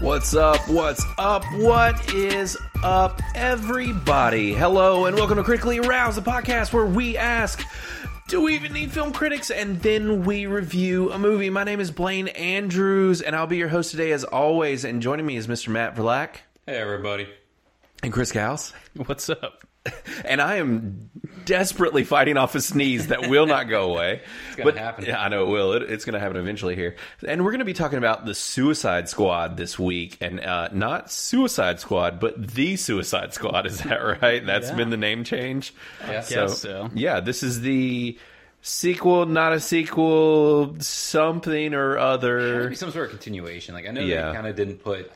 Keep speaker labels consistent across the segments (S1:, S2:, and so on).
S1: What's up? What's up? What is up, everybody? Hello, and welcome to Critically Aroused, the podcast where we ask, do we even need film critics? And then we review a movie. My name is Blaine Andrews, and I'll be your host today as always. And joining me is Mr. Matt Verlack
S2: Hey everybody.
S1: and Chris Cows.
S2: What's up?
S1: and I am desperately fighting off a sneeze that will not go away. it's
S2: gonna happen.
S1: Yeah, I know it will. It, it's going to happen eventually here. And we're going to be talking about the Suicide Squad this week, and uh, not Suicide Squad, but the Suicide Squad. Is that right? That's been the name change.
S2: Yeah.
S3: guess so.
S1: Yeah, this is the sequel, not a sequel, something or other.
S2: Maybe some sort of continuation. Like I know
S1: Yeah.
S2: they kind of didn't put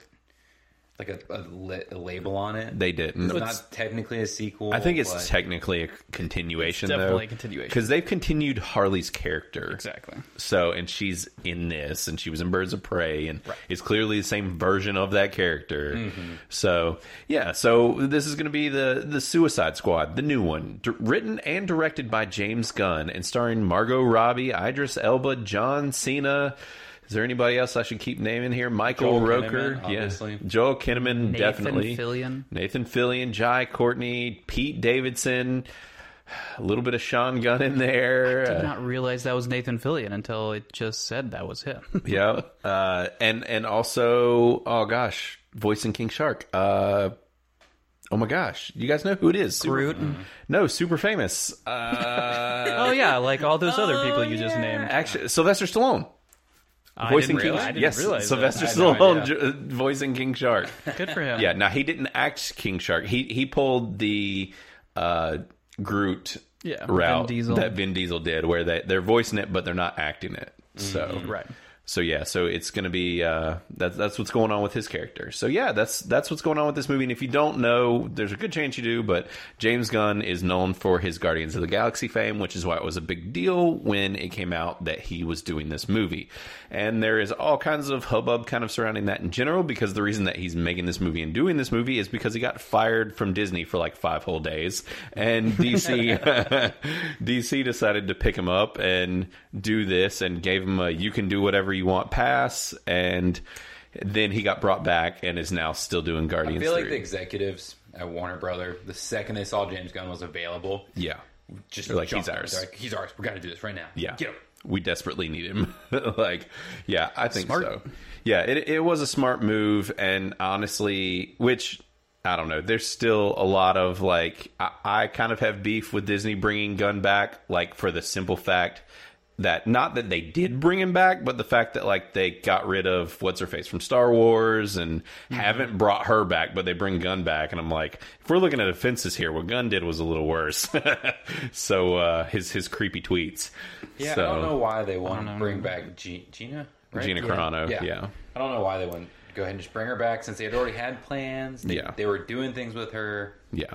S2: like a, a, li- a label on it.
S1: They didn't.
S2: it's not technically a sequel.
S1: I think it's
S2: but
S1: technically a continuation,
S3: It's definitely
S1: though,
S3: a continuation.
S1: because they've continued Harley's character
S3: Exactly.
S1: So, and she's in this, and she was in Birds of Prey, and it's clearly the same version of that character.
S3: Mm-hmm.
S1: So, yeah, so this is going to be the the Suicide Squad, the new one, d- written and directed by James Gunn, and starring Margot Robbie, Idris Elba, John Cena. Is there anybody else I should keep naming here? Michael
S2: Joel
S1: Roker,
S2: Kinnaman, obviously.
S1: yeah, Joel Kinnaman, definitely.
S3: Fillion.
S1: Nathan Fillion, Jai Courtney, Pete Davidson, a little bit of Sean Gunn in there. Uh,
S3: Did not realize that was Nathan Fillion until it just said that was him.
S1: yeah. Uh, and and also, oh gosh, voicing King Shark. Uh, oh my gosh, you guys know who it is? Super- Mm-hmm.
S3: Groot.
S1: no, super famous. Uh,
S3: Oh yeah, like all those other people you just named.
S1: actually, Sylvester Stallone.
S3: I
S1: Voicing
S3: didn't
S1: King,
S3: realize- I didn't
S1: yes,
S3: realize that.
S1: Sylvester
S2: I had no
S1: Stallone
S2: idea.
S1: jo- voicing King Shark.
S3: Good for him.
S1: Yeah, now he didn't act King Shark. He he pulled the uh, Groot
S3: Yeah,
S1: route
S3: Vin Diesel.
S1: that Vin Diesel did, where they they're voicing it but they're not acting it. So
S3: Mm-hmm. Right.
S1: So yeah, so it's going to be uh, that's that's what's going on with his character. So yeah, that's that's what's going on with this movie. And if you don't know, there's a good chance you do. But James Gunn is known for his Guardians of the Galaxy fame, which is why it was a big deal when it came out that he was doing this movie. And there is all kinds of hubbub kind of surrounding that in general because the reason that he's making this movie and doing this movie is because he got fired from Disney for like five whole days, and DC DC decided to pick him up and do this and gave him a you can do whatever you want pass and then he got brought back and is now still doing
S2: I
S1: Guardians
S2: feel like
S1: 3.
S2: the executives at Warner Brother, the second they saw James Gunn was available,
S1: yeah.
S2: just
S1: They're like,
S2: jumped
S1: "He's
S2: on it."
S1: ours.
S2: They're like, he's ours. We got to do this right now.
S1: Yeah.
S2: Get him.
S1: We desperately need him. like, yeah, I think
S3: Smart.
S1: so. Yeah, it it was a smart move and honestly, which I don't know. There's still a lot of like I, I kind of have beef with Disney bringing Gunn back like for the simple fact that not that they did bring him back, but the fact that like they got rid of what's her face from Star Wars and haven't brought her back, but they bring Gunn back, and I'm like, if we're looking at offenses here, what Gunn did was a little worse. so uh, his his creepy tweets.
S2: Yeah.
S1: so,
S2: I don't know why they want to bring back G- Gina. Right?
S1: Gina Carano, yeah.
S2: I don't know why they want to go ahead and just bring her back since they had already had plans. They,
S1: Yeah.
S2: They were doing things with her.
S1: Yeah.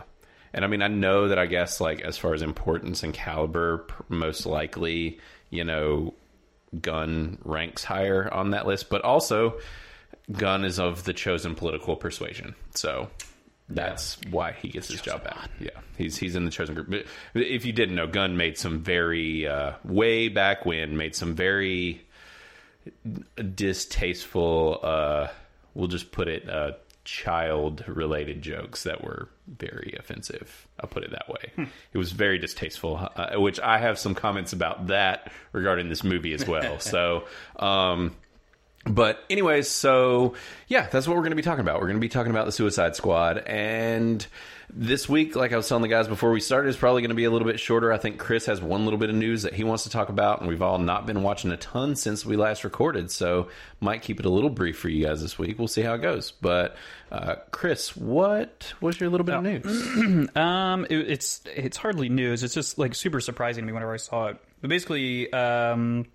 S1: And I mean, I know that I guess, like, as far as importance and caliber, p- most likely, you know, Gunn ranks higher on that list, but also Gunn is of the chosen political persuasion. So that's why he gets his job back. Yeah. He's he's in the chosen group. But if you didn't know, Gunn made some very, uh, way back when, made some very distasteful uh we'll just put it uh child related jokes that were very offensive i'll put it that way it was very distasteful uh, which i have some comments about that regarding this movie as well so um but anyways, so yeah, that's what we're going to be talking about. We're going to be talking about the Suicide Squad, and this week, like I was telling the guys before we started, is probably going to be a little bit shorter. I think Chris has one little bit of news that he wants to talk about, and we've all not been watching a ton since we last recorded, so might keep it a little brief for you guys this week. We'll see how it goes. But uh, Chris, what was your little bit of news?
S3: Um, it, it's it's hardly news. It's just like super surprising to me whenever I saw it. But basically, um,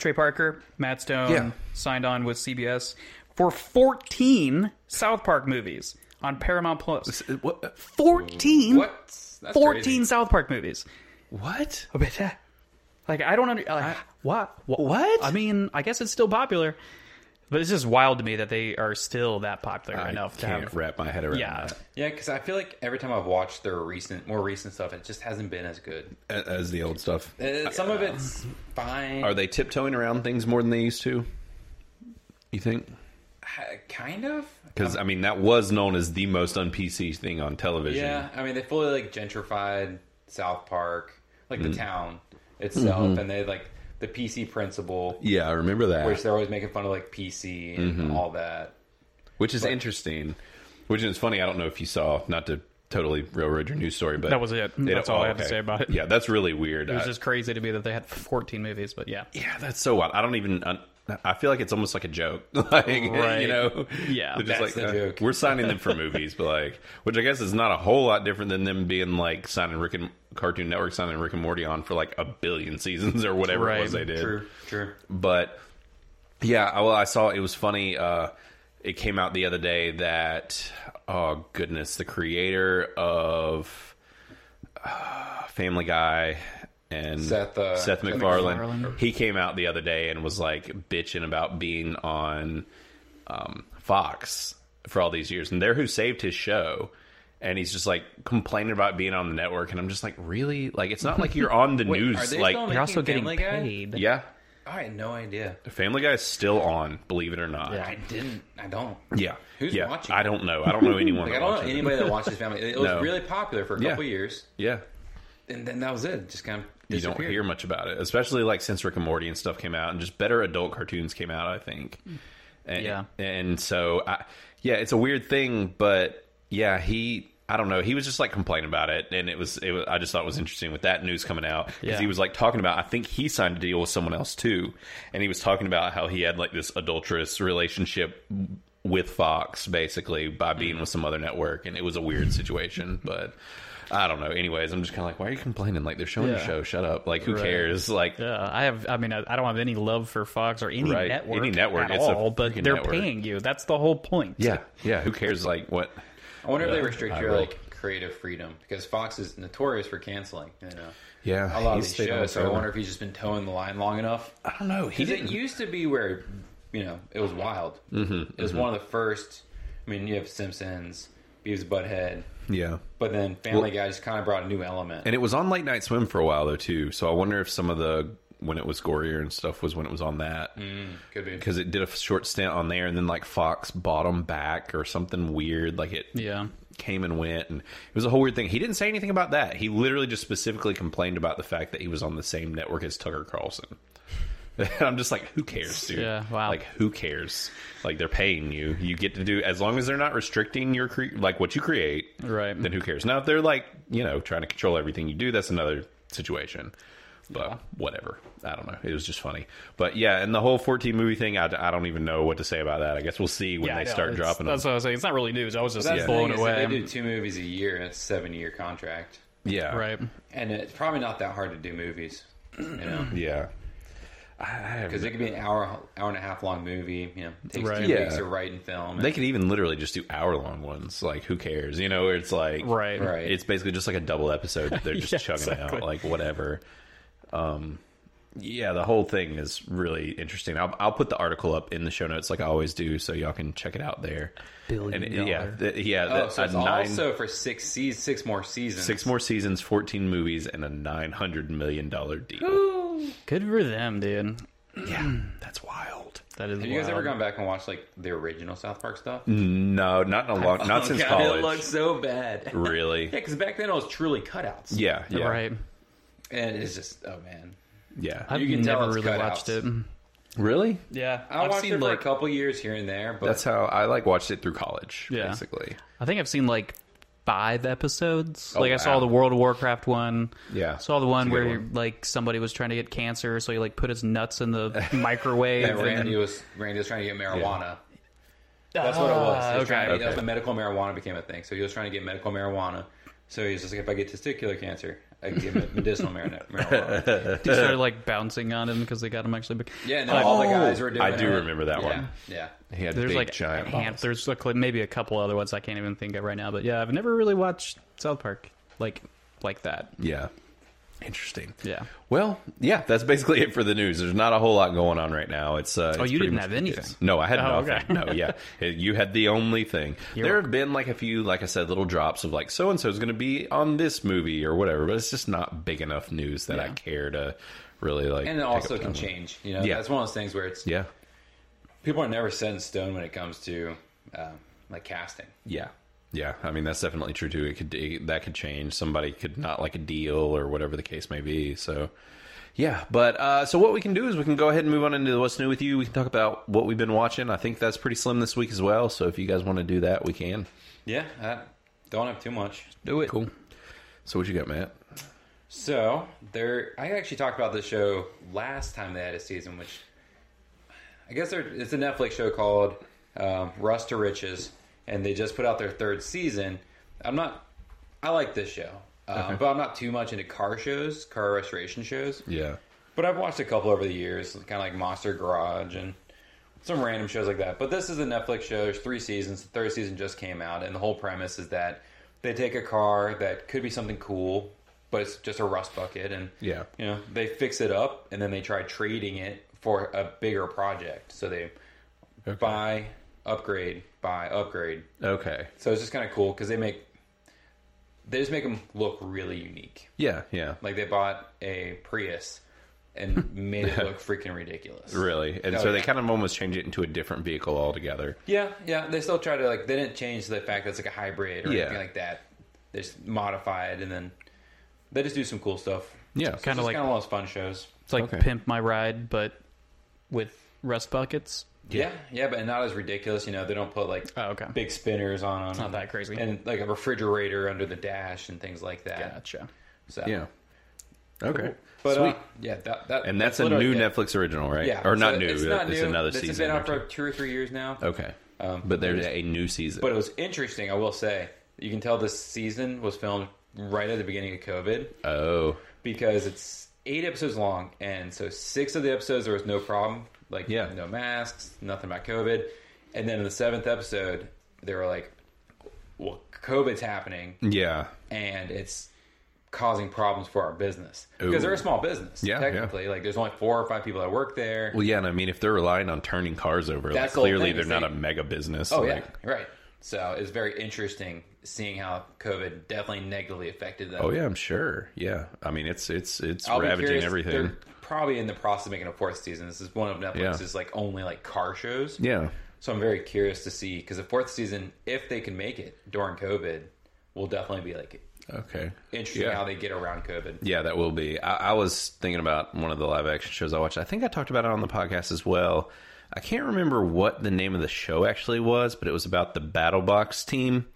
S3: Trey Parker, Matt Stone
S1: Yeah.
S3: signed on with CBS for 14 South Park movies on Paramount Plus.
S1: What?
S3: 14.
S2: What? That's
S3: 14
S2: crazy.
S3: South Park movies.
S1: What? Uh,
S3: Oh, but yeah. Like I don't understand. Like, what?
S1: What?
S3: I mean, I guess it's still popular, but it's just wild to me that they are still that popular
S1: I
S3: enough to
S1: can't
S3: have.
S1: wrap my head around
S3: Yeah.
S1: that
S2: Yeah, because I feel like every time I've watched their recent, more recent stuff, it just hasn't been as good.
S1: a- as the old stuff.
S2: Uh, some of it's fine.
S1: Are they tiptoeing around things more than they used to? You think?
S2: Ha- Kind of.
S1: Because I mean, that was known as the most un PC thing on television.
S2: Yeah, I mean they fully like gentrified South Park, like
S1: Mm-hmm.
S2: the town itself,
S3: Mm-hmm.
S2: and they like the PC principle,
S1: Yeah, Mm-hmm. I remember that,
S2: which
S1: which,
S2: they're always making fun of like PC and all that.
S1: is interesting. Which is funny. I don't know if you saw, not to totally railroad your news story, but
S3: That was it.
S1: They
S3: That's
S1: don't-
S3: all
S1: oh,
S3: I have to
S1: okay.
S3: say about it.
S1: Yeah, that's really weird.
S3: It was
S1: I-
S3: just crazy to me that they had 14 movies, but yeah.
S1: yeah, that's so wild. I don't even. I, I feel like it's almost like a joke, like
S3: Right.
S1: you know,
S3: Yeah.
S1: They're
S2: That's the joke.
S1: We're signing them for movies, but like, which I guess is not a whole lot different than them being like signing Rick and Cartoon Network signing Rick and Morty on for like a billion seasons or whatever it was
S3: Right.
S1: they did.
S2: True, true.
S1: but yeah I- well i saw it was funny uh it came out the other day that oh goodness the creator of uh, family guy and
S2: Seth, uh,
S1: Seth
S2: Seth
S1: MacFarlane,
S3: MacFarlane.
S1: he came out the other day and was like bitching about being on um, Fox for all these years, and they're who saved his show. And he's just like complaining about being on the network, and I'm just like, really? Like, it's not like you're on the
S2: Are
S1: news.
S2: they
S1: Like,
S2: still
S3: You're also getting
S2: Family Guy?
S3: paid.
S1: yeah,
S2: I had no idea.
S1: Family Guy is still on, believe it or not.
S3: Yeah.
S2: I didn't. I don't.
S1: Yeah.
S2: Who's
S1: Yeah.
S2: watching
S1: I don't know. I don't know anyone.
S2: Like
S1: that
S2: I don't know
S1: watches it.
S2: anybody that watches Family. It was
S1: No.
S2: really popular for a
S1: Yeah.
S2: couple years,
S1: Yeah.
S2: and then that was it. Just kind of
S1: You don't
S2: disappeared.
S1: hear much about it, especially like since Rick and Morty and stuff came out, and just better adult cartoons came out. I think. And,
S3: Yeah.
S1: And so, I, yeah, it's a weird thing, but yeah, he. I don't know. He was just like complaining about it, and it was. It was I just thought it was interesting with that news coming out because
S3: Yeah.
S1: he was like talking about. I think he signed a deal with someone else too, and he was talking about how he had like this adulterous relationship with Fox, basically by
S2: Mm-hmm.
S1: being with some other network, and it was a weird situation. But I don't know. Anyways, I'm just kind of like, why are you complaining? Like they're showing the
S3: Yeah.
S1: show. Shut up. Like who cares? Like
S3: Yeah, I have. I mean, I, I don't have any love for Fox or any
S1: Right.
S3: network,
S1: Any network,
S3: at
S1: it's a
S3: all. But
S1: freaking
S3: they're
S1: network.
S3: paying you. That's the whole point.
S1: yeah, yeah. Who cares? Like what?
S2: I wonder if they
S1: Yeah,
S2: restrict
S1: I
S2: your
S1: will.
S2: like creative freedom because Fox is notorious for canceling. You know,
S1: Yeah,
S2: a lot of
S1: he's
S2: these
S1: stayed on
S2: shows. So I
S1: forever.
S2: wonder if he's just been towing the line long enough.
S1: I don't know. He
S2: Because
S1: didn't.
S2: it used to be where you know it was wild. Mm-hmm, it was one of the first. I mean, you have Simpsons, Beavis and Butthead,
S1: yeah.
S2: but then Family Guy just kind of brought a new element.
S1: And it was on Late Night Swim for a while though too. So I wonder if some of the when it was gorier and stuff was when it was on that
S3: Mm.
S2: Could be.
S1: because it did a short stint on there, and then like Fox bought him back or something weird. Like it
S3: yeah.
S1: came and went, and it was a whole weird thing. He didn't say anything about that. He literally just specifically complained about the fact that he was on the same network as Tucker Carlson. And I'm just like, who cares, dude?
S3: Yeah, wow.
S1: Like, who cares? Like, they're paying you. You get to do as long as they're not restricting your cre- like what you create,
S3: Right.
S1: Then who cares? Now, if they're like, you know, trying to control everything you do, that's another situation. But whatever, I don't know. It was just funny. But yeah, and the whole 14 movie thing, I, I don't even know what to say about that. I guess we'll see when
S3: Yeah, I
S1: they
S3: know.
S1: start
S3: It's-
S1: dropping them.
S3: That's what I was saying. It's not really news. I was just
S2: That's the
S3: blown
S2: thing is that
S3: away.
S2: They do two movies a year, and it's a seven-year contract,
S1: Yeah,
S3: Right.
S2: and it's probably not that hard to do movies, you know,
S1: Yeah. I, I have-
S2: because it could be an hour, hour and a half long movie. You know, takes
S3: Right.
S2: two
S1: Yeah.
S2: weeks to write and film.
S1: they could even literally just do hour long ones. Like, who cares? You know, where it's like,
S3: Right.
S2: Right.
S1: It's basically just like a double episode. that They're just
S3: Yeah,
S1: chugging
S3: exactly.
S1: out, like whatever. Um, yeah, the whole thing is really interesting. I'll, I'll put the article up in the show notes, like I always do, so y'all can check it out there.
S3: Billion
S1: it- yeah,
S3: dollar.
S1: th- yeah.
S2: oh,
S1: that's
S2: so
S1: a
S2: it's
S1: nine,
S2: also for six seasons, six more seasons.
S1: six more seasons, fourteen movies, and a nine hundred million dollar deal.
S3: Good for them, dude.
S1: yeah, that's wild.
S3: That is.
S2: Have you guys
S3: wild.
S2: ever gone back and watched like the original South Park stuff?
S1: No, not in a long, not
S2: Oh,
S1: since
S2: God,
S1: college.
S2: It looks so bad. yeah,
S1: really?
S2: because back then it was truly cutouts.
S1: Yeah, yeah,
S3: Right.
S2: and it's just oh man.
S1: yeah.
S3: I've
S2: can tell
S3: never
S2: it's
S3: really
S2: cutouts.
S3: watched it.
S1: really?
S3: Yeah.
S2: I
S3: I've
S2: watched
S3: seen
S2: it for
S3: like
S2: a couple years here and there, but
S1: That's how I like watched it through college,
S3: Yeah.
S1: basically.
S3: I think I've seen like five episodes. like I
S1: Oh, wow.
S3: saw the World of Warcraft one.
S1: Yeah.
S3: Saw the
S1: That's
S3: one
S1: a good
S3: where
S1: one.
S3: like somebody was trying to get cancer, so he like put his nuts in the microwave.
S2: and
S3: and-
S2: Randy was Randy was trying to get marijuana. That's
S3: Ah,
S2: what it was. He was
S3: okay.
S2: trying to- that was
S1: Okay.
S2: when medical marijuana became a thing. So he was trying to get medical marijuana. So he was just like, if I get testicular cancer, I can get me- medicinal marina- marijuana.
S3: They started like bouncing on him because they got him actually big.
S2: Yeah, and then all the
S1: Oh,
S2: guys were doing
S1: I do
S2: it.
S1: remember that
S2: yeah,
S1: one.
S2: Yeah.
S1: He had
S3: There's
S1: big,
S3: like
S1: giant
S3: a hand,
S1: balls.
S3: there's like maybe a couple other ones I can't even think of right now. But yeah, I've never really watched South Park like like that.
S1: Yeah. Interesting.
S3: Yeah.
S1: Well, yeah, that's basically it for the news. There's not a whole lot going on right now. It's uh, oh,
S3: you didn't have anything.
S1: No, I had
S3: Oh,
S1: nothing. No, yeah, It- you had the only thing. there have been like a few, like I said, little drops of like so and so is going to be on this movie or whatever, but it's just not big enough news that I
S3: Yeah.
S1: care to really like.
S2: And it
S1: take
S2: also
S1: up
S2: can
S1: time.
S2: change. You know,
S1: Yeah.
S2: that's one of those things where it's
S1: Yeah,
S2: people are never set in stone when it comes to um, like casting.
S1: Yeah. Yeah. I mean, that's definitely true too. It could, it, that could change. Somebody could not like a deal or whatever the case may be. So, yeah. But, uh, so what we can do is we can go ahead and move on into what's new with you. We can talk about what we've been watching. I think that's pretty slim this week as well. So if you guys want to do that, we can.
S2: Yeah, I don't have too much.
S3: Do it.
S1: Cool. So what you got, Matt?
S2: So there, I actually talked about this show last time they had a season, which I guess there, it's a Netflix show called um, Rust to Riches, and they just put out their third season. I'm not, I like this show, um, but I'm not too much into car shows, car restoration shows.
S1: Yeah.
S2: But I've watched a couple over the years, kind of like Monster Garage and some random shows like that. But this is a Netflix show. There's three seasons. The third season just came out, and the whole premise is that they take a car that could be something cool, but it's just a rust bucket, and
S1: Yeah.
S2: you know they fix it up, and then they try trading it for a bigger project. So they buy, upgrade, buy, upgrade.
S1: Okay.
S2: So it's just kind of cool because they make they just make them look really unique.
S1: Yeah. Yeah.
S2: Like they bought a Prius and made it look freaking ridiculous.
S1: Really. And
S2: Oh,
S1: so they
S2: yeah.
S1: kind of almost change it into a different vehicle altogether.
S2: Yeah, yeah. They still try to like they didn't change the fact that it's like a hybrid or
S1: Yeah.
S2: anything like that. They just modify it and then they just do some cool stuff.
S1: Yeah.
S2: Kind
S3: Kinda
S2: of
S3: like-
S2: like kind of those fun shows.
S3: It's like
S1: Okay.
S3: pimp my ride, but with rust buckets.
S2: Yeah. yeah, but not as ridiculous. You know, they don't put like
S3: Oh, okay.
S2: big spinners on them. It's
S3: not that crazy.
S2: And like a refrigerator under the dash and things like that.
S3: Gotcha.
S2: So
S1: Yeah. Okay.
S2: but
S1: Sweet.
S2: uh, yeah, that, that
S1: and that's a new
S2: literally it.
S1: Netflix original, right?
S2: Yeah,
S1: Or
S2: So
S1: not new.
S2: It's
S1: It's,
S2: not new.
S1: another
S2: This
S1: season.
S2: has been out
S1: or
S2: for two or three years now.
S1: two. okay. but there's a new season.
S2: But it was interesting. I will say you can tell this season was filmed right at the beginning of COVID.
S1: oh.
S2: because it's eight episodes long, and so six of the episodes there was no problem, like
S1: Yeah.
S2: no masks, nothing about COVID, and then in the seventh episode they were like, "Well, COVID's happening,
S1: Yeah.
S2: and it's causing problems for our business
S1: Ooh.
S2: because they're a small business,
S1: Yeah, yeah.
S2: technically. Like there's only four or five people that work there.
S1: Well, yeah, and I mean, if they're relying on turning cars over, like,
S2: That's the whole
S1: clearly
S2: thing,
S1: they're
S2: is
S1: not
S2: they-
S1: a mega business.
S2: oh
S1: like,
S2: yeah, right. So it's very interesting seeing how COVID definitely negatively affected them.
S1: Oh yeah, I'm sure. Yeah, I mean, it's it's it's
S2: I'll be
S1: ravaging
S2: curious,
S1: everything.
S2: They're probably in the process of making a fourth season. This is one of Netflix's like only like car shows.
S1: Yeah.
S2: So I'm very curious to see because the fourth season, if they can make it during COVID, will definitely be like
S1: Okay.
S2: interesting
S1: Yeah.
S2: how they get around COVID.
S1: Yeah, that will be. I, I was thinking about one of the live action shows I watched. I think I talked about it on the podcast as well. I can't remember what the name of the show actually was, but it was about the Battle Box team,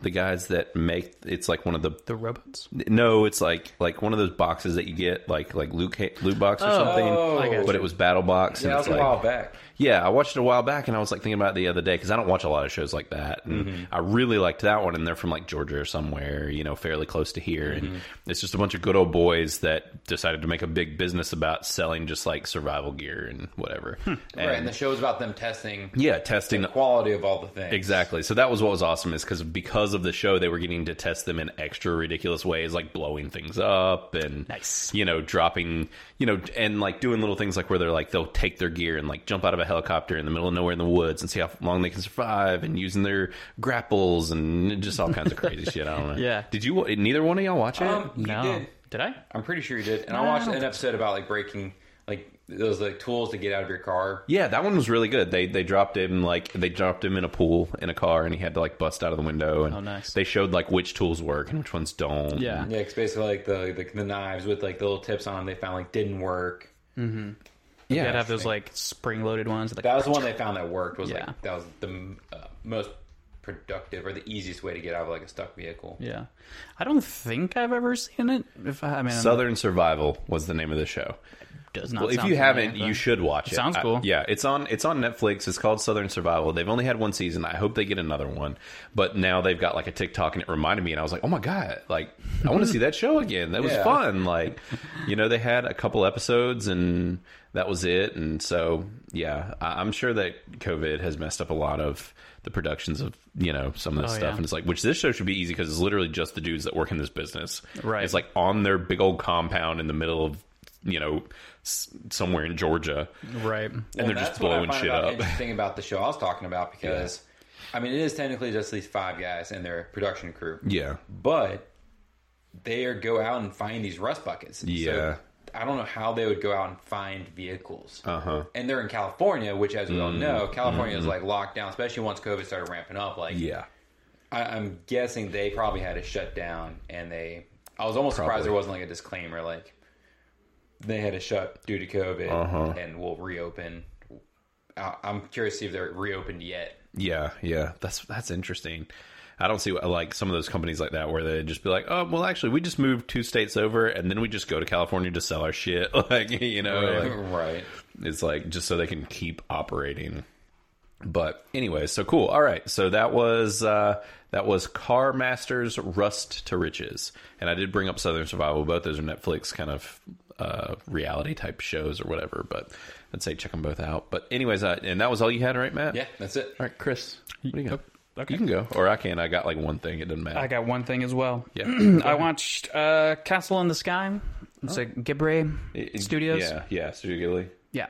S1: the guys that make it's like one of the
S3: The robots.
S1: no, it's like like one of those boxes that you get like like loot ca- loot box or something.
S2: Oh, I gotcha.
S1: But it was Battle Box,
S2: Yeah,
S1: and
S2: that was
S1: it's
S2: a
S1: like
S2: while back.
S1: Yeah, I watched it a while back, and I was like thinking about it the other day because I don't watch a lot of shows like that, and
S2: Mm-hmm.
S1: I really liked that one. And they're from like Georgia or somewhere, you know, fairly close to here, and
S2: Mm-hmm.
S1: it's just a bunch of good old boys that decided to make a big business about selling just like survival gear and whatever. And,
S2: right, and the show's about them testing
S1: yeah, testing
S2: the quality of all the things.
S1: Exactly. So that was what was awesome is because because of the show, they were getting to test them in extra ridiculous ways, like blowing things up and
S3: Nice.
S1: you know, dropping, you know, and like doing little things like where they're like they'll take their gear and like jump out of a helicopter in the middle of nowhere in the woods and see how long they can survive and using their grapples and just all kinds of crazy shit. I don't know.
S3: Yeah.
S1: Did you? wa- Neither one of y'all watch it?
S2: Um, you
S3: no.
S2: did.
S3: I?
S2: I'm pretty sure you did. And I
S3: No, I
S2: watched
S3: don't
S2: an episode about like breaking like those like tools to get out of your car.
S1: Yeah, that one was really good. They they dropped him like they dropped him in a pool in a car, and he had to like bust out of the window. And
S3: Oh, nice.
S1: They showed like which tools work and which ones don't.
S3: Yeah.
S2: Yeah, it's basically like the, the the knives with like the little tips on them they found like didn't work.
S1: yeah.
S3: You gotta have those like spring loaded ones. Like,
S2: That was the one they found that worked. Was
S3: Yeah.
S2: like that was the uh, most productive or the easiest way to get out of like a stuck vehicle.
S3: yeah. I don't think I've ever seen it. If I, I mean,
S1: Southern Survival was the name of the show.
S3: does not.
S1: Well, if
S3: sound
S1: you
S3: familiar,
S1: haven't,
S3: but-
S1: you should watch it.
S3: Sounds
S1: I-
S3: cool.
S1: yeah, it's on it's on Netflix. It's called Southern Survival. They've only had one season. I hope they get another one. But now they've got like a TikTok, and it reminded me, and I was like, oh my god, like I want to see that show again. That was
S2: Yeah.
S1: fun. Like, you know, they had a couple episodes, and that was it. And so, yeah, I, I'm sure that COVID has messed up a lot of the productions of you know some of this
S3: Oh,
S1: stuff.
S3: yeah.
S1: And it's like, which this show should be easy because it's literally just the dudes that work in this business.
S3: Right.
S1: It's like on their big old compound in the middle of you know s- somewhere in Georgia,
S3: Right.
S1: and
S2: Well,
S1: they're just
S2: that's what I
S1: blowing
S2: find
S1: shit
S2: about
S1: up.
S2: Interesting about the show I was talking about because, I mean, it is technically just these five guys and their production crew,
S1: yeah,
S2: but they are go out and find these rust buckets. So
S1: Yeah.
S2: I don't know how they would go out and find vehicles.
S1: Uh huh.
S2: and they're in California, which, as we all
S1: Mm.
S2: know, California
S1: Mm-hmm.
S2: is like locked down, especially once COVID started ramping up. Like,
S1: Yeah.
S2: I, I'm guessing they probably had to shut down, and they. I was almost surprised there wasn't like a disclaimer, like they had to shut due to COVID,
S1: Uh-huh.
S2: and will reopen. I, I'm curious to see if they're reopened yet.
S1: Yeah, yeah, that's that's interesting. I don't see what, like some of those companies like that where they just be like, oh, well, actually, we just moved two states over, and then we just go to California to sell our shit. Like, you know, like,
S2: right.
S1: it's like just so they can keep operating. But anyway, so cool. All right, so that was uh, that was Car Masters Rust to Riches, and I did bring up Southern Survival. Both those are Netflix kind of uh, reality type shows or whatever. But I'd say check them both out. But anyways, uh, and that was all you had, right, Matt?
S2: Yeah, that's it.
S1: All right, Chris, what do you got?
S3: Oh, okay.
S1: You can go, or I can. I got like one thing. It doesn't matter.
S3: I got one thing as well.
S1: yeah.
S3: I watched uh, Castle in the Sky. It's a Ghibli Studios.
S1: Oh. Yeah, yeah, Studio Ghibli.
S3: Yeah.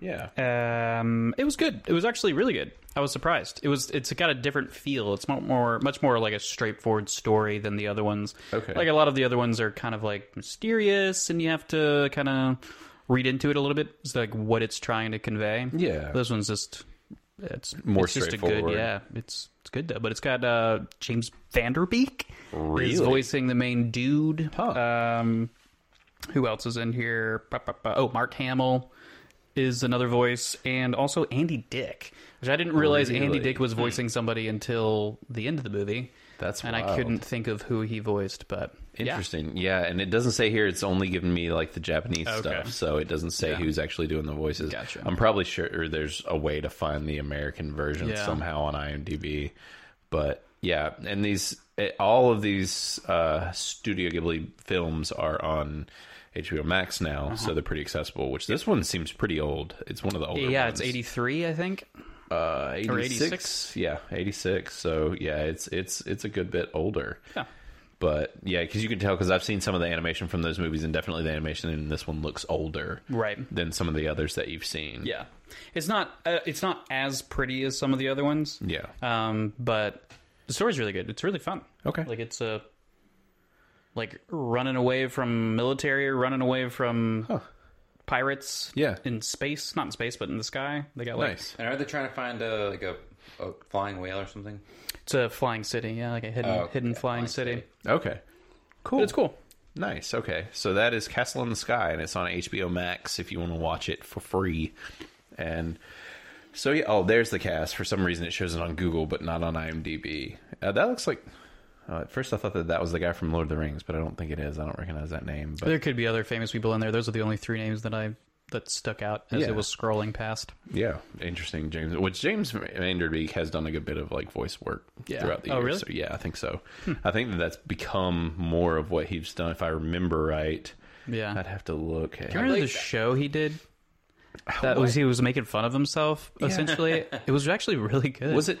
S1: Yeah,
S3: Um, it was good. It was actually really good. I was surprised. It was. It's got a different feel. It's mu- more, much more like a straightforward story than the other ones.
S1: Okay.
S3: Like a lot of the other ones are kind of like mysterious, and you have to kind of read into it a little bit. It's like what it's trying to convey.
S1: Yeah.
S3: This one's just. It's
S1: More
S3: it's just a good.
S1: straightforward.
S3: Yeah. It's it's good though. But it's got uh, James Vanderbeek.
S1: Really?
S3: Is voicing the main dude. Um, who else is in here? Ba, ba, ba. Oh, Mark Hamill is another voice, and also Andy Dick, which I didn't realize Andy
S1: Really?
S3: Dick was voicing somebody until the end of the movie.
S1: Hmm. That's
S3: and I
S1: wild.
S3: couldn't think of who he voiced, but
S1: interesting. Yeah. and it doesn't say here. It's only giving me like the Japanese
S3: Okay.
S1: stuff, so it doesn't say who's actually doing the voices.
S3: Gotcha.
S1: I'm probably sure there's a way to find the American version
S3: Yeah.
S1: somehow on IMDb, but yeah, and these it, all of these uh, Studio Ghibli films are on. HBO Max now,
S3: Uh-huh.
S1: so they're pretty accessible. Which this one seems pretty old. It's one of the older
S3: Yeah, yeah
S1: ones.
S3: it's eighty three, I think.
S1: uh 86?
S3: 86?
S1: yeah 86 so yeah it's it's it's a good bit older
S3: Yeah.
S1: but yeah because you can tell because i've seen some of the animation from those movies and definitely the animation in this one looks older
S3: Right.
S1: than some of the others that you've seen
S3: Yeah, it's not uh, it's not as pretty as some of the other ones.
S1: yeah
S3: Um, but the story's really good. It's really fun.
S1: Okay.
S3: Like it's a like running away from military, running away from pirates.
S1: Yeah.
S3: In space, not in space, but in the sky. They got like
S1: nice
S2: And are they trying to find a like a, a flying whale or something?
S3: it's a flying city. Yeah, like a hidden
S2: Oh,
S3: hidden
S2: yeah,
S3: flying
S2: flying
S3: city.
S2: city.
S1: okay cool
S3: But it's cool.
S1: nice okay so that is castle in the sky and it's on hbo max if you want to watch it for free and so yeah oh there's the cast for some reason it shows it on google but not on imdb uh, that looks like uh, at first i thought that that was the guy from lord of the rings but i don't think it is i don't recognize that name but
S3: There could be other famous people in there. Those are the only three names that I that stuck out as
S1: Yeah.
S3: it was scrolling past.
S1: Yeah, interesting, James. Which James Vanderbeek has done a good bit of like voice work
S3: Yeah.
S1: throughout the
S3: Oh,
S1: years.
S3: really? Hmm.
S1: So yeah, I think so. I think that that's become more of what he's done, if I remember right.
S3: Yeah.
S1: I'd have to look. At,
S3: Do you remember the
S2: like that.
S3: show he did? That was he was making fun of himself. Essentially, it was actually really good.
S1: was it?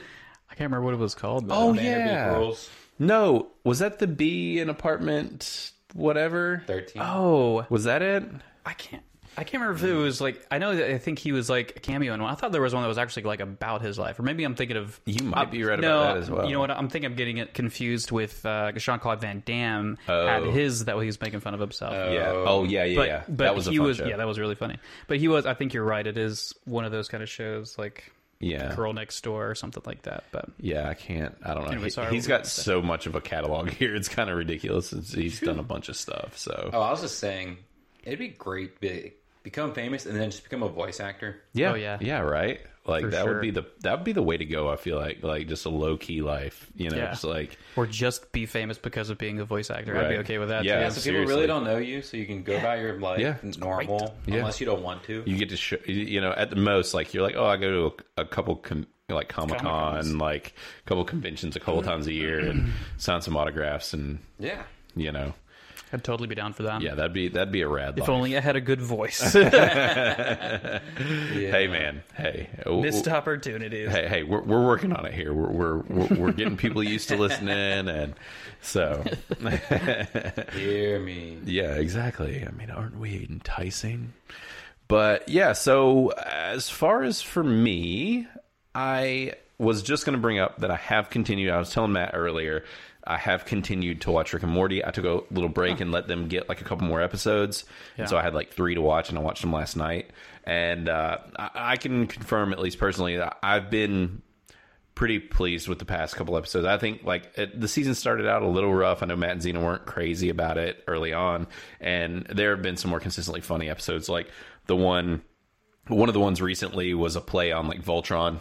S3: I can't remember what it was called. Though.
S1: Oh
S2: Vanderbeek
S1: yeah.
S2: rules.
S1: No, was that the B in apartment whatever?
S2: 13.
S3: Oh,
S1: Was that it?
S3: I can't. I can't remember if it was like. I know. that I think he was like a cameo in one. I thought there was one that was actually like about his life, or maybe I'm thinking of.
S1: You might
S3: I-
S1: be right
S3: no,
S1: about that as well.
S3: You know what? I'm thinking I'm getting it confused with uh, Sean Claude Van Damme had
S1: Oh.
S3: his that he was making fun of himself.
S1: Yeah. Oh yeah, yeah,
S3: but
S1: yeah.
S3: but
S1: that was
S3: he
S1: a fun
S3: was
S1: show.
S3: yeah that was really funny. But he was. I think you're right. It is one of those kind of shows like
S1: yeah.
S3: Girl Next Door or something like that. But
S1: Yeah, I can't. I don't know.
S3: Anyway,
S1: he,
S3: sorry,
S1: he's
S3: what were
S1: got so much of a catalog here; it's kind of ridiculous. It's, he's done a bunch of stuff. So
S2: Oh, I was just saying, it'd be great be, become famous and then just become a voice actor.
S1: Yeah.
S3: Oh, yeah.
S1: Yeah, right? Like
S3: For
S1: that
S3: sure.
S1: would be the that would be the way to go, I feel like. Like just a low key life. You know,
S3: Yeah.
S1: just like
S3: or just be famous because of being a voice actor. I'd be
S1: Right.
S3: okay with that.
S1: Yeah.
S3: too.
S2: Yeah, so people
S1: seriously.
S2: really don't know you, so you can go about your life
S1: Yeah.
S2: normal,
S1: Yeah.
S2: unless you don't want to.
S1: you get to show you- you know, at the most, like you're like, Oh, I go to a, a couple com- like Comic
S3: Comic-Cons.
S1: Con,
S3: Mm-hmm.
S1: like a couple conventions a couple times a year and sign some autographs and
S2: Yeah,
S1: you know.
S3: I'd totally be down for that.
S1: Yeah, that'd be that'd be a rad
S3: If
S1: life.
S3: only I had a good voice.
S2: yeah.
S1: Hey man, hey. Oh,
S3: Missed opportunities.
S1: hey, hey, we're, we're working on it here. We're, we're, we're, we're getting people used to listening. And so,
S2: hear me.
S1: Yeah, exactly. I mean, aren't we enticing? But yeah, so as far as for me, I was just going to bring up that I have continued. I was telling Matt earlier I have continued to watch Rick and Morty. I took a little break and let them get like a couple more episodes, and so I had like three to watch, and I watched them last night. And uh, I, I can confirm, at least personally, that I've been pretty pleased with the past couple episodes. I think like it, the season started out a little rough. I know Matt and Zena weren't crazy about it early on, and there have been some more consistently funny episodes, like the one one of the ones recently was a play on like Voltron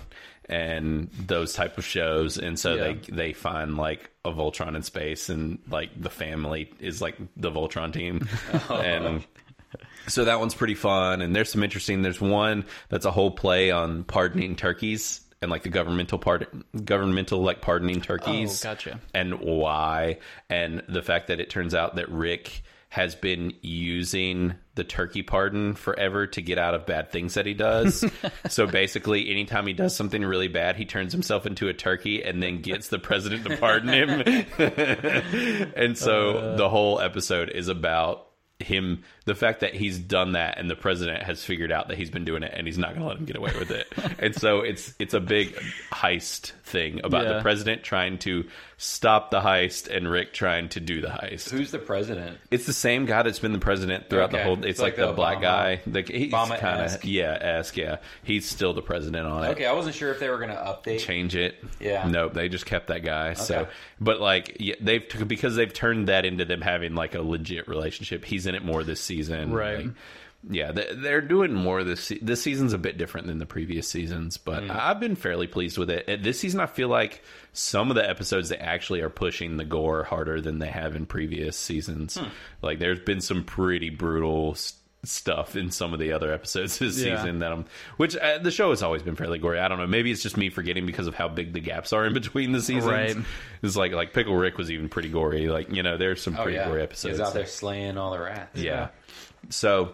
S1: and those type of shows and so
S3: Yeah.
S1: they they find like a Voltron in space and like the family is like the Voltron team and so that one's pretty fun and there's some interesting there's one that's a whole play on pardoning turkeys and like the governmental part governmental like pardoning turkeys
S3: Oh, gotcha.
S1: and why and the fact that it turns out that rick has been using the turkey pardon forever to get out of bad things that he does so basically anytime he does something really bad he turns himself into a turkey and then gets the president to pardon him and so
S2: Uh.
S1: the whole episode is about him the fact that he's done that and the president has figured out that he's been doing it and he's not going to let him get away with it and so it's it's a big heist thing about
S3: Yeah.
S1: the president trying to stop the heist and rick trying to do the heist
S2: Who's the president?
S1: it's the same guy that's been the president throughout the
S2: Okay.
S1: whole it's
S2: It's
S1: like, the,
S2: like the
S1: black
S2: Obama-
S1: guy the, he's kind
S2: Obama-esque.
S1: of yeah esque yeah he's still the president on it
S2: Okay, I wasn't sure if they were going to update.
S1: change it.
S2: Yeah.
S1: Nope. They just kept that guy. So,
S2: Okay.
S1: but like yeah, they've t- because they've turned that into them having like a legit relationship. He's in it more this season,
S3: Right.
S1: Like, yeah, they- they're doing more this. Se- this season's a bit different than the previous seasons, but
S2: Mm.
S1: I've been fairly pleased with it. At This season, I feel like some of the episodes they actually are pushing the gore harder than they have in previous seasons.
S2: Hmm.
S1: Like, there's been some pretty brutal s stuff in some of the other episodes this
S3: Yeah.
S1: season that I'm, which uh, the show has always been fairly gory. I don't know. Maybe it's just me forgetting because of how big the gaps are in between the seasons.
S3: Right.
S1: It's like like Pickle Rick was even pretty gory. Like you know, there's some
S2: Oh,
S1: pretty
S2: yeah.
S1: gory
S2: He's
S1: episodes.
S2: out there slaying all the rats.
S1: Yeah. So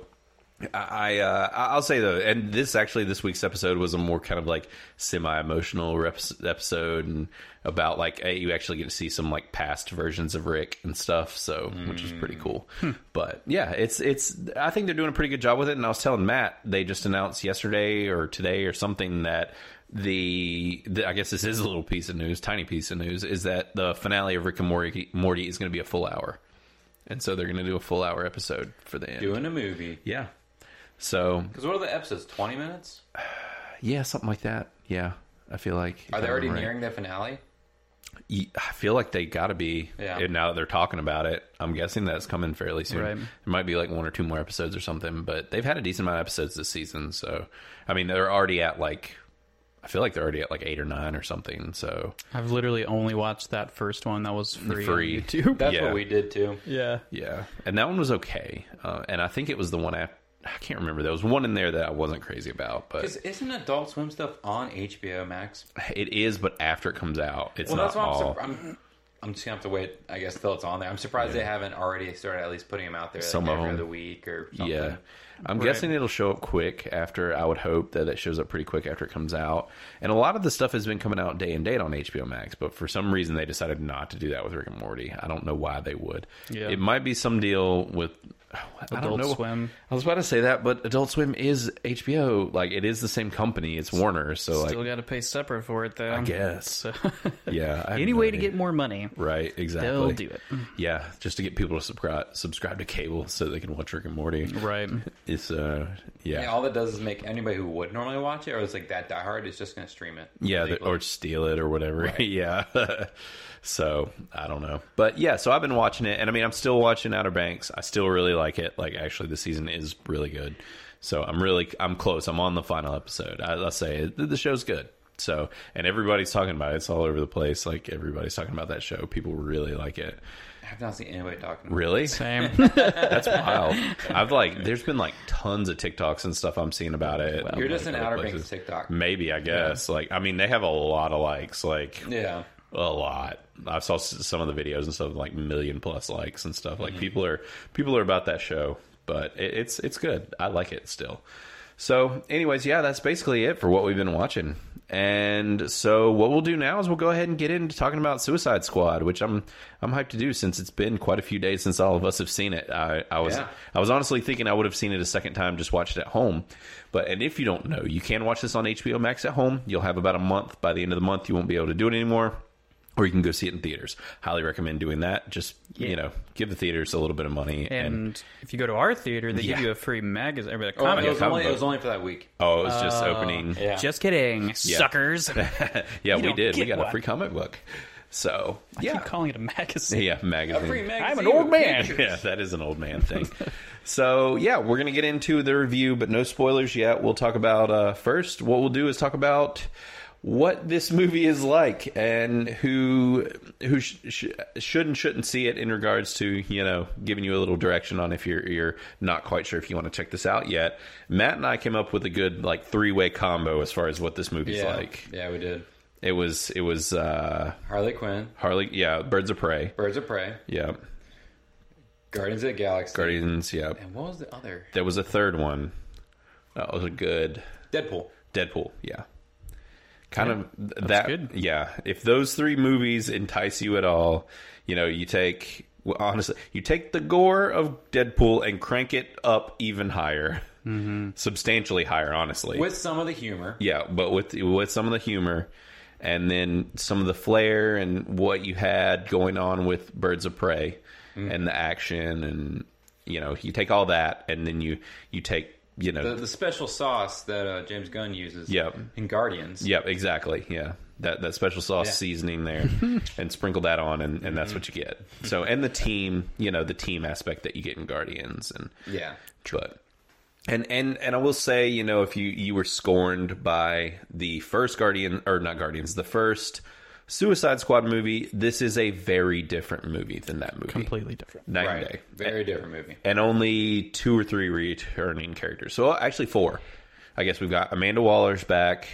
S1: I I, uh, I- I'll say though, and this actually this week's episode was a more kind of like semi emotional rep- episode, and about like eh, you actually get to see some like past versions of Rick and stuff, so which is pretty cool. But yeah, it's it's I think they're doing a pretty good job with it. And I was telling Matt they just announced yesterday or today or something that. The, the I guess this is a little piece of news, tiny piece of news, is that the finale of Rick and Morty, Morty is going to be a full hour and so they're going to do a full hour episode for the end.
S2: Doing a movie.
S1: Yeah. So
S2: Because what are the episodes? 20 minutes?
S1: yeah, something like that. Yeah, I feel like
S2: Are they
S1: if I'm
S2: already
S1: right.
S2: nearing the finale?
S1: Ye- I feel like they got to be.
S2: Yeah.
S1: And now that they're talking about it, I'm guessing that's coming fairly soon.
S3: Right.
S1: There might be like one or two more episodes or something, but they've had a decent amount of episodes this season. So I mean, they're already at like. I feel like they're already at like eight or nine or something. So
S3: I've literally only watched that first one that was free. on
S1: Free.
S3: YouTube.
S2: That's
S1: Yeah.
S2: what we did too.
S3: yeah.
S1: yeah, and that one was okay. Uh, and I think it was the one I I can't remember. There was one in there that I wasn't crazy about, but
S2: 'Cause isn't Adult Swim stuff on HBO Max?
S1: It is, but after it comes out, it's
S2: Well,
S1: not
S2: that's why I'm,
S1: all.
S2: surp- I'm. I'm just gonna have to wait. I guess till it's on there. I'm surprised they haven't already started at least putting them out there like,
S1: Some of
S2: every
S1: them.
S2: other week or something.
S1: yeah, I'm guessing it'll show up quick after. I would hope that it shows up pretty quick after it comes out. And a lot of the stuff has been coming out day and date on HBO Max, but for some reason they decided not to do that with Rick and Morty. I don't know why they would.
S3: Yeah.
S1: It might be some deal with I don't
S3: Adult
S1: know.
S3: Swim.
S1: I was about to say that, but Adult Swim is HBO. Like it is the same company. It's Warner. So
S3: Still
S1: like,
S3: got to pay separate for it though. I
S1: guess. yeah. I have
S3: Any
S1: no
S3: way to
S1: idea.
S3: get more money,
S1: right exactly.
S3: they'll do it.
S1: Yeah, just to get people to subscribe subscribe to cable so they can watch Rick and Morty.
S3: Right.
S1: It's uh yeah.
S2: Yeah, all that does is make anybody who would normally watch it, or it's like that diehard, is just gonna stream it.
S1: Yeah, they,
S2: illegally.
S1: or steal it or whatever. yeah. so I don't know, but yeah. So I've been watching it, and I mean, I'm still watching Outer Banks. I still really like it. Like, actually, the season is really good. So I'm really, I'm close. I'm on the final episode. I, I'll say the, the show's good. So, and everybody's talking about it. It's all over the place. Like everybody's talking about that show. People really like it.
S2: I have not seen anybody talking. About
S1: Really?
S3: Same.
S1: That's wild. I've like, there's been like tons of TikToks and stuff I'm seeing about it.
S2: it. You're
S1: and,
S2: just
S1: like,
S2: an
S1: other
S2: Outer Banks
S1: places.
S2: TikTok.
S1: Maybe I guess. Like, I mean, they have a lot of likes. Like,
S2: Yeah,
S1: a lot. I saw s- some of the videos and stuff like million plus likes and stuff. Like people are people are about that show, but it, it's it's good. I like it still. So, anyways, yeah, that's basically it for what we've been watching. And so, what we'll do now is we'll go ahead and get into talking about Suicide Squad, which I'm I'm hyped to do since it's been quite a few days since all of us have seen it. I, I was
S2: Yeah.
S1: I was honestly thinking I would have seen it a second time, just watched it at home. But and if you don't know, you can watch this on HBO Max at home. You'll have about a month. By the end of the month, you won't be able to do it anymore or you can go see it in theaters. Highly recommend doing that. Just
S3: Yeah.
S1: you know, give the theaters a little bit of money
S3: And,
S1: and,
S3: if you go to our theater, they
S1: Yeah.
S3: give you a free magazine. Or a
S2: Oh,
S3: comic
S2: it, was
S1: comic
S2: only, it
S1: book.
S2: was only for that week.
S1: oh, it was just
S3: uh,
S1: opening.
S2: Yeah.
S3: Just kidding, suckers. I
S1: Yeah, we
S3: don't
S1: did. We
S3: get
S1: got
S3: one.
S1: a free comic book. So yeah,
S3: keep calling it a magazine.
S1: yeah, magazine.
S3: I'm an old man.
S1: Yeah, that is an old man thing. so, yeah, we're going to get into the review, but no spoilers yet. We'll talk about uh, first, what we'll do is talk about what this movie is like and who who sh- sh- should and shouldn't see it in regards to you know giving you a little direction on if you're you're not quite sure if you want to check this out yet matt and i came up with a good like three-way combo as far as what this movie's
S2: Yeah.
S1: like
S2: yeah, we did.
S1: it was it was uh
S2: Harley Quinn,
S1: harley yeah birds of prey
S2: Birds of Prey,
S1: yeah
S2: Guardians of the Galaxy,
S1: guardians yeah
S2: and what was the other?
S1: There was a third one. That was a good
S2: Deadpool.
S1: Deadpool. Yeah. Kind of th- that.
S3: good.
S1: Yeah. If those three movies entice you at all, you know, you take well, honestly, you take the gore of Deadpool and crank it up even higher, substantially higher. Honestly,
S2: With some of the humor.
S1: yeah, but with with some of the humor and then some of the flair and what you had going on with Birds of Prey
S2: Mm-hmm.
S1: and the action and you know, you take all that and then you you take, you know,
S2: The, the special sauce that uh, James Gunn uses
S1: Yep.
S2: in Guardians.
S1: yeah, exactly. Yeah. That that special sauce
S2: Yeah. Mm-hmm.
S1: seasoning there and sprinkle that on and, and that's what you get. So and the team, you know, the team aspect that you get in Guardians and
S2: Yeah.
S1: but and and and I will say, you know, if you you were scorned by the first Guardian or not Guardians, the first Suicide Squad movie, this is a very different movie than that movie.
S3: Completely different.
S1: Night and
S2: Right.
S1: day.
S2: Very different movie.
S1: And only two or three returning characters. So actually four. I guess we've got Amanda Waller's back,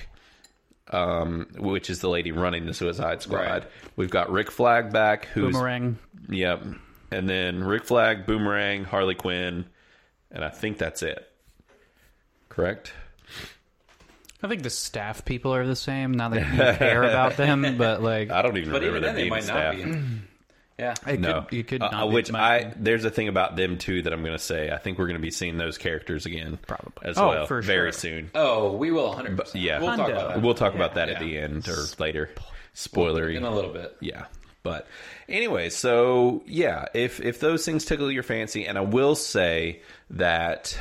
S1: um, which is the lady running the Suicide Squad.
S2: Right.
S1: We've got Rick Flag back, who's
S3: Boomerang.
S1: Yep. And then Rick Flag, Boomerang, Harley Quinn, and I think that's it. Correct?
S3: I think the staff people are the same. Not that you care about them, but like
S1: I don't even
S2: But
S1: remember them
S2: even then, they
S1: being
S2: might
S1: staff.
S2: not be. Yeah.
S3: it
S1: No,
S3: could, you could
S1: Uh,
S3: not be-
S1: which
S3: might-
S1: I there's a thing about them too that I'm going to say. I think we're going to be seeing those characters again,
S3: Probably.
S1: as
S3: Oh,
S1: well,
S3: for
S1: very
S3: sure.
S1: soon.
S2: Oh, we will 100%.
S1: yeah.
S2: We'll talk
S3: Hundo.
S2: about that
S1: We'll talk about that at
S2: Yeah.
S1: the end or later. Spoilery,
S2: in a little bit.
S1: yeah but anyway so yeah if if those things tickle your fancy and i will say that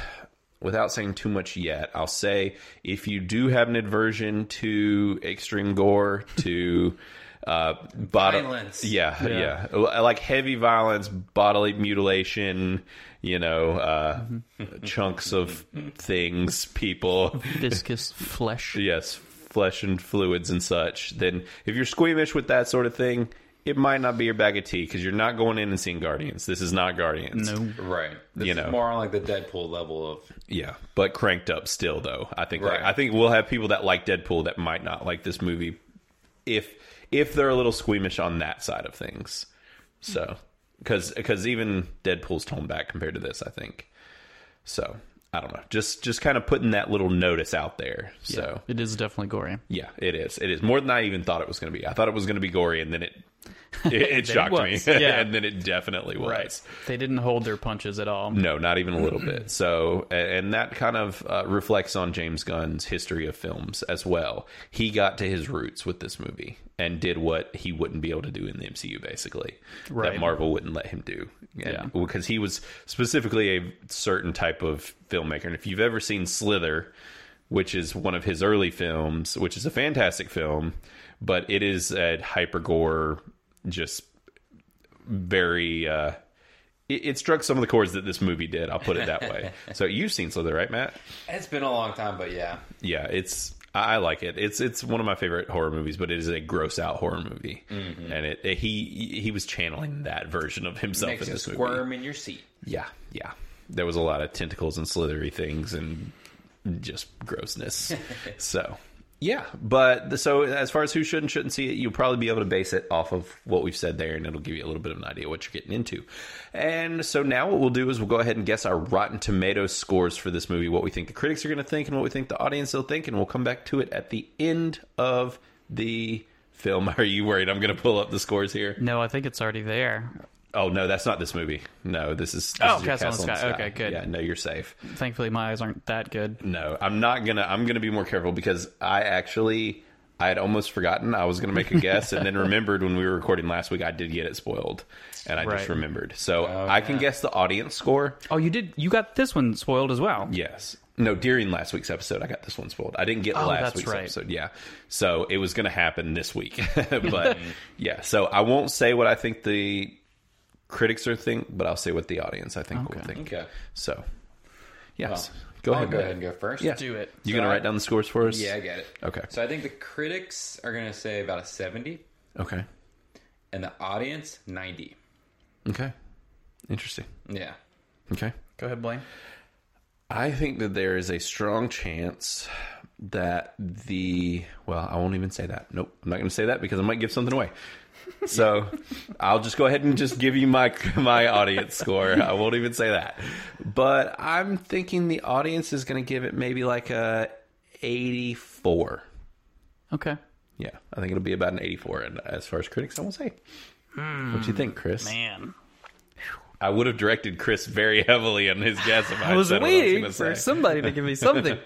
S1: without saying too much yet i'll say if you do have an aversion to extreme gore to uh bottom
S2: Violence.
S1: yeah, yeah
S3: Yeah.
S1: I like heavy violence bodily mutilation you know uh chunks of things people
S3: viscous flesh.
S1: yes, flesh and fluids and such, then if you're squeamish with that sort of thing, it might not be your bag of tea because you're not going in and seeing Guardians. This is not Guardians.
S3: No.
S2: Right. This
S1: You
S2: is
S1: know.
S2: more on like the Deadpool level of
S1: Yeah, but cranked up still though. I think
S2: Right.
S1: I think we'll have people that like Deadpool that might not like this movie if if they're a little squeamish on that side of things. So, cuz cuz even Deadpool's toned back compared to this, I think. So, I don't know. Just just kind of putting that little notice out there. So,
S3: It is definitely gory.
S1: Yeah, it is. It is more than I even thought it was going to be. I thought it was going to be gory, and then it it, it shocked me,
S3: was, yeah.
S1: and then it definitely was.
S3: They didn't hold their punches at all.
S1: No, not even a little bit. So, a- and that kind of uh, reflects on James Gunn's history of films as well. He got to his roots with this movie and did what he wouldn't be able to do in the MCU, basically.
S3: Right.
S1: That Marvel wouldn't let him do. And-
S3: Yeah.
S1: Because he was specifically a certain type of filmmaker. And if you've ever seen Slither, which is one of his early films, which is a fantastic film, but it is a hyper gore, just very. Uh, it, it struck some of the chords that this movie did. I'll put it that way. so you've seen Slither, right, Matt?
S2: It's been a long time, but yeah.
S1: Yeah, it's I I like it. It's it's one of my favorite horror movies, but it is a gross out horror movie,
S2: Mm-hmm.
S1: and it, it- he he was channeling that version of himself
S2: Makes
S1: in
S2: you
S1: this
S2: squirm
S1: movie.
S2: in your seat.
S1: Yeah, yeah. There was a lot of tentacles and slithery things and just grossness. so. Yeah, but the- so as far as who should and shouldn't see it, you'll probably be able to base it off of what we've said there, and it'll give you a little bit of an idea what you're getting into. And so now what we'll do is we'll go ahead and guess our Rotten Tomatoes scores for this movie, what we think the critics are going to think, and what we think the audience will think, and we'll come back to it at the end of the film. Are you worried I'm going to pull up the scores here?
S3: No, I think it's already there.
S1: Oh no, that's not this movie. No, this is this
S3: Oh,
S1: is your
S3: Castle in the
S1: in the
S3: Sky. Okay, good.
S1: Yeah, no, you're safe.
S3: Thankfully, my eyes aren't that good.
S1: No, I'm not gonna. I'm gonna be more careful because I actually I had almost forgotten I was going to make a guess, and then remembered when we were recording last week I did get it spoiled, and I
S3: Right.
S1: just remembered. So I can guess the audience score.
S3: Oh, you did. You got this one spoiled as well.
S1: Yes. No, during last week's episode, I got this one spoiled. I didn't get
S3: Oh,
S1: last
S3: that's
S1: week's
S3: right.
S1: episode. Yeah. So it was going to happen this week. but yeah. So I won't say what I think the critics are think, but I'll say what the audience I think will think.
S2: Okay.
S1: So, yes.
S2: Well,
S1: go
S2: I'll
S1: ahead.
S2: go
S1: Matt.
S2: ahead and go first.
S1: Yeah.
S3: Do it.
S1: You going to
S2: So I-
S1: write down the scores for us?
S2: Yeah, I get it.
S1: Okay.
S2: So I think the critics are going to say about a 70
S1: Okay.
S2: and the audience 90.
S1: Okay. Interesting.
S2: Yeah.
S1: Okay.
S3: Go ahead, Blaine.
S1: I think that there is a strong chance that the well, I won't even say that. Nope, I'm not going to say that because I might give something away. So I'll just go ahead and just give you my my audience score. I won't even say that, but I'm thinking the audience is going to give it maybe like a 84.
S3: Okay.
S1: Yeah, I think it'll be about an 84. And as far as critics, I won't say. what do you think, Chris?
S3: Hmm. Man,
S1: I would have directed Chris very heavily on his guess if I,
S3: I was
S1: said
S3: waiting
S1: what I was
S3: for
S1: going to say.
S3: somebody to give me something.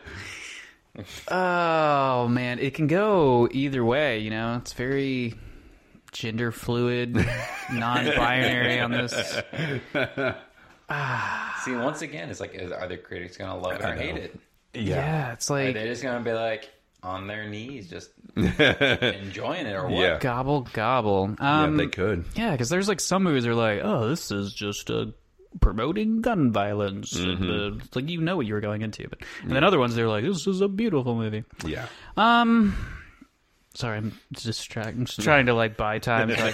S3: oh man, it can go either way. You know, it's very gender fluid, non-binary on this.
S2: See, once again, it's like, is, are the critics going to love it
S1: I
S2: or hate
S1: know.
S2: it?
S3: Yeah, it's
S2: Are
S3: like
S2: they just going to be like on their knees, just enjoying it or what?
S1: Yeah.
S3: gobble gobble. Um,
S1: yeah, they could.
S3: Yeah, because there's like some movies that are like, oh, this is just uh, promoting gun violence.
S1: Mm-hmm.
S3: And, uh, it's like you know what you were going into, but and then other ones they're like, this is a beautiful movie.
S1: Yeah.
S3: Sorry, I'm distracted. I'm
S1: Mm.
S3: just trying to like buy time, so I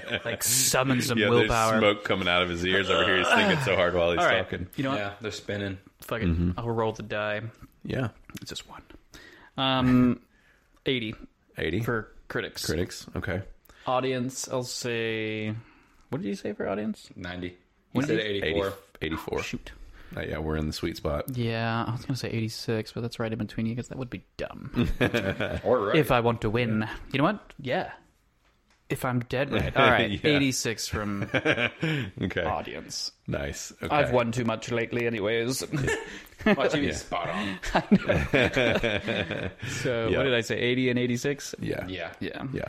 S3: can, like summon some
S1: Yeah,
S3: willpower.
S1: there's smoke coming out of his ears over here. He's thinking so hard while he's
S3: All right,
S1: talking.
S3: you know what?
S2: Yeah, they're spinning.
S3: Fuck it.
S1: Mm-hmm.
S3: I'll roll the die.
S1: Yeah.
S3: It's just one. Um, eighty
S1: 80.
S3: for critics.
S1: critics. Okay.
S3: Audience, I'll say. What did you say for audience?
S2: 90. He said
S1: 80,
S2: 84.
S1: 84.
S3: Shoot.
S1: Uh, yeah, we're in the sweet spot.
S3: Yeah, I was gonna say eighty-six, but that's right in between you because that would be dumb.
S2: Or right.
S3: if I want to win. You know what? Yeah. If I'm dead right. All right.
S1: Yeah.
S3: 86 from
S1: Okay.
S3: audience.
S1: Nice. Okay.
S3: Mm. I've won too much lately anyways.
S2: Watch him, he's spot on.
S3: so
S1: Yeah.
S3: what did I say? 80 and 86?
S1: Yeah.
S2: Yeah.
S3: Yeah.
S1: Yeah.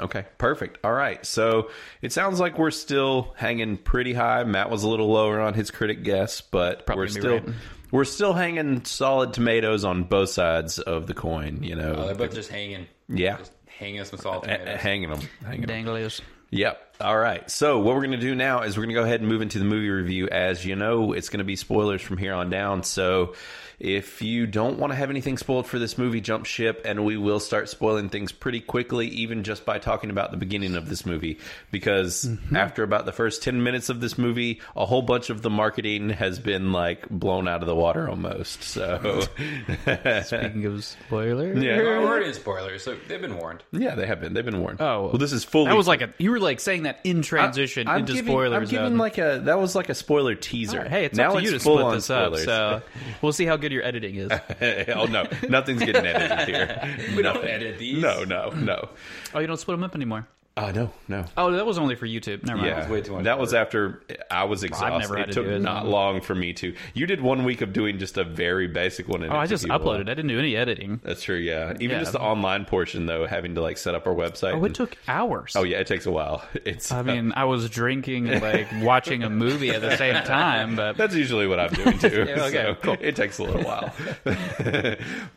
S1: Okay, perfect. All right. So it sounds like we're still hanging pretty high. Matt was a little lower on his critic guess, but
S3: Probably
S1: we're
S3: gonna be
S1: still
S3: right.
S1: we're still hanging solid tomatoes on both sides of the coin, you know.
S2: Oh, they're both just hanging.
S1: yeah.
S2: Just hanging some salt
S1: A- a-
S2: tomatoes.
S1: hanging them. Hanging 'em.
S3: Danglers.
S1: Yep. All right. So what we're going to do now is we're going to go ahead and move into the movie review. As you know, it's going to be spoilers from here on down. So if you don't want to have anything spoiled for this movie, jump ship, and we will start spoiling things pretty quickly, even just by talking about the beginning of this movie. Because
S3: Mm-hmm.
S1: after about the first ten minutes of this movie, a whole bunch of the marketing has been like blown out of the water almost. So Uh,
S3: Speaking of spoiler.
S2: We're already in spoilers, so they've been warned.
S1: yeah, they have been. They've been warned.
S3: Oh.
S1: well, this is fully.
S3: That was like a you were like saying that in transition
S1: I'm
S3: into
S1: giving,
S3: spoilers.
S1: I'm giving
S3: though.
S1: like a that was like a spoiler teaser.
S3: hey, it's
S1: now
S3: up to you to
S1: it's full
S3: split
S1: on
S3: this
S1: spoilers.
S3: up. So we'll see how good your editing is.
S1: oh no, nothing's getting edited here.
S2: We don't edit these.
S1: No, no, no.
S3: Oh, you don't split them up anymore.
S1: Uh, no, no.
S3: Oh, that was only for YouTube. Never mind.
S1: Yeah,
S2: was way too much
S1: that was after I was exhausted.
S3: never
S1: it
S3: had to
S1: took
S3: do it. Mm-hmm.
S1: not long for me to. You did one week of doing just a very basic one. And
S3: Oh,
S1: it
S3: I
S1: took
S3: just
S1: you a while.
S3: uploaded. I didn't do any editing.
S1: That's true. Yeah, even
S3: Yeah.
S1: just the online portion though, having to like set up our website.
S3: Oh, it
S1: and-
S3: took hours.
S1: oh yeah, it takes a while. It's
S3: I mean, I was drinking and like watching a movie at the same time, but
S1: That's usually what I'm doing too.
S3: okay,
S1: so
S3: cool.
S1: It takes a little while.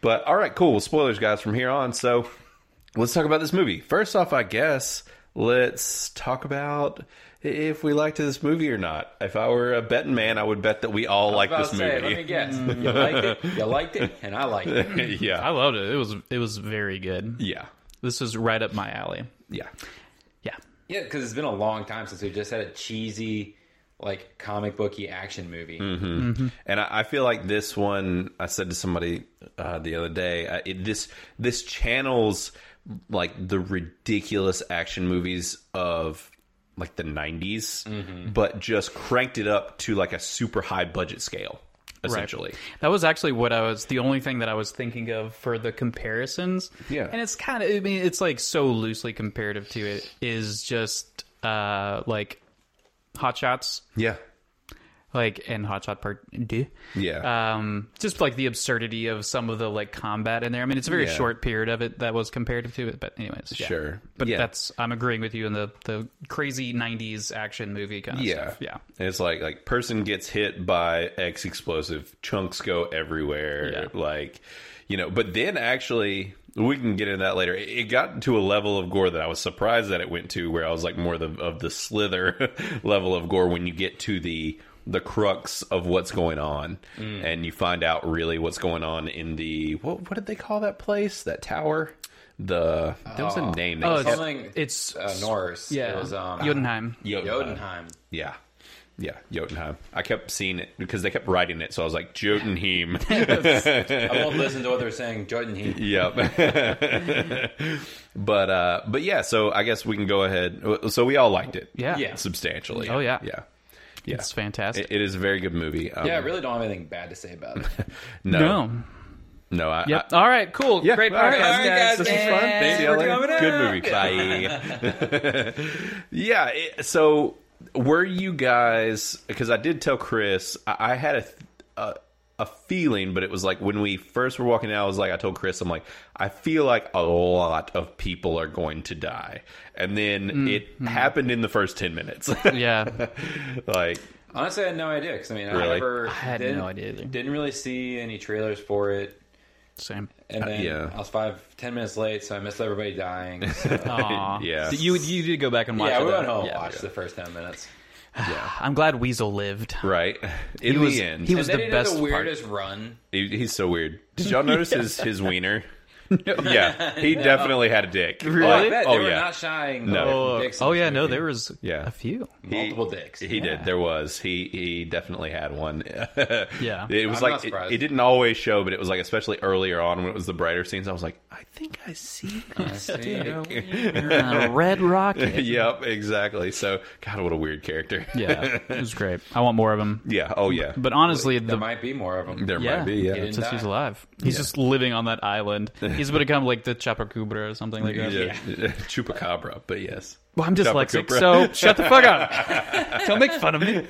S1: but all right, cool. Spoilers, guys, from here on. So let's talk about this movie. First off, I guess let's talk about if we liked this movie or not. If I were a betting man, I would bet that we all like
S2: I was
S1: this
S2: about to say, let me
S1: movie.
S2: guess. You liked it, you liked it, and I liked it.
S3: I
S1: yeah.
S3: loved it. It was it was very good.
S1: Yeah.
S3: This is right up my alley.
S1: Yeah.
S3: Yeah.
S2: Yeah, because it's been a long time since we just had a cheesy, like comic booky action movie.
S1: Mm-hmm. And I, I feel like this one, I said to somebody uh, the other day, uh, it, this this channels like the ridiculous action movies of like the 90s, but just cranked it up to like a super high budget scale, essentially.
S3: That was actually what I was the only thing that I was thinking of for the comparisons.
S1: Yeah.
S3: And it's kind of I mean it's like so loosely comparative to it is just uh like Hot Shots
S1: Yeah.
S3: like in Hot Shot Part Two.
S1: Yeah.
S3: Um, just like the absurdity of some of the like combat in there. I mean, it's a very
S1: Yeah.
S3: short period of it that was comparative to it, but anyways, yeah.
S1: Sure.
S3: But
S1: Yeah.
S3: that's I'm agreeing with you in the the crazy '90s action movie kind of
S1: yeah.
S3: stuff. Yeah.
S1: And it's like like person gets hit by X explosive, chunks go everywhere.
S3: Yeah.
S1: Like, you know, but then actually we can get into that later. It, it got to a level of gore that I was surprised that it went to where I was like more the, of the slither level of gore when you get to the the crux of what's going on
S3: Mm.
S1: and you find out really what's going on in the what what did they call that place? That tower? The there was a name that
S3: Oh,
S1: was
S3: it's,
S2: Something-
S3: it's
S2: Uh, Norse.
S3: yeah,
S2: It was um,
S3: Jotunheim.
S2: Jotunheim.
S1: Yeah. Yeah, Jotunheim. I kept seeing it because they kept writing it, so I was like Jotunheim.
S2: I won't listen to what they're saying. Jotunheim.
S1: yep. but uh but yeah, so I guess we can go ahead. So we all liked it.
S3: Yeah.
S2: Yeah.
S1: Substantially.
S3: Oh, yeah.
S1: Yeah. Yeah.
S3: It's fantastic.
S1: It- it is a very good movie. Um,
S2: Yeah, I really don't have anything bad to say about it.
S1: No.
S3: no.
S1: No, I,
S3: Yep.
S1: I-
S3: All right. Cool.
S1: uh, yeah.
S3: Great podcast,
S1: All right, all right,
S3: guys. This was
S1: thanks.
S3: fun.
S1: Thanks,
S3: Thanks.
S1: y'all.
S2: for coming
S1: Good movie.
S2: out.
S1: Bye. yeah. It, so were you guys? Because I did tell Chris I, I had a, th- a a feeling, but it was like when we first were walking out. I was like, I told Chris, I'm like, I feel like a lot of people are going to die, and then it happened in the first ten minutes.
S3: Mm-hmm. Yeah.
S1: like,
S2: Honestly, I had no idea because I mean,
S1: Really?
S2: I never
S3: I had
S2: didn't-
S3: no idea either.
S2: Didn't really see any trailers for it,
S3: Same.
S2: and then
S1: Uh, yeah.
S2: I was five, ten minutes late, so I missed everybody dying. So.
S3: Aw.
S1: Yeah.
S3: So you you did go back and watch
S2: yeah,
S3: it.
S2: we
S3: though.
S2: went home and
S3: Yeah.
S2: watched the first ten minutes.
S3: I'm glad Weasel lived.
S1: right in
S3: He was
S1: the end,
S3: he
S1: he,
S3: was
S2: and
S3: the
S2: then he did
S3: best
S2: the
S3: part.
S2: weirdest run.
S1: he's so weird. Did y'all notice his his wiener? Yeah, he definitely had a dick.
S3: Really?
S2: I
S1: Like,
S2: bet
S1: oh
S2: they were
S1: yeah.
S2: not shying.
S1: No.
S2: dicks in
S3: Oh
S2: this
S3: yeah, no,
S2: movie.
S3: there was
S1: Yeah.
S3: a few.
S2: multiple dicks.
S1: He did. There was. He he definitely had one.
S3: Yeah.
S1: It was
S2: I'm
S1: like
S2: not
S1: it,
S2: surprised.
S1: it didn't always show, but it was like especially earlier on when it was the brighter scenes. I was like, I think I see.
S2: I see.
S3: Uh, Red Rocket.
S1: yep, exactly. So God, what a weird character.
S3: yeah, it was great. I want more of him.
S1: yeah. Oh yeah.
S3: But honestly,
S2: There
S3: the
S2: might be more of them.
S1: there
S3: yeah,
S1: might be. Yeah.
S2: didn't
S3: since
S2: die.
S3: he's alive, he's just living on that island. He's become like the Chupacabra or something like that.
S1: Yeah. Chupacabra, but yes.
S3: Well, I'm dyslexic,
S1: Chupacabra.
S3: so shut the fuck up. Don't make fun of me.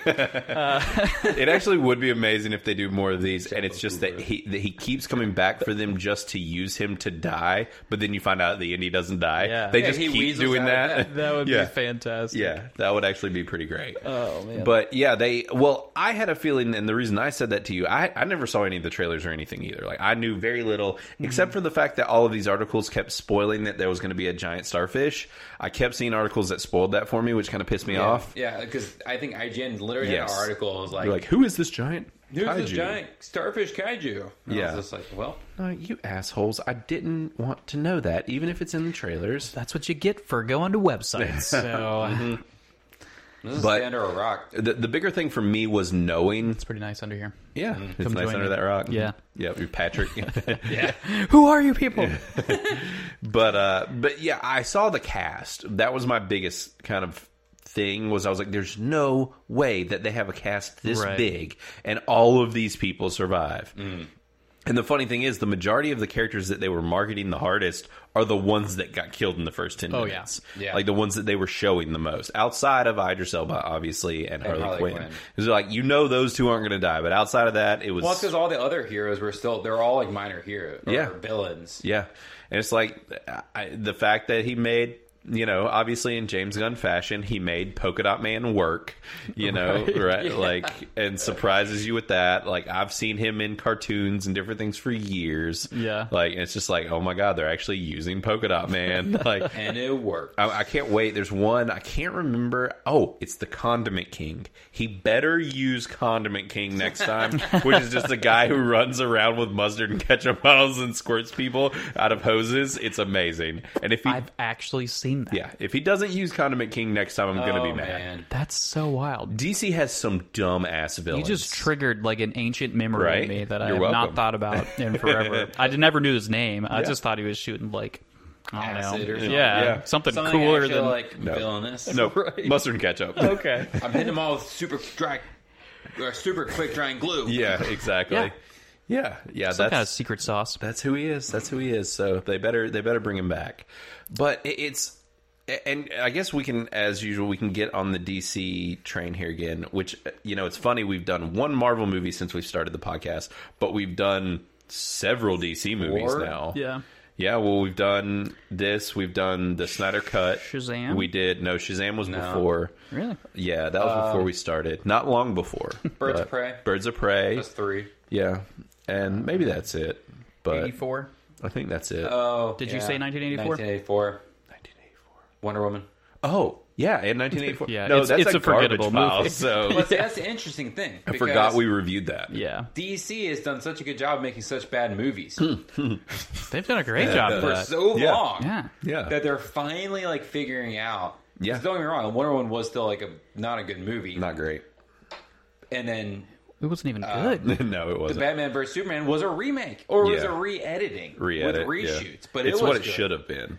S1: It actually would be amazing if they do more of these, and it's just that he that he keeps coming back for them just to use him to die. But then you find out at the end he doesn't die.
S3: Yeah.
S1: They
S3: Yeah,
S1: just
S2: he
S1: keep
S2: weasels
S1: doing
S2: out of
S1: that.
S2: that.
S3: That would
S1: Yeah.
S3: be fantastic.
S1: Yeah, that would actually be pretty great.
S3: Oh man.
S1: But yeah, they well, I had a feeling, and the reason I said that to you, I, I never saw any of the trailers or anything either. Like I knew very little,
S2: Mm-hmm.
S1: except for the fact that all of these articles kept spoiling that there was going to be a giant starfish. I kept seeing articles that spoiled that for me, which kind of pissed me off.
S2: Yeah, because I think IGN literally had
S1: Yes.
S2: an article. that was like,
S1: You're like, who is this giant?
S2: "Who's this
S1: kaiju?"
S2: giant starfish kaiju?" And I
S1: Yeah.
S2: was just like, "Well,
S1: No, Uh, you assholes! I didn't want to know that, even if it's in the trailers.
S3: That's what you get for going to websites. So uh,
S1: Mm-hmm.
S2: this is
S1: But-
S2: under a rock."
S1: The, the bigger thing for me was knowing.
S3: it's pretty nice under here.
S1: Yeah, it's
S3: Come
S1: nice
S3: join
S1: under
S3: me.
S1: that rock.
S3: Yeah.
S1: yeah, you're Patrick.
S2: Yeah,
S3: Who are you people?
S1: but uh but yeah i saw the cast that was my biggest kind of thing was i was like there's no way that they have a cast this
S3: Right.
S1: big and all of these people survive and the funny thing is the majority of the characters that they were marketing the hardest are the ones that got killed in the first 10
S3: Oh, yeah.
S1: minutes
S2: Yeah.
S1: like the ones that they were showing the most outside of idris elba obviously and, harley
S2: Harley
S1: quinn
S2: Quinn.
S1: it was like you know those two aren't going to die but outside of that it was
S2: well, because all the other heroes were still—they're all like minor heroes, or
S1: Yeah.
S2: villains.
S1: Yeah, and it's like I, the fact that he made you know obviously in James Gunn fashion he made Polka Dot Man work. You know, right? Like and surprises you with that. Like I've seen him in cartoons and different things for years.
S3: Yeah.
S1: like it's just like oh my god, they're actually using Polka Dot Man. like
S2: and it worked.
S1: I, I can't wait. There's one I can't remember. Oh, it's the Condiment King. He better use Condiment King next time, which is just a guy who runs around with mustard and ketchup bottles and squirts people out of hoses. It's amazing. And if he,
S3: I've actually seen that.
S1: yeah, if he doesn't use Condiment King next time, I'm gonna be
S2: Oh,
S1: mad.
S2: man.
S3: That's so wild.
S1: DC has some dumb ass
S3: You
S1: villains.
S3: just triggered like an ancient memory
S1: Right?
S3: in me that I
S1: You're
S3: have
S1: welcome.
S3: not thought about in forever. I d- never knew his name. I just thought he was shooting like I don't
S2: Acid
S3: know,
S2: or something.
S3: Yeah,
S1: Yeah.
S3: something,
S2: Something
S3: cooler
S2: actually,
S3: than
S2: like villainous.
S1: no mustard and ketchup.
S3: okay.
S2: I'm hitting them all with super dry, or super quick drying glue.
S1: Yeah, exactly. Yeah,
S3: Yeah.
S1: yeah,
S3: Some
S1: that's
S3: kind of secret sauce.
S1: That's who he is. That's who he is. So they better they better bring him back. But it- it's and I guess we can, as usual, we can get on the DC train here again. Which you know, it's funny we've done one Marvel movie since we started the podcast, but we've done several DC movies
S2: Four?
S1: now.
S3: Yeah.
S1: Yeah, well, we've done this. We've done the Snyder Cut.
S3: Shazam?
S1: We did. No, Shazam was before.
S3: Really?
S1: Yeah, that was before we started. Not long before.
S2: Birds of
S1: but-
S2: Prey.
S1: Birds of Prey.
S2: That's three.
S1: Yeah, and maybe that's it. But
S3: 84.
S1: I think that's it.
S2: Oh,
S3: Did you
S2: yeah.
S3: say 1984?
S2: 1984.
S1: 1984.
S2: Wonder Woman.
S1: Oh, yeah, in 1984.
S3: Yeah,
S1: no,
S3: it's-
S1: that's
S3: it's
S1: a,
S3: a forgettable
S1: garbage file,
S3: movie.
S1: So
S2: Well, see, that's the interesting thing.
S1: I forgot we reviewed that.
S3: Yeah.
S2: DC has done such a good job of making such bad movies
S3: They've done a great job
S1: uh,
S3: for
S2: for
S3: that.
S2: so
S1: Hmm. yeah.
S2: long
S3: Yeah.
S1: Yeah.
S2: that they're finally like figuring out.
S1: Yeah.
S2: 'Cause Don't get me wrong. Wonder Woman was still like a not a good movie,
S1: Not great.
S2: and then
S3: It wasn't even
S1: Uh,
S3: good.
S1: no, it
S2: the
S1: wasn't.
S2: Batman vs Superman was a remake or it was
S1: Yeah.
S2: a re-editing
S1: Re-edit,
S2: with
S1: yeah.
S2: reshoots. But
S1: it's
S2: it was
S1: what it
S2: good.
S1: should have been.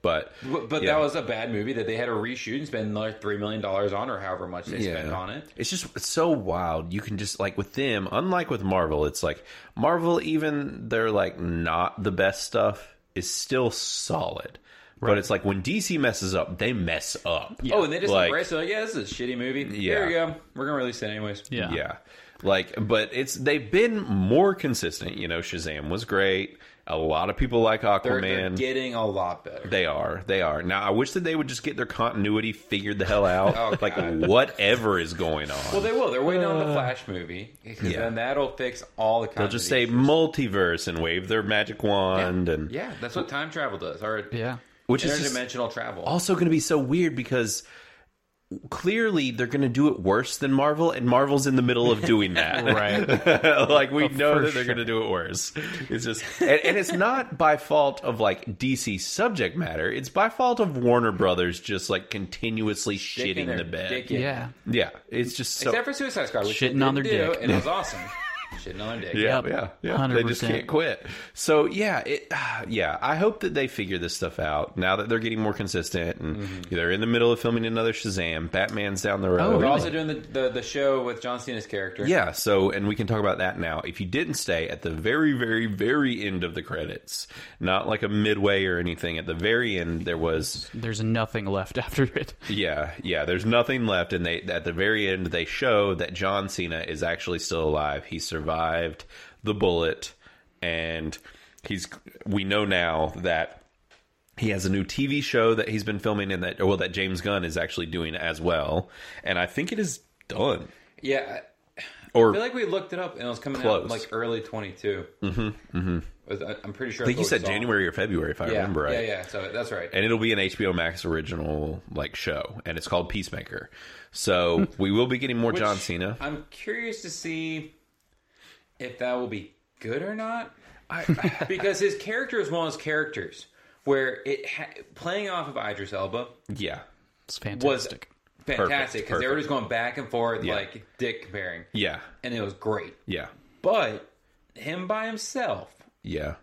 S1: But
S2: But, but
S1: yeah.
S2: that was a bad movie that they had to reshoot and spend another three million dollars on, or however much they spent on it.
S1: It's just it's so wild. You can just like with them, unlike with Marvel, it's like Marvel even they're like not the best stuff is still solid. But it's like when DC messes up, they mess up.
S2: Oh, and they just
S1: Like-
S2: embraced it. Like, yeah, this is a shitty movie.
S1: Yeah.
S2: Here we go. We're gonna release it anyways.
S3: Yeah.
S1: yeah like but it's they've been more consistent you know shazam was great a lot of people like
S2: They're, they're
S1: aquaman
S2: getting a lot better.
S1: they are they are now i wish that they would just get their continuity figured the hell out
S2: Oh,
S1: like
S2: God.
S1: whatever is going on
S2: Well, they will. They're waiting
S3: Uh,
S2: on the Flash movie because
S1: Yeah.
S2: then that'll fix all the. Continuity.
S1: they'll just say multiverse and wave their magic wand and
S2: Yeah, that's what time travel does. Or
S3: Yeah.
S1: which is just-
S2: interdimensional travel.
S1: also going to be so weird because clearly they're going to do it worse than marvel and marvel's in the middle of doing that
S3: Right. Oh,
S1: like we know
S3: for
S1: that they're
S3: sure.
S1: going to do it worse. It's just, and, and it's not by fault of like DC subject matter. It's by fault of Warner Brothers just like continuously
S2: Dick in
S1: shitting
S2: their
S1: the bed.
S2: dick in-
S3: Yeah.
S1: Yeah, it's just so.
S2: Except for Suicide Squad, which
S3: Shitting
S2: they
S3: on their
S2: did do,
S3: dick.
S2: and it was awesome. shitting on their dick.
S1: yeah,
S3: Yep.
S1: yeah, yeah. They just
S3: 100%.
S1: can't quit. So yeah, it ah, yeah. I hope that they figure this stuff out now that they're getting more consistent and they're in the middle of filming another Shazam. Batman's down the road.
S3: Mm-hmm. Oh, really?
S2: We're also doing the, the the show with John Cena's character.
S1: Yeah, so and we can talk about that now. If you didn't stay at the very, very, very end of the credits, not like a midway or anything, at the very end there was
S3: There's nothing left after it.
S1: yeah, yeah, there's nothing left and they at the very end they show that John Cena is actually still alive. He survived the bullet and he's we know now that he has a new TV show that he's been filming and that well that James Gunn is actually doing as well. And I think it is done.
S2: yeah. I
S1: Or
S2: feel like we looked it up, and it was coming out
S1: Close.
S2: in, like early twenty two. Mm-hmm. Mm-hmm. I'm pretty sure.
S1: I think you said January or February if I
S2: Yeah,
S1: remember right.
S2: yeah, yeah. So that's right.
S1: and it'll be an HBO Max original like show, and it's called Peacemaker. So we will be getting more John
S2: Which
S1: Cena.
S2: I'm curious to see if that will be good or not, because his character is one of those characters where it ha- playing off of Idris Elba
S1: Yeah,
S2: was
S3: It's fantastic.
S2: fantastic because they were just going back and forth
S1: Yeah.
S2: like dick comparing,
S1: yeah,
S2: and it was great.
S1: yeah,
S2: But him by himself,
S1: yeah.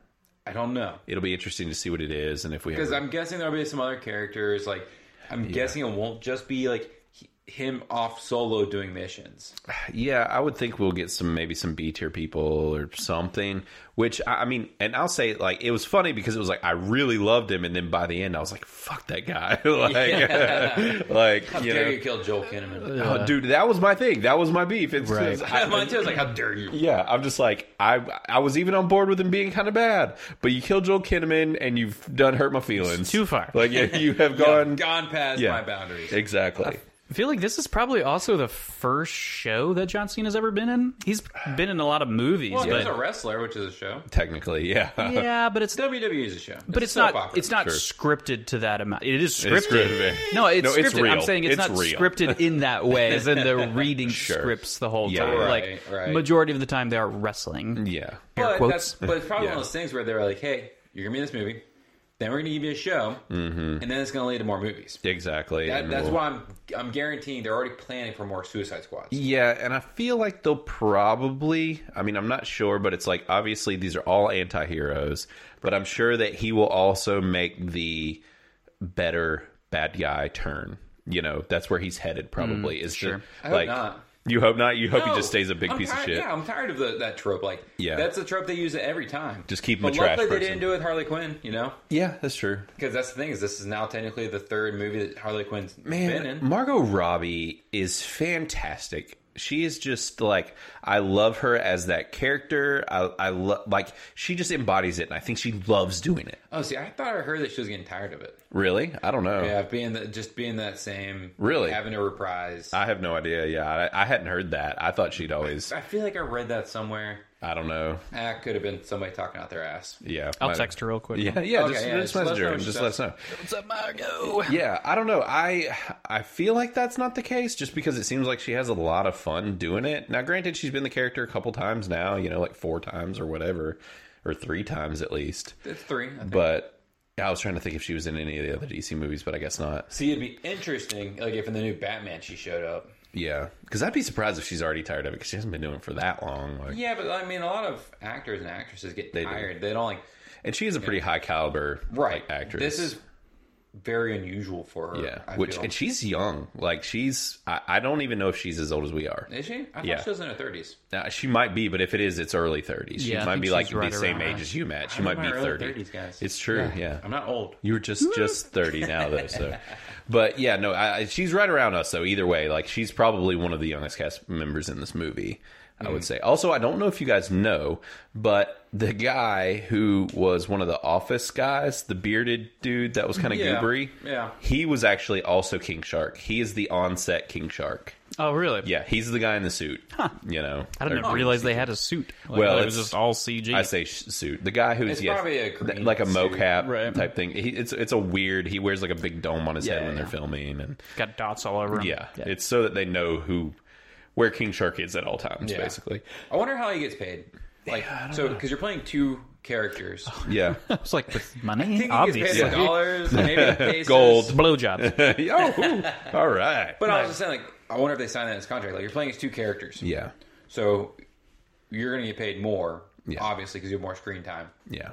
S2: I don't know
S1: It'll be interesting to see what it is, and if we
S2: because
S1: have
S2: I'm guessing there'll be some other characters. Like I'm guessing it won't just be like h- him off solo doing missions.
S1: yeah, I would think we'll get some maybe some B tier people or something. Which I, I mean, and I'll say like it was funny because it was like I really loved him, and then by the end I was like, fuck that guy, like, like
S2: How
S1: you
S2: dare
S1: know.
S2: you kill Joel Kinnaman?
S1: Oh, dude, that was my thing. That was my beef. It's,
S3: Right.
S1: it's- I-
S2: Mine too. I was like, how dare you?
S1: Yeah, I'm just like I I was even on board with him being kind of bad, but you killed Joel Kinnaman and you've done hurt my feelings
S3: It's too far.
S1: Like yeah, you have
S2: Yeah,
S1: gone
S2: gone past
S1: yeah.
S2: my boundaries.
S1: exactly.
S3: I feel like this is probably also the first show that John Cena's ever been in. He's been in a lot of movies,
S2: Well, there's
S3: but
S2: a wrestler, which is a show.
S1: Technically, yeah,
S3: yeah, but it's
S2: WWE is a show,
S3: but it's
S2: a soap
S3: not
S2: opera.
S3: it's not
S1: Sure.
S3: scripted to that amount. It is scripted.
S1: It's good.
S3: No, it's
S1: No,
S3: scripted.
S1: it's real.
S3: I'm saying it's,
S1: It's
S3: not
S1: real.
S3: scripted in that way, as in they're reading scripts the whole
S1: Yeah.
S3: time.
S2: Right,
S3: like
S2: right.
S3: majority of the time they are wrestling.
S1: yeah,
S2: but
S3: quotes.
S2: that's but it's probably
S1: Yeah.
S2: one of those things where they're like, hey, you're gonna be in this movie, then we're gonna give you a show,
S1: Mm-hmm.
S2: and then it's gonna lead to more movies.
S1: exactly.
S2: That,
S1: And
S2: that's
S1: we'll-
S2: why I'm I'm guaranteeing they're already planning for more Suicide Squads.
S1: Yeah, and I feel like they'll probably. I mean, I'm not sure, but it's like obviously these are all anti heroes, but I'm sure that he will also make the better bad guy turn. You know, that's where he's headed. Probably is to,
S3: sure.
S2: Mm, I hope
S1: like
S2: not.
S1: You hope not. You hope he
S2: No,
S1: just stays a big
S2: I'm
S1: piece of
S2: tired-
S1: shit.
S2: Yeah, I'm tired of the, that trope. Like,
S1: Yeah.
S2: that's a trope they use every time.
S1: Just keep him
S2: but
S1: a trash
S2: luckily they
S1: person.
S2: didn't do it with Harley Quinn. You know,
S1: Yeah, that's true.
S2: because that's the thing is this is now technically the third movie that Harley Quinn's been
S1: Man,
S2: in.
S1: Margot Robbie is fantastic. She is just like I love her as that character. I, I love like she just embodies it, and I think she loves doing it.
S2: Oh, see, I thought I heard that she was getting tired of it.
S1: Really, I don't know.
S2: Yeah, being the, just being that same.
S1: Really?
S2: having to reprise. I,
S1: I have no idea. Yeah, I, I hadn't heard that. I thought she'd always.
S2: feel like I read that somewhere.
S1: I don't know.
S2: That could have been somebody talking out their ass.
S1: Yeah,
S3: I'll
S1: my-
S3: text her real quick.
S1: Yeah, yeah.
S2: Okay,
S1: just,
S2: yeah,
S1: just
S2: just let us
S1: message her
S2: know
S1: and
S2: what
S1: just
S2: she
S1: let us know.
S3: What's up, Margo?
S1: Yeah, I don't know. I I feel like that's not the case just because it seems like she has a lot of fun doing it. Now, granted, she's been the character a couple times now, you know, like four times or whatever, or three times at least.
S2: It's three. I think.
S1: But I was trying to think if she was in any of the other DC movies, but I guess not.
S2: See, it'd be interesting, like if in the new Batman she showed up.
S1: Yeah, because I'd be surprised if she's already tired of it because she hasn't been doing it for that long. Like,
S2: Yeah, but I mean, a lot of actors and actresses get
S1: do.
S2: tired. They don't like
S1: and she is a pretty high caliber
S2: right
S1: like, actress.
S2: This is very unusual for her.
S1: yeah,
S2: I
S1: which
S2: feel.
S1: and she's young. Like she's I, I don't even know if she's as old as we are.
S2: is she? I thought
S1: Yeah.
S2: she was in her thirties.
S1: Now, she might be, but if it is, it's early 30s. She
S3: Yeah, I
S1: might
S3: think
S1: be like
S3: she's right
S1: the same
S3: around
S1: age
S3: that.
S1: as you, Matt. She
S2: I'm
S1: might
S2: in
S1: be
S2: my early
S1: 30.
S2: 30s, guys.
S1: It's true, yeah.
S2: I'm not old.
S1: You were just just 30 now, though. So, but yeah, no, I, I- she's right around us. though. either way, like she's probably one of the youngest cast members in this movie. I
S3: Mm.
S1: would say. Also, I don't know if you guys know, but the guy who was one of the office guys, the bearded dude that was kind of
S2: Yeah,
S1: goobery,
S2: yeah.
S1: he was actually also King Shark. He is the on-set King Shark.
S3: Oh, really?
S1: Yeah, he's the guy in the suit. You know,
S3: I didn't
S1: Or-
S3: realize they had a suit. Like,
S1: Well,
S3: it was
S1: it's-
S3: just all CG.
S1: I say sh- suit. The guy who's
S2: It's
S1: yes,
S2: probably a green
S1: th- like a
S2: suit.
S1: mocap
S3: Right.
S1: type thing. He, it's it's a weird. He wears like a big dome on his head
S3: Yeah,
S1: when
S3: yeah.
S1: they're filming, and
S3: Got dots all over him.
S1: yeah, it's so that they know who where King Shark is at all times,
S2: Yeah.
S1: basically.
S2: I wonder how he gets paid. Like so, because you're playing two characters.
S1: Yeah,
S3: It's like with
S2: I
S3: money,
S2: think he gets
S3: obviously.
S2: paid in dollars, maybe in pesos.
S1: Gold.
S3: Blowjobs.
S1: Yo, whoo, all right.
S2: But I was just saying, like, I wonder if they signed that in his contract. Like, you're playing as two characters,
S1: yeah,
S2: so you're going to get paid more,
S1: Yeah.
S2: obviously, because you have more screen time.
S1: yeah,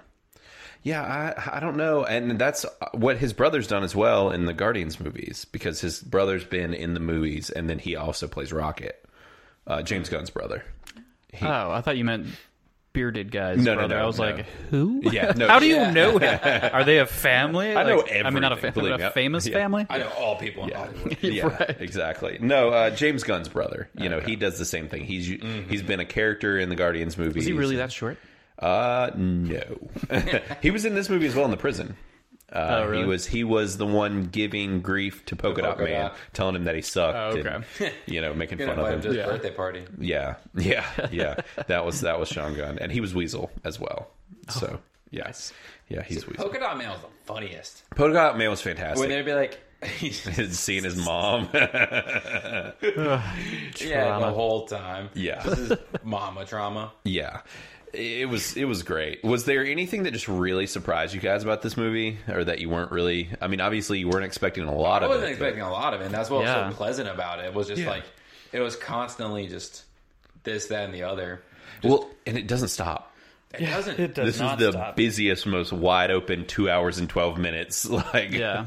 S1: yeah. I I don't know, and that's what his brother's done as well in the Guardians movies because his brother's been in the movies, and then he also plays Rocket, uh, James Gunn's brother.
S3: Oh, I thought you meant bearded guys.
S1: No, no,
S3: brother.
S1: no,
S3: I was
S1: no.
S3: like, who?
S1: Yeah, no,
S3: How do you know him? Are they a family?
S1: I know
S3: I mean, not a,
S1: everything,
S3: fa-
S1: believe me.
S3: a famous
S1: Yeah.
S3: family.
S2: I know all people in Hollywood.
S1: yeah, exactly. No, uh, James Gunn's brother. You know, he does the same thing. He's he's been a character in the Guardians movie.
S3: Is he really that short?
S1: Uh, no. he was in this movie as well in the prison. Uh,
S3: Oh, really?
S1: He was he was the one giving grief to Polka, Dot
S2: Polka
S1: Man,
S2: Dot.
S1: telling him that he sucked.
S3: Oh,
S1: and, you know, making
S2: You're
S1: fun
S2: going
S1: of him.
S2: to invite him to his
S3: Yeah.
S2: birthday party.
S1: Yeah, yeah, yeah. that was that was Sean Gunn, and he was Weasel as well. So yeah, yeah, he's Weasel.
S2: Polka Dot Man was the funniest.
S1: Polka Dot Man was fantastic.
S2: When they'd be like,
S1: Seeing his mom.
S2: yeah, the
S3: Trauma.
S2: whole time.
S1: Yeah.
S2: This is mama trauma.
S1: Yeah. It was it was great. Was there anything that just really surprised you guys about this movie, or that you weren't really? I mean, obviously you weren't expecting a lot
S2: I
S1: of
S2: wasn't
S1: it. but-
S2: expecting a lot of it. And that's what
S3: Yeah.
S2: was so pleasant about it. It was just
S1: Yeah.
S2: like, it was constantly just this, that, and the other.
S1: well, and it doesn't stop.
S2: It doesn't.
S4: It does
S1: This is
S4: not
S1: the
S4: stop.
S1: busiest, most wide open two hours and twelve minutes. Like,
S3: Yeah.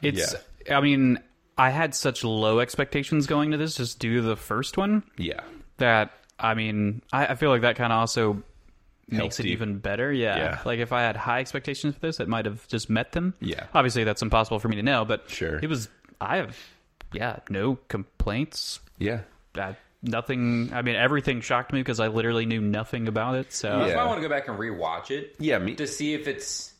S3: It's. I mean, I had such low expectations going to this just due to the first one
S1: yeah,
S3: that I mean, I, I feel like that kind of also makes
S1: Helped
S3: it
S1: you.
S3: even better. Yeah.
S1: Yeah.
S3: Like if I had high expectations for this, it might have just met them.
S1: Yeah.
S3: Obviously, that's impossible for me to know, but
S1: Sure.
S3: it was. I have, yeah, no complaints.
S1: yeah.
S3: I, nothing. I mean, everything shocked me because I literally knew nothing about it. So
S2: That's why
S1: Yeah.
S2: I want to go back and rewatch it.
S1: Yeah, me-
S2: to see if it's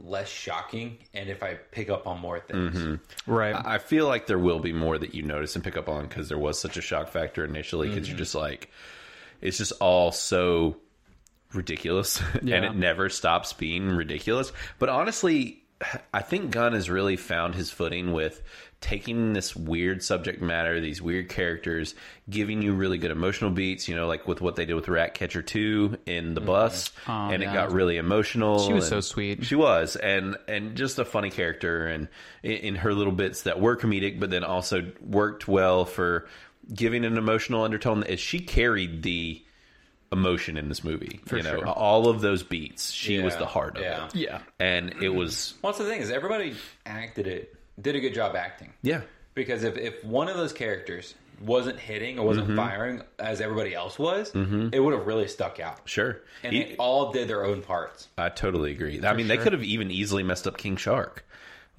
S2: less shocking and if I pick up on more things.
S1: Mm-hmm.
S3: right.
S1: I feel like there will be more that you notice and pick up on because there was such a shock factor initially because you're just like, it's just all so ridiculous and
S3: Yeah.
S1: it never stops being ridiculous. But honestly, I think Gunn has really found his footing with taking this weird subject matter, these weird characters, giving you really good emotional beats, you know, like with what they did with Ratcatcher 2 in the bus. and it
S3: yeah.
S1: got really emotional.
S3: She was
S1: and-
S3: so sweet.
S1: she was, and and just a funny character, and in, in her little bits that were comedic, but then also worked well for giving an emotional undertone. As she carried the emotion in this movie, you know,
S3: sure.
S1: all of those beats, she was
S2: Yeah,
S1: the heart of
S2: yeah.
S1: it.
S3: Yeah. Mm-hmm.
S1: and it was
S2: Well, that's the thing is everybody acted it, did a good job acting.
S1: yeah,
S2: Because if, if one of those characters wasn't hitting or wasn't
S1: Mm-hmm.
S2: firing as everybody else was, it would have really stuck out.
S1: Sure.
S2: And
S1: E-
S2: they all did their own parts.
S1: I totally agree. I mean, they
S3: sure. Oh,
S1: could have even easily messed up King Shark.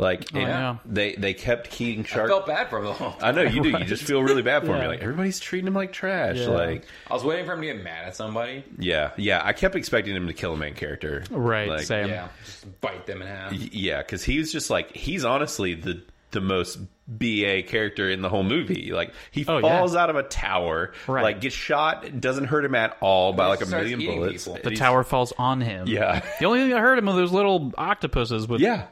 S1: Like, and
S3: yeah.
S1: they they kept King Shark.
S2: I felt bad for them.
S1: I know you do. You just feel really bad for him.
S3: Yeah.
S1: You're like everybody's treating him like trash.
S3: Yeah.
S1: Like,
S2: I was waiting for him to get mad at somebody.
S1: yeah, yeah. I kept expecting him to kill a main character.
S3: Right,
S1: Like,
S3: same.
S2: Yeah, just bite them in half.
S1: y- Yeah, because he was just like he's honestly the the most ba character in the whole movie. Like he
S3: Oh, yeah.
S1: falls out of a tower,
S3: Right.
S1: like gets shot, doesn't hurt him at all by
S2: He
S1: like a
S2: starts
S1: million
S2: eating
S1: bullets.
S2: people.
S3: The
S1: He's-
S3: tower falls on him.
S1: Yeah.
S3: The only thing that hurt him were those little octopuses with
S1: Yeah.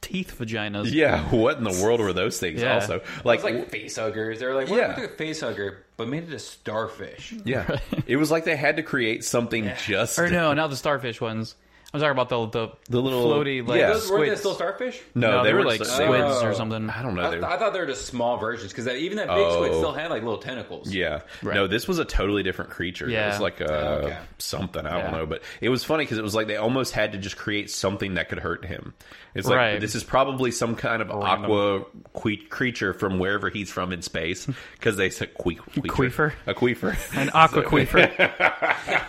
S3: teeth vaginas.
S1: Yeah, what in the world were those things?
S3: Yeah.
S1: Also,
S2: It's like face huggers. They were like, what
S1: Yeah.
S2: if we took a face hugger but made it a starfish?
S1: Yeah, it was like they had to create something just.
S3: Or no, not the starfish ones. I'm talking about the the,
S1: The little-
S3: floaty like
S1: yeah.
S2: Those, weren't they
S3: squids.
S2: still starfish?
S1: no,
S3: No,
S1: they, were, like
S3: squids
S2: Oh.
S3: or something.
S1: I don't know.
S2: I,
S1: They
S2: th-
S1: were-
S2: I thought they were just small versions because even that big squid
S1: Oh.
S2: still had like little tentacles.
S1: yeah,
S3: Right.
S1: no, this was a totally different creature. It
S3: Yeah.
S1: was like a,
S2: Oh, okay.
S1: something I don't
S3: Yeah.
S1: know, but it was funny because it was like they almost had to just create something that could hurt him. It's like
S3: Right.
S1: this is probably some kind of aqua que- creature from wherever he's from in space because they said que-
S3: Queefer?
S1: queefer. a queefer.
S3: An aqua queefer.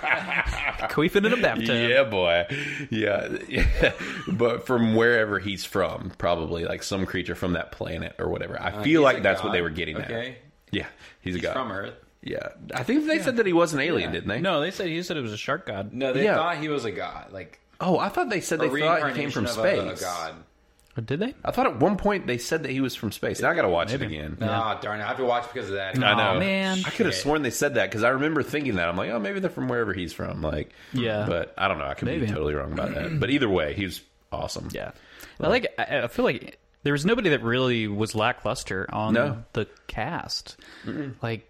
S3: Queefing in a bathtub.
S1: Yeah, boy. Yeah. but from wherever he's from, probably like some creature from that planet or whatever. I feel
S2: Uh, he's
S1: like
S2: a
S1: that's what
S2: god,
S1: they were getting at.
S2: okay?
S1: Yeah. He's a god.
S2: From Earth.
S1: Yeah. I think they said that he was an alien, didn't they?
S3: No, they said he said it was a shark god.
S2: No, they
S1: Yeah.
S2: thought he was a god. Like
S1: Oh, I thought they said
S2: a
S1: they thought he
S2: reincarnation
S1: came from
S2: of
S1: space.
S2: A, a god.
S3: Or Oh, Did they?
S1: I thought at one point they said that he was from space. Now I got to watch it again.
S2: Nah, darn it. I have to watch because of that.
S1: I know.
S3: Aw, man.
S1: I could have
S2: Shit.
S1: sworn they said that because I remember thinking that. I'm like, oh, maybe they're from wherever he's from. Like,
S3: Yeah.
S1: But I don't know. I could
S3: Maybe.
S1: be totally wrong about that. But either way, he was awesome.
S3: Yeah. I like I, I feel like there was nobody that really was lackluster on
S1: No.
S3: the cast. Like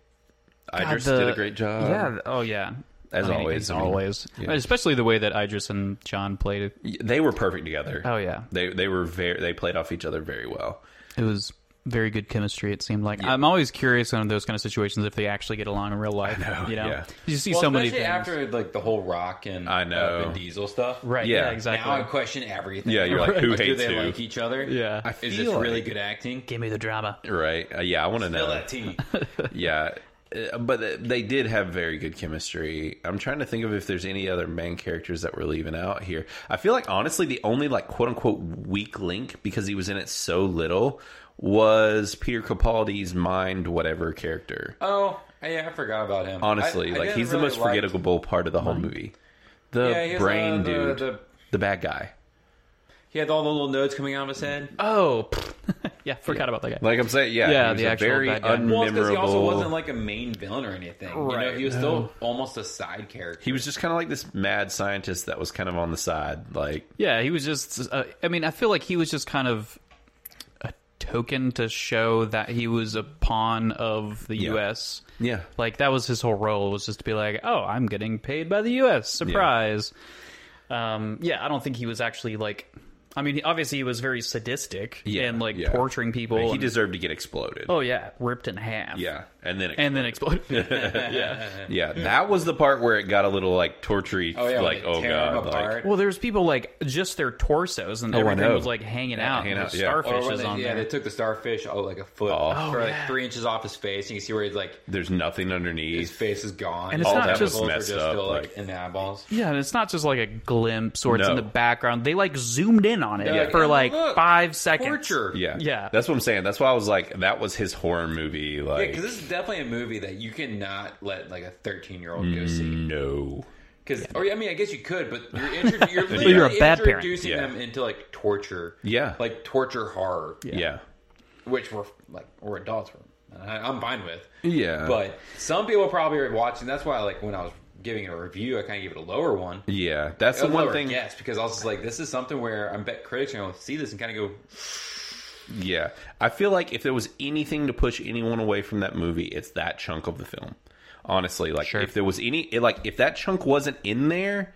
S1: Idris
S3: God, the-
S1: did a great job.
S3: Yeah. Oh yeah.
S1: As always,
S3: as
S1: I mean,
S3: always,
S1: yeah.
S3: especially the way that Idris and John played it.
S1: they were perfect together.
S3: Oh yeah,
S1: They they were very they played off each other very well.
S3: it was very good chemistry. It seemed like I'm always curious on those kind of situations if they actually get along in real life.
S1: know,
S3: you know,
S1: yeah.
S3: you see
S2: Well,
S3: so many
S2: especially
S3: things.
S2: after like the whole Rock and
S1: I know.
S2: uh, Vin Diesel stuff.
S3: right?
S1: Yeah.
S3: Yeah,
S1: Now
S3: exactly.
S2: Now I question everything.
S1: Yeah, you're like, who
S2: do
S1: hates
S2: they
S1: who?
S2: like each other?
S3: yeah.
S1: I
S2: Is
S1: feel
S2: this really
S1: like-
S2: good acting?
S3: Give me the drama.
S1: right? Uh, yeah, I want to
S2: Spill
S1: know.
S2: that tea.
S1: yeah, Uh, but th- they did have very good chemistry. I'm trying to think of if there's any other main characters that we're leaving out here. I feel like honestly, the only like quote unquote weak link because he was in it so little was Peter Capaldi's mind whatever character.
S2: oh, yeah, I forgot about him.
S1: Honestly,
S2: I- I
S1: like
S2: didn't
S1: he's the
S2: really
S1: most
S2: like-
S1: forgettable part of the whole movie.
S2: Yeah,
S1: The
S2: he was, uh,
S1: brain
S2: the-
S1: dude,
S2: the-
S1: the bad guy.
S2: He had all the little nodes coming out of his head.
S3: Oh, yeah. Forgot about that guy.
S1: Like I'm saying, yeah,
S3: Yeah,
S1: he was
S3: the
S1: a
S3: actual
S1: very
S3: bad guy.
S2: Well, because
S1: unmemorable.
S2: he also wasn't like a main villain or anything. You
S3: Right.
S2: know, he was still almost a side character.
S1: he was just kind of like this mad scientist that was kind of on the side, like
S3: Yeah, he was just. Uh, I mean, I feel like he was just kind of a token to show that he was a pawn of the
S1: Yeah.
S3: U.S.
S1: yeah,
S3: Like that was his whole role was just to be like, oh, I'm getting paid by the U.S. Surprise. Um, yeah, I don't think he was actually like. I mean, he- obviously he was very sadistic
S1: Yeah,
S3: and like
S1: yeah.
S3: torturing people.
S1: he
S3: and-
S1: deserved to get exploded.
S3: oh yeah, ripped in half.
S1: Yeah, and then
S3: and then exploded.
S1: yeah, that was the part where it got a little like tortury,
S2: oh yeah,
S1: like
S2: like,
S1: oh
S2: tear him
S1: god, like
S2: apart.
S3: well, there's people like just their torsos and
S1: Oh, I
S3: everything
S1: know.
S3: was like hanging out.
S1: hanging
S3: and
S1: out,
S3: there's
S1: yeah. Or
S2: Or
S3: starfishes
S2: when they,
S3: on
S2: yeah,
S3: there.
S2: they took the starfish, oh, like a foot,
S1: Oh.
S2: for like three inches off his face. You can see where he's like
S1: there's nothing
S2: his
S1: underneath.
S2: face is gone.
S3: And it's All not that just-
S1: was
S2: Eyeballs
S1: messed
S2: are
S1: up,
S2: still, like,
S1: like-
S2: in the eyeballs.
S3: Yeah, and it's not just like a glimpse or it's
S1: No.
S3: in the background. They like zoomed in on it
S2: Yeah.
S3: for
S2: Yeah,
S3: like
S2: look,
S3: five seconds.
S2: Torture.
S1: Yeah,
S3: Yeah.
S1: that's what I'm saying. That's why I was like, that was his horror movie. Like,
S2: because this is definitely a movie that you cannot let like a thirteen-year-old go
S1: Mm-hmm.
S2: see.
S1: no,
S2: Because, or I mean, I guess you could, but you're, intro- you're literally
S3: You're a bad parent.
S2: introducing
S1: Yeah.
S2: them into like torture.
S1: Yeah.
S2: like torture horror,
S1: yeah,
S2: which we're like we're adults. We're, I, I'm fine with.
S1: yeah,
S2: But some people probably are watching. That's why, like, when I was giving it a review, I kind of gave it a lower one.
S1: yeah, that's
S2: A
S1: the one
S2: lower
S1: thing.
S2: guess, because I was just like, this is something where I bet critics are going to see this and kind of go,
S1: Yeah. I feel like if there was anything to push anyone away from that movie, it's that chunk of the film. Honestly, like if there was any it- like if that chunk wasn't in there,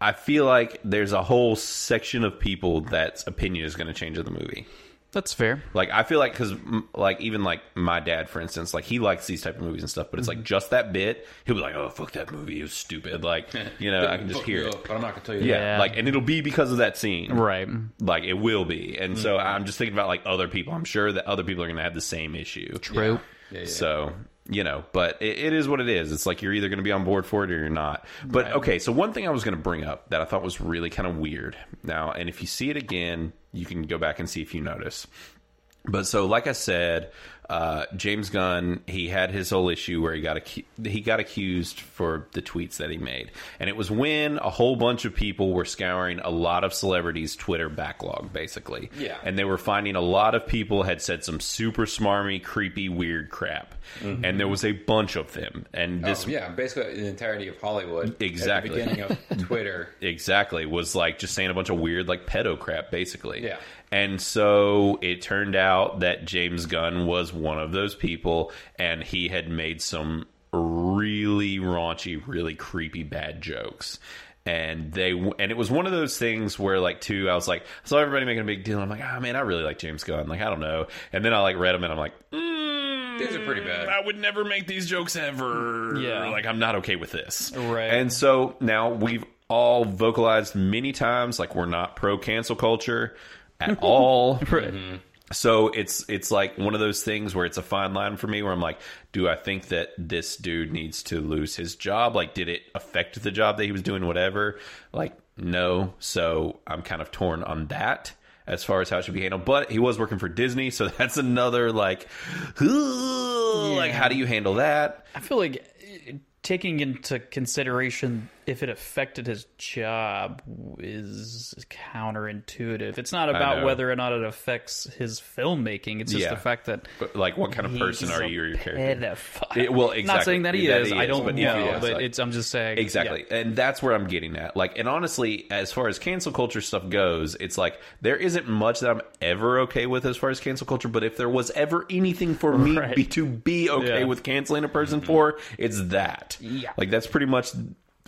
S1: I feel like there's a whole section of people that's opinion is going to change of the movie.
S3: That's fair.
S1: Like I feel like cuz like even like my dad for instance, like he likes these type of movies and stuff, but it's
S2: Mm-hmm.
S1: like just that bit, he'll be like, "Oh, fuck that movie, it was stupid." Like, you know, Uh, I can just
S2: "Fuck
S1: hear
S2: you
S1: it.
S2: up," but I'm not going to tell you.
S1: Yeah,
S3: Yeah.
S1: like and it'll be because of that scene
S3: Right.
S1: like
S2: Mm-hmm.
S1: it will be and so i'm just thinking about like other people i'm sure that other people are going to have the same issue
S3: True.
S2: yeah.
S1: So you know, but it, it is what it is. It's like you're either going to be on board for it or you're not. But okay, so one thing I was going to bring up that I thought was really kind of weird now, and if you see it again, you can go back and see if you notice. But so, like I said, uh, James Gunn he had his whole issue where he got acu- he got accused for the tweets that he made, and it was when a whole bunch of people were scouring a lot of celebrities' Twitter backlog, basically.
S2: Yeah.
S1: and they were finding a lot of people had said some super smarmy, creepy, weird crap, and there was a bunch of them. And this
S2: Mm-hmm. Oh, yeah, basically the entirety of Hollywood.
S1: Exactly.
S2: At the beginning of Twitter.
S1: exactly was like just saying a bunch of weird like pedo crap basically
S2: Yeah.
S1: and so it turned out that james gunn was one of those people and he had made some really raunchy really creepy bad jokes and they and it was one of those things where like too i was like i saw everybody making a big deal i'm like ah man i really like james gunn like i don't know and then i like read them and i'm like mm,
S2: These are pretty bad.
S1: i would never make these jokes ever
S3: Yeah.
S1: like i'm not okay with this
S3: Right.
S1: and so now we've all vocalized many times like we're not pro cancel culture at all. So it's it's like one of those things where it's a fine line for me where I'm like, do I think that this dude needs to lose his job? Like did it affect the job that he was doing whatever? Like no. So I'm kind of torn on that as far as how it should be handled. But he was working for Disney, so that's another like like how do you handle that?
S3: I feel like uh, taking into consideration if it affected his job is counterintuitive. It's not about
S1: know.
S3: whether or not it affects his filmmaking. It's just
S1: Yeah.
S3: the fact that
S1: But, like what kind of person
S3: he's
S1: are
S3: a
S1: you or your character?
S3: pedophile.
S1: It- well,
S3: I'm not saying that he
S1: exactly. That
S3: is.
S1: he
S3: I
S1: is,
S3: don't
S1: but
S3: know,
S1: yeah, yeah, it's
S3: but
S1: like-
S3: it's. I'm just saying.
S1: Exactly. And that's where I'm getting at. Like, and honestly, as far as cancel culture stuff goes, it's like there isn't much that I'm ever okay with as far as cancel culture, but if there was ever anything for me
S3: Right.
S1: be, to be okay
S3: Yeah.
S1: with canceling a person for, it's that.
S3: Yeah.
S1: Like, that's pretty much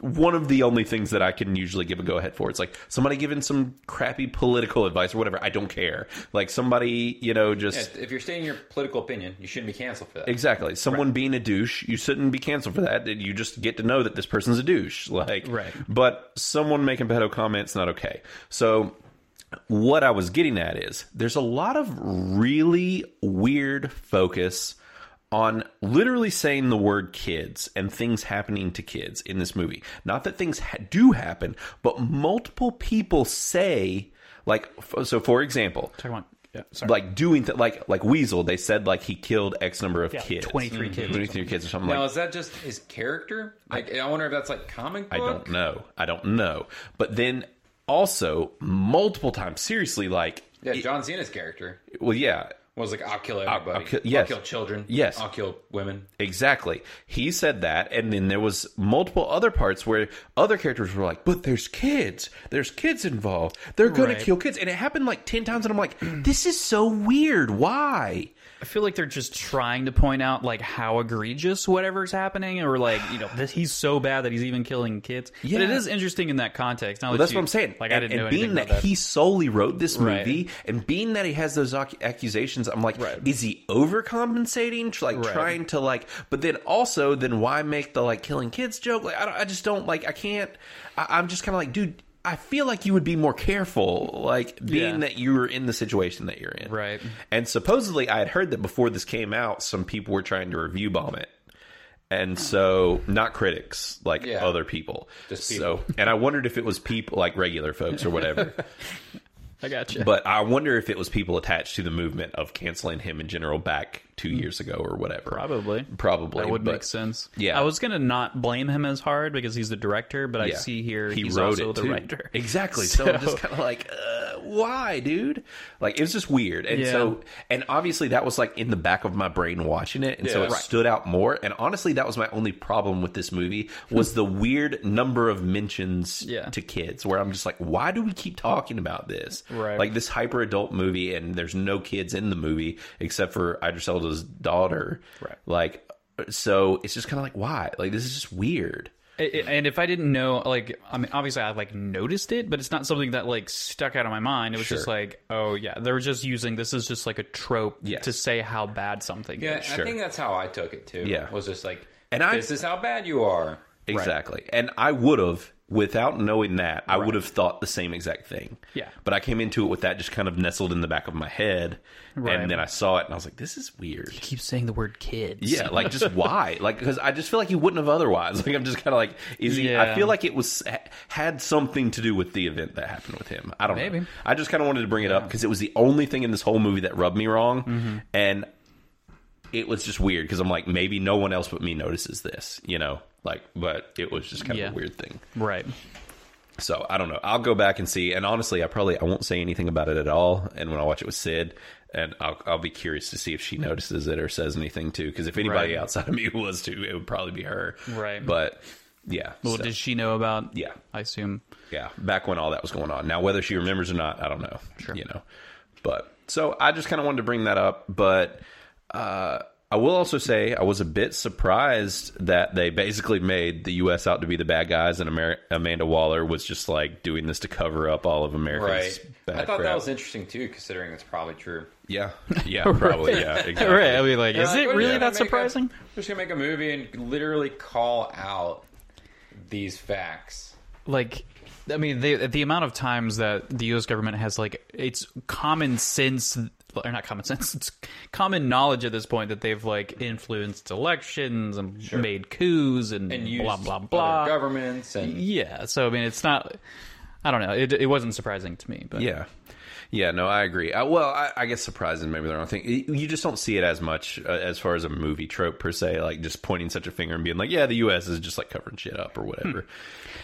S1: one of the only things that I can usually give a go ahead for. It's like somebody giving some crappy political advice or whatever. I don't care. Like, somebody, you know, just.
S2: Yeah, if you're stating your political opinion, you shouldn't be canceled for that.
S1: Exactly. Someone being a douche, you shouldn't be canceled for that. You just get to know that this person's a douche. Like,
S3: Right.
S1: But someone making pedo comments not okay. So what I was getting at is there's a lot of really weird focus on literally saying the word kids and things happening to kids in this movie. Not that things ha- do happen, but multiple people say like f- so for example,
S3: Yeah. Talking about- yeah, sorry.
S1: like doing th- like like Weasel, they said like he killed X number of kids, Mm-hmm.
S3: 23 kids or
S1: 23 kids or something
S2: Now,
S1: like.
S2: is that just his character? Like, I, wonder if that's like comic
S1: I
S2: book.
S1: don't know, I don't know. But then also multiple times, seriously, like
S2: Yeah, John Cena's character
S1: well, yeah,
S2: was like, "I'll kill everybody. I'll,
S1: kill- yes.
S2: kill children.
S1: Yes.
S2: I'll kill women."
S1: Exactly. He said that, and then there was multiple other parts where other characters were like, "But there's kids. There's kids involved. They're going
S3: Right.
S1: to kill kids." And it happened like ten times, and I'm like, "This is so weird. Why?"
S3: I feel like they're just trying to point out like how egregious whatever's happening, or like you know this, he's so bad that he's even killing kids.
S1: Yeah.
S3: But it is interesting in that context. Now that
S1: That's
S3: you-
S1: what I'm saying.
S3: Like
S1: and,
S3: I didn't
S1: and
S3: know
S1: being
S3: anything about
S1: that, he solely wrote this
S3: Right.
S1: movie, and being that he has those ac- accusations, I'm like,
S3: Right.
S1: is he overcompensating? Tr- Like
S3: Right.
S1: trying to like, but then also, then why make the like killing kids joke? Like, I, don't, I just don't like. I can't. I, I'm just kind of like, dude. I feel like you would be more careful, like being
S3: Yeah.
S1: that you were in the situation that you're in,
S3: Right.
S1: And supposedly, I had heard that before this came out, some people were trying to review bomb it, and so not critics, like
S2: Yeah.
S1: other people.
S2: Just
S1: So, and I wondered if it was people like regular folks or whatever.
S3: I got you.
S1: but I wonder if it was people attached to the movement of canceling him in general back two years ago or whatever.
S3: Hmm. Probably.
S1: Probably.
S3: That would
S1: but
S3: make sense.
S1: yeah.
S3: I was gonna not blame him as hard because he's the director, but I
S1: yeah.
S3: see here
S1: he
S3: he's
S1: wrote
S3: also
S1: it
S3: the
S1: too.
S3: writer.
S1: Exactly. So, I'm just kind of like, uh, why, dude? Like it was just weird. And
S3: Yeah.
S1: so, and obviously that was like in the back of my brain watching it, and so
S2: Yeah.
S1: it
S2: Right.
S1: stood out more. And honestly, that was my only problem with this movie was the weird number of mentions
S3: Yeah.
S1: to kids, where I'm just like, why do we keep talking about this?
S3: Right.
S1: Like this hyper adult movie, and there's no kids in the movie except for Idris Elba's daughter.
S3: Right.
S1: Like, so it's just kind of like, why? Like this is just weird.
S3: I- I- and if I didn't know, like, I mean, obviously I like noticed it, but it's not something that like stuck out of my mind. It was just
S1: Sure.
S3: like, oh yeah, they're just using this is just like a trope
S1: Yes.
S3: to say how bad something
S2: Yeah,
S3: is.
S2: I think that's how I took it too.
S1: Yeah.
S2: was just like,
S1: And
S2: and
S1: I-
S2: I, this is how bad you are.
S1: Exactly. And I would have, without knowing that, I would have thought the same exact thing.
S3: Yeah.
S1: But I came into it with that just kind of nestled in the back of my head.
S3: Right.
S1: And then I saw it and I was like, this is weird.
S3: Keep saying the word kids.
S1: Yeah, like just why? Like because I just feel like he wouldn't have otherwise. Like I'm just kind of like, is he? I
S3: Yeah.
S1: feel like it was ha- had something to do with the event that happened with him. I don't know.
S3: Maybe.
S1: I just kind of wanted to bring it up because it was the only thing in this whole movie that rubbed me wrong,
S3: Mm-hmm.
S1: and it was just weird because I'm like, maybe no one else but me notices this, you know? Like, but it was just kind of
S3: Yeah.
S1: a weird thing.
S3: Right.
S1: So I don't know. I'll go back and see. And honestly, I probably I won't say anything about it at all. And when I watch it with Sid, and I'll I'll be curious to see if she notices it or says anything too. Because if anybody
S3: Right.
S1: outside of me was to, it would probably be her.
S3: Right.
S1: But yeah.
S3: Well,
S1: so,
S3: does she know about?
S1: yeah.
S3: I assume.
S1: Yeah. Back when all that was going on. Now whether she remembers or not, I don't know.
S3: Sure.
S1: You know. But so I just kind of wanted to bring that up. But uh, I will also say I was a bit surprised that they basically made the U.S. out to be the bad guys, and Amer- Amanda Waller was just like doing this to cover up all of America's
S2: Right.
S1: bad
S2: I thought
S1: crap.
S2: that was interesting too, considering it's probably true.
S1: yeah, yeah, probably, yeah, exactly.
S3: Right. I mean, like,
S2: They're
S3: is
S2: like,
S3: it
S2: "We're just
S3: really
S2: gonna
S3: that
S2: make a-
S3: surprising?
S2: We're just gonna make a movie and literally call out these facts.
S3: like i mean the the amount of times that the us government has like it's common sense or not common sense it's common knowledge at this point that they've like influenced elections and made coups and,
S2: and used
S3: blah blah
S2: other
S3: blah
S2: governments and
S3: yeah so i mean it's not i don't know it, it wasn't surprising to me but
S1: Yeah. Yeah, no, I agree. I, well, I, I guess surprising maybe the wrong thing. You you just don't see it as much uh, as far as a movie trope per se, like just pointing such a finger and being like, "Yeah, the U.S. is just like covering shit up or
S3: Hmm.
S1: whatever."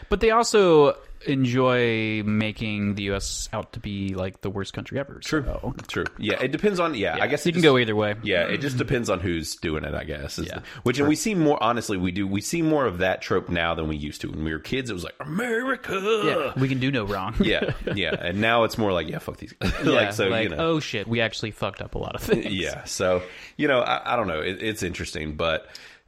S3: but they also enjoy making the us out to be like the worst country ever true
S1: Uh, True. Yeah, it depends on. Yeah, I guess
S3: you
S1: it
S3: can
S1: just-
S3: go either way
S1: Yeah, it just depends on who's doing it, I guess. is
S3: Yeah.
S1: the- which and we see more honestly, we do we see more of that trope now than we used to when we were kids. It was like America.
S3: yeah we can do no wrong
S1: Yeah. yeah, and now it's more like yeah, fuck these. guys.
S3: Yeah,
S1: like so you know.
S3: oh shit we actually fucked up a lot of things
S1: yeah so you know i, I don't know it, it's interesting but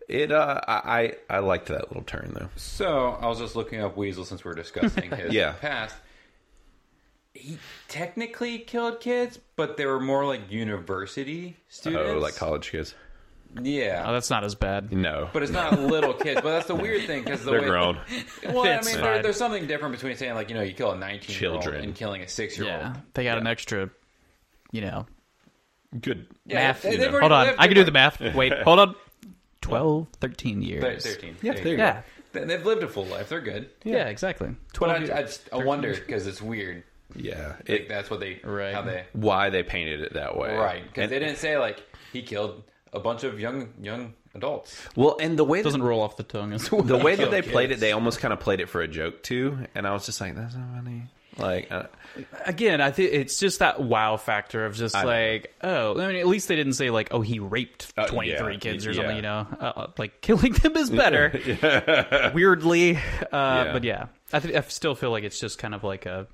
S1: it uh i i I liked that little turn though
S2: so I was just looking up Weasel since we are discussing his
S1: Yeah.
S2: past. He technically killed kids, but they were more like university students.
S1: oh like college kids
S2: Yeah.
S3: Oh, that's not as bad.
S1: no
S2: but it's not little kids, but that's the weird thing because the
S1: they're
S2: way
S1: grown
S2: Well, I
S3: It's
S2: mean,
S3: fine.
S2: there, there's something different between saying like you know you kill a 19 year
S1: Children.
S2: old and killing a six year old.
S3: Yeah, they got an extra, you know,
S1: good
S3: math.
S2: they- they've
S3: hold
S2: already
S3: on,
S2: lived
S3: I can
S2: through
S3: do the math. Wait, hold on. 12, 13
S2: Thir-
S3: years.
S2: 13.
S1: yeah there you
S3: Yeah,
S2: They- They've lived a full life. They're good.
S3: yeah, exactly.
S2: But I,
S3: Twelve.
S2: I
S3: years.
S2: just I wonder because it's weird.
S1: go yeah
S2: Like
S1: it,
S2: that's what they
S3: Right.
S2: how they
S1: why they painted it that way
S2: right because
S1: And-
S2: they didn't say like he killed a bunch of young young adults.
S1: well and the way that,
S3: Doesn't roll off the tongue as well.
S1: the way that they
S2: kids.
S1: played it they almost kind of played it for a joke too and i was just like that's not funny like uh,
S3: Again, I think it's just that wow factor of just
S1: know.
S3: like, oh, I mean, at least they didn't say like, oh, he raped
S1: Uh,
S3: twenty three
S1: yeah,
S3: kids or
S1: yeah.
S3: something. You know, uh, like killing them is better. Weirdly, uh, but yeah, I, th- I still feel like it's just kind of like a.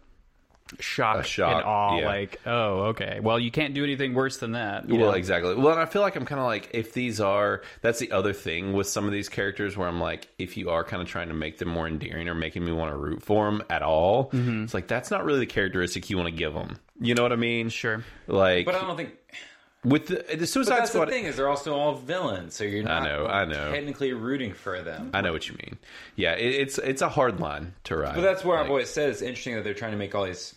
S3: Shock,
S1: shock,
S3: and awe,
S1: yeah.
S3: like, oh, okay. Well, you can't do anything worse than that. you
S1: Well,
S3: know?
S1: exactly. Well, and I feel like I'm kind of like if these are that's the other thing with some of these characters where I'm like if you are kind of trying to make them more endearing or making me want to root for them at all,
S2: Mm-hmm.
S1: it's like that's not really the characteristic you want to give them. You know what I mean?
S3: Sure.
S1: Like
S2: But I don't think
S1: with the, the Suicide
S2: that's
S1: Squad,
S2: the thing is they're also all villains. So you're not
S1: know, I know.
S2: technically rooting for them.
S1: I know what you mean. Yeah, it, it's it's a hard line to ride.
S2: But that's where
S1: like,
S2: I've always said it's interesting that they're trying to make all these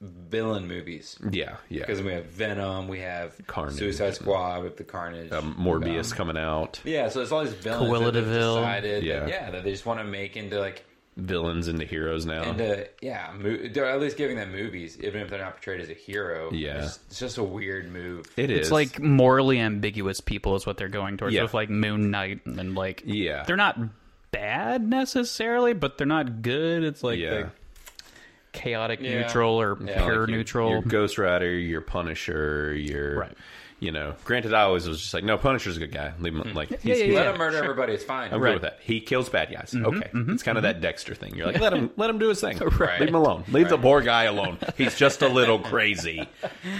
S2: villain movies
S1: Yeah, yeah.
S2: because we have Venom, we have
S1: Mm. Carnage.
S2: Suicide Squad with the Carnage,
S1: Um, Morbius coming out,
S2: Yeah, so there's all these villains
S3: Cruella
S2: that they've
S3: de Vil.
S2: decided, yeah.
S1: Yeah.
S2: That, yeah, that they just want to make into like
S1: villains into heroes now.
S2: into yeah, mo- they're at least giving them movies, even if they're not portrayed as a hero.
S1: Yeah.
S2: it's, it's just a weird move.
S1: it is
S3: It's like morally ambiguous people is what they're going towards
S1: Yeah.
S3: with like Moon Knight and like
S1: Yeah.
S3: they're not bad necessarily, but they're not good. It's like
S1: Yeah.
S3: the chaotic
S2: Yeah.
S3: neutral or
S2: Yeah,
S3: pure
S1: like your-
S3: neutral.
S1: Your Ghost Rider, your Punisher, your
S3: Right.
S1: you know. Granted, I always was just like, no, Punisher's a good guy. Leave him like he's,
S3: yeah,
S1: he's-
S2: Hmm. Let Mm-hmm,
S3: yeah.
S2: them murder everybody; it's fine.
S1: I'm good with that. He kills bad guys. okay, it's kind of that Dexter thing. You're like, let him let him do his thing.
S2: Right.
S1: Leave him alone. Leave the poor guy alone. He's just a little crazy.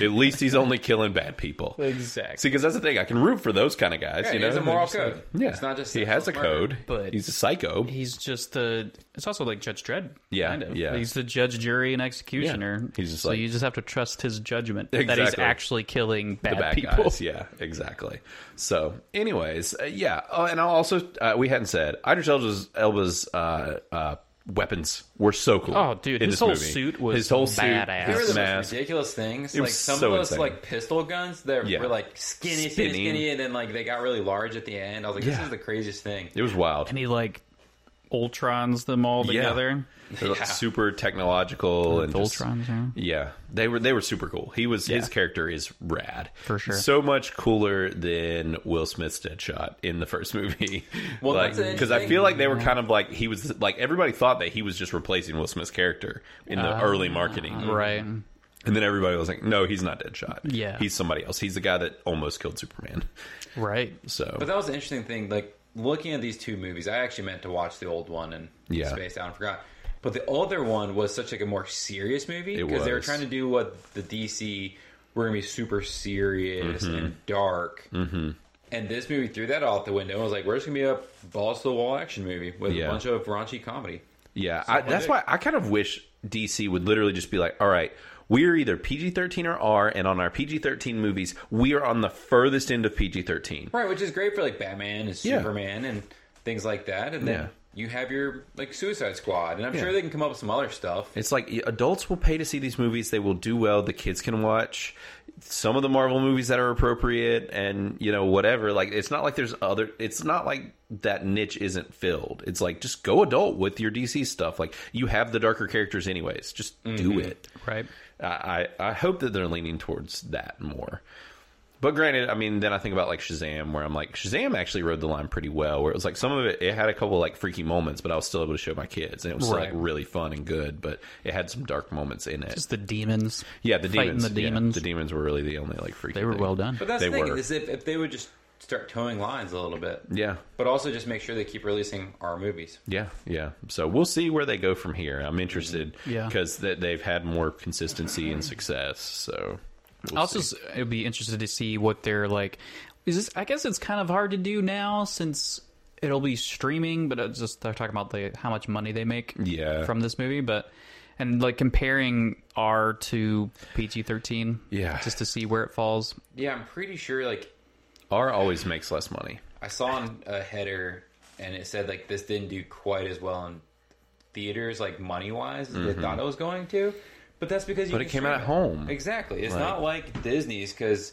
S1: At least he's only killing bad people.
S3: Exactly.
S1: See, because that's the thing. I can root for those kind of guys.
S2: Yeah,
S1: you
S2: he
S1: know,
S2: has a
S1: They're
S2: moral
S1: just like-
S2: code.
S1: yeah,
S2: It's not just
S1: he has a
S2: sexual murder.
S1: code,
S3: But-
S1: he's a psycho.
S3: He's just the. It's also like Judge Dredd.
S1: Yeah,
S3: kind of.
S1: yeah.
S3: He's the judge, jury, and executioner.
S1: Yeah. He's just
S3: so
S1: like-
S3: you just have to trust his judgment that he's
S1: Exactly.
S3: actually killing bad,
S1: bad
S3: people.
S1: guys.
S3: people.
S1: Yeah, exactly. So, anyways, uh, yeah. Oh, and I'll also, uh, we hadn't said, Idris Elba's, Elba's uh, uh, weapons were so cool.
S3: Oh, dude,
S1: in
S3: his
S1: this
S3: whole
S1: movie.
S3: suit was
S1: his whole
S3: badass.
S1: Suit,
S2: They were
S1: his
S2: the
S1: mask.
S2: most ridiculous things.
S1: It
S2: like
S1: was
S2: some
S1: so
S2: of those
S1: insane.
S2: like pistol guns that
S1: Yeah.
S2: were like skinny, skinny,
S1: Spinning.
S2: skinny, and then like they got really large at the end. I was like, this
S1: Yeah.
S2: is the craziest thing.
S1: It was wild.
S3: And he like Ultrons them all
S1: Yeah.
S3: together.
S1: They're, like,
S2: Yeah.
S1: super technological and just-
S3: Ultrons, yeah.
S1: Yeah, they were they were super cool. He was his character is rad
S3: For sure.
S1: So much cooler than Will Smith's Deadshot in the first movie.
S2: Well, that's an
S1: because I
S2: interesting-
S1: feel like they were kind of like he was like everybody thought that he was just replacing Will Smith's character in the early marketing,
S3: Ah, Right.
S1: and then everybody was like, "No, he's not Deadshot.
S3: Yeah.
S1: he's somebody else. He's the guy that almost killed Superman."
S3: Right.
S1: So
S2: But that was an interesting thing. Like looking at these two movies, I actually meant to watch the old one and
S1: Yeah.
S2: spaced out and forgot. But the other one was such like a more serious movie
S1: It
S2: because they were
S1: was.
S2: trying to do what the DC were going to be super serious and dark. Mm-hmm. And this movie threw that out the window. I was like, we're just going to be a balls to the wall action movie with
S1: Yeah.
S2: a bunch of raunchy comedy.
S1: Yeah, I,
S2: one
S1: that's
S2: day-
S1: why I kind of wish DC would literally just be like, all right, we're either PG 13 or R, and on our PG 13 movies, we are on the furthest end of PG 13.
S2: Right, which is great for like Batman and
S1: Yeah.
S2: Superman and things like that. And then
S1: Yeah.
S2: you have your like Suicide Squad, and I'm
S1: Yeah.
S2: sure they can come up with some other stuff.
S1: It's like y- adults will pay to see these movies, they will do well, the kids can watch some of the Marvel movies that are appropriate, and, you know, whatever. Like, it's not like there's other, it's not like that niche isn't filled. It's like, just go adult with your DC stuff. Like, you have the darker characters, anyways. Just do it.
S3: Right.
S1: I, I I hope that they're leaning towards that more. But granted, I mean, then I think about like Shazam, where I'm like, Shazam actually rode the line pretty well. Where it was like some of it, it had a couple like freaky moments, but I was still able to show my kids, and it was
S3: Right.
S1: like really fun and good. But it had some dark moments in it.
S3: Just the demons.
S1: yeah, the
S3: fighting
S1: demons,
S3: the
S1: yeah,
S3: demons.
S1: the demons were really the only like freaky.
S3: They were
S1: thing.
S3: well done.
S2: But that's
S1: They
S2: the thing
S1: were.
S2: is if, if they would just start towing lines a little bit,
S1: Yeah,
S2: but also just make sure they keep releasing our movies.
S1: yeah, yeah. So we'll see where they go from here. I'm interested,
S3: Mm, Yeah.
S1: because that they've had more consistency and success. So we'll
S3: also,
S1: see.
S3: s- it'd be interested to see what they're like. Is this? I guess it's kind of hard to do now since it'll be streaming. But it's just they're talking about the how much money they make.
S1: Yeah.
S3: From this movie, but and like comparing R to PG thirteen.
S1: Yeah.
S3: Just to see where it falls.
S2: Yeah, I'm pretty sure. Like
S1: R always makes less money.
S2: I saw on a header, and it said like this didn't do quite as well in theaters, like money wise, as they thought it was going to. But that's because
S1: Mm-hmm.
S2: you
S1: But it
S2: can
S1: came out
S2: stream
S1: at home.
S2: Exactly. It's
S1: Like-
S2: not like Disney's because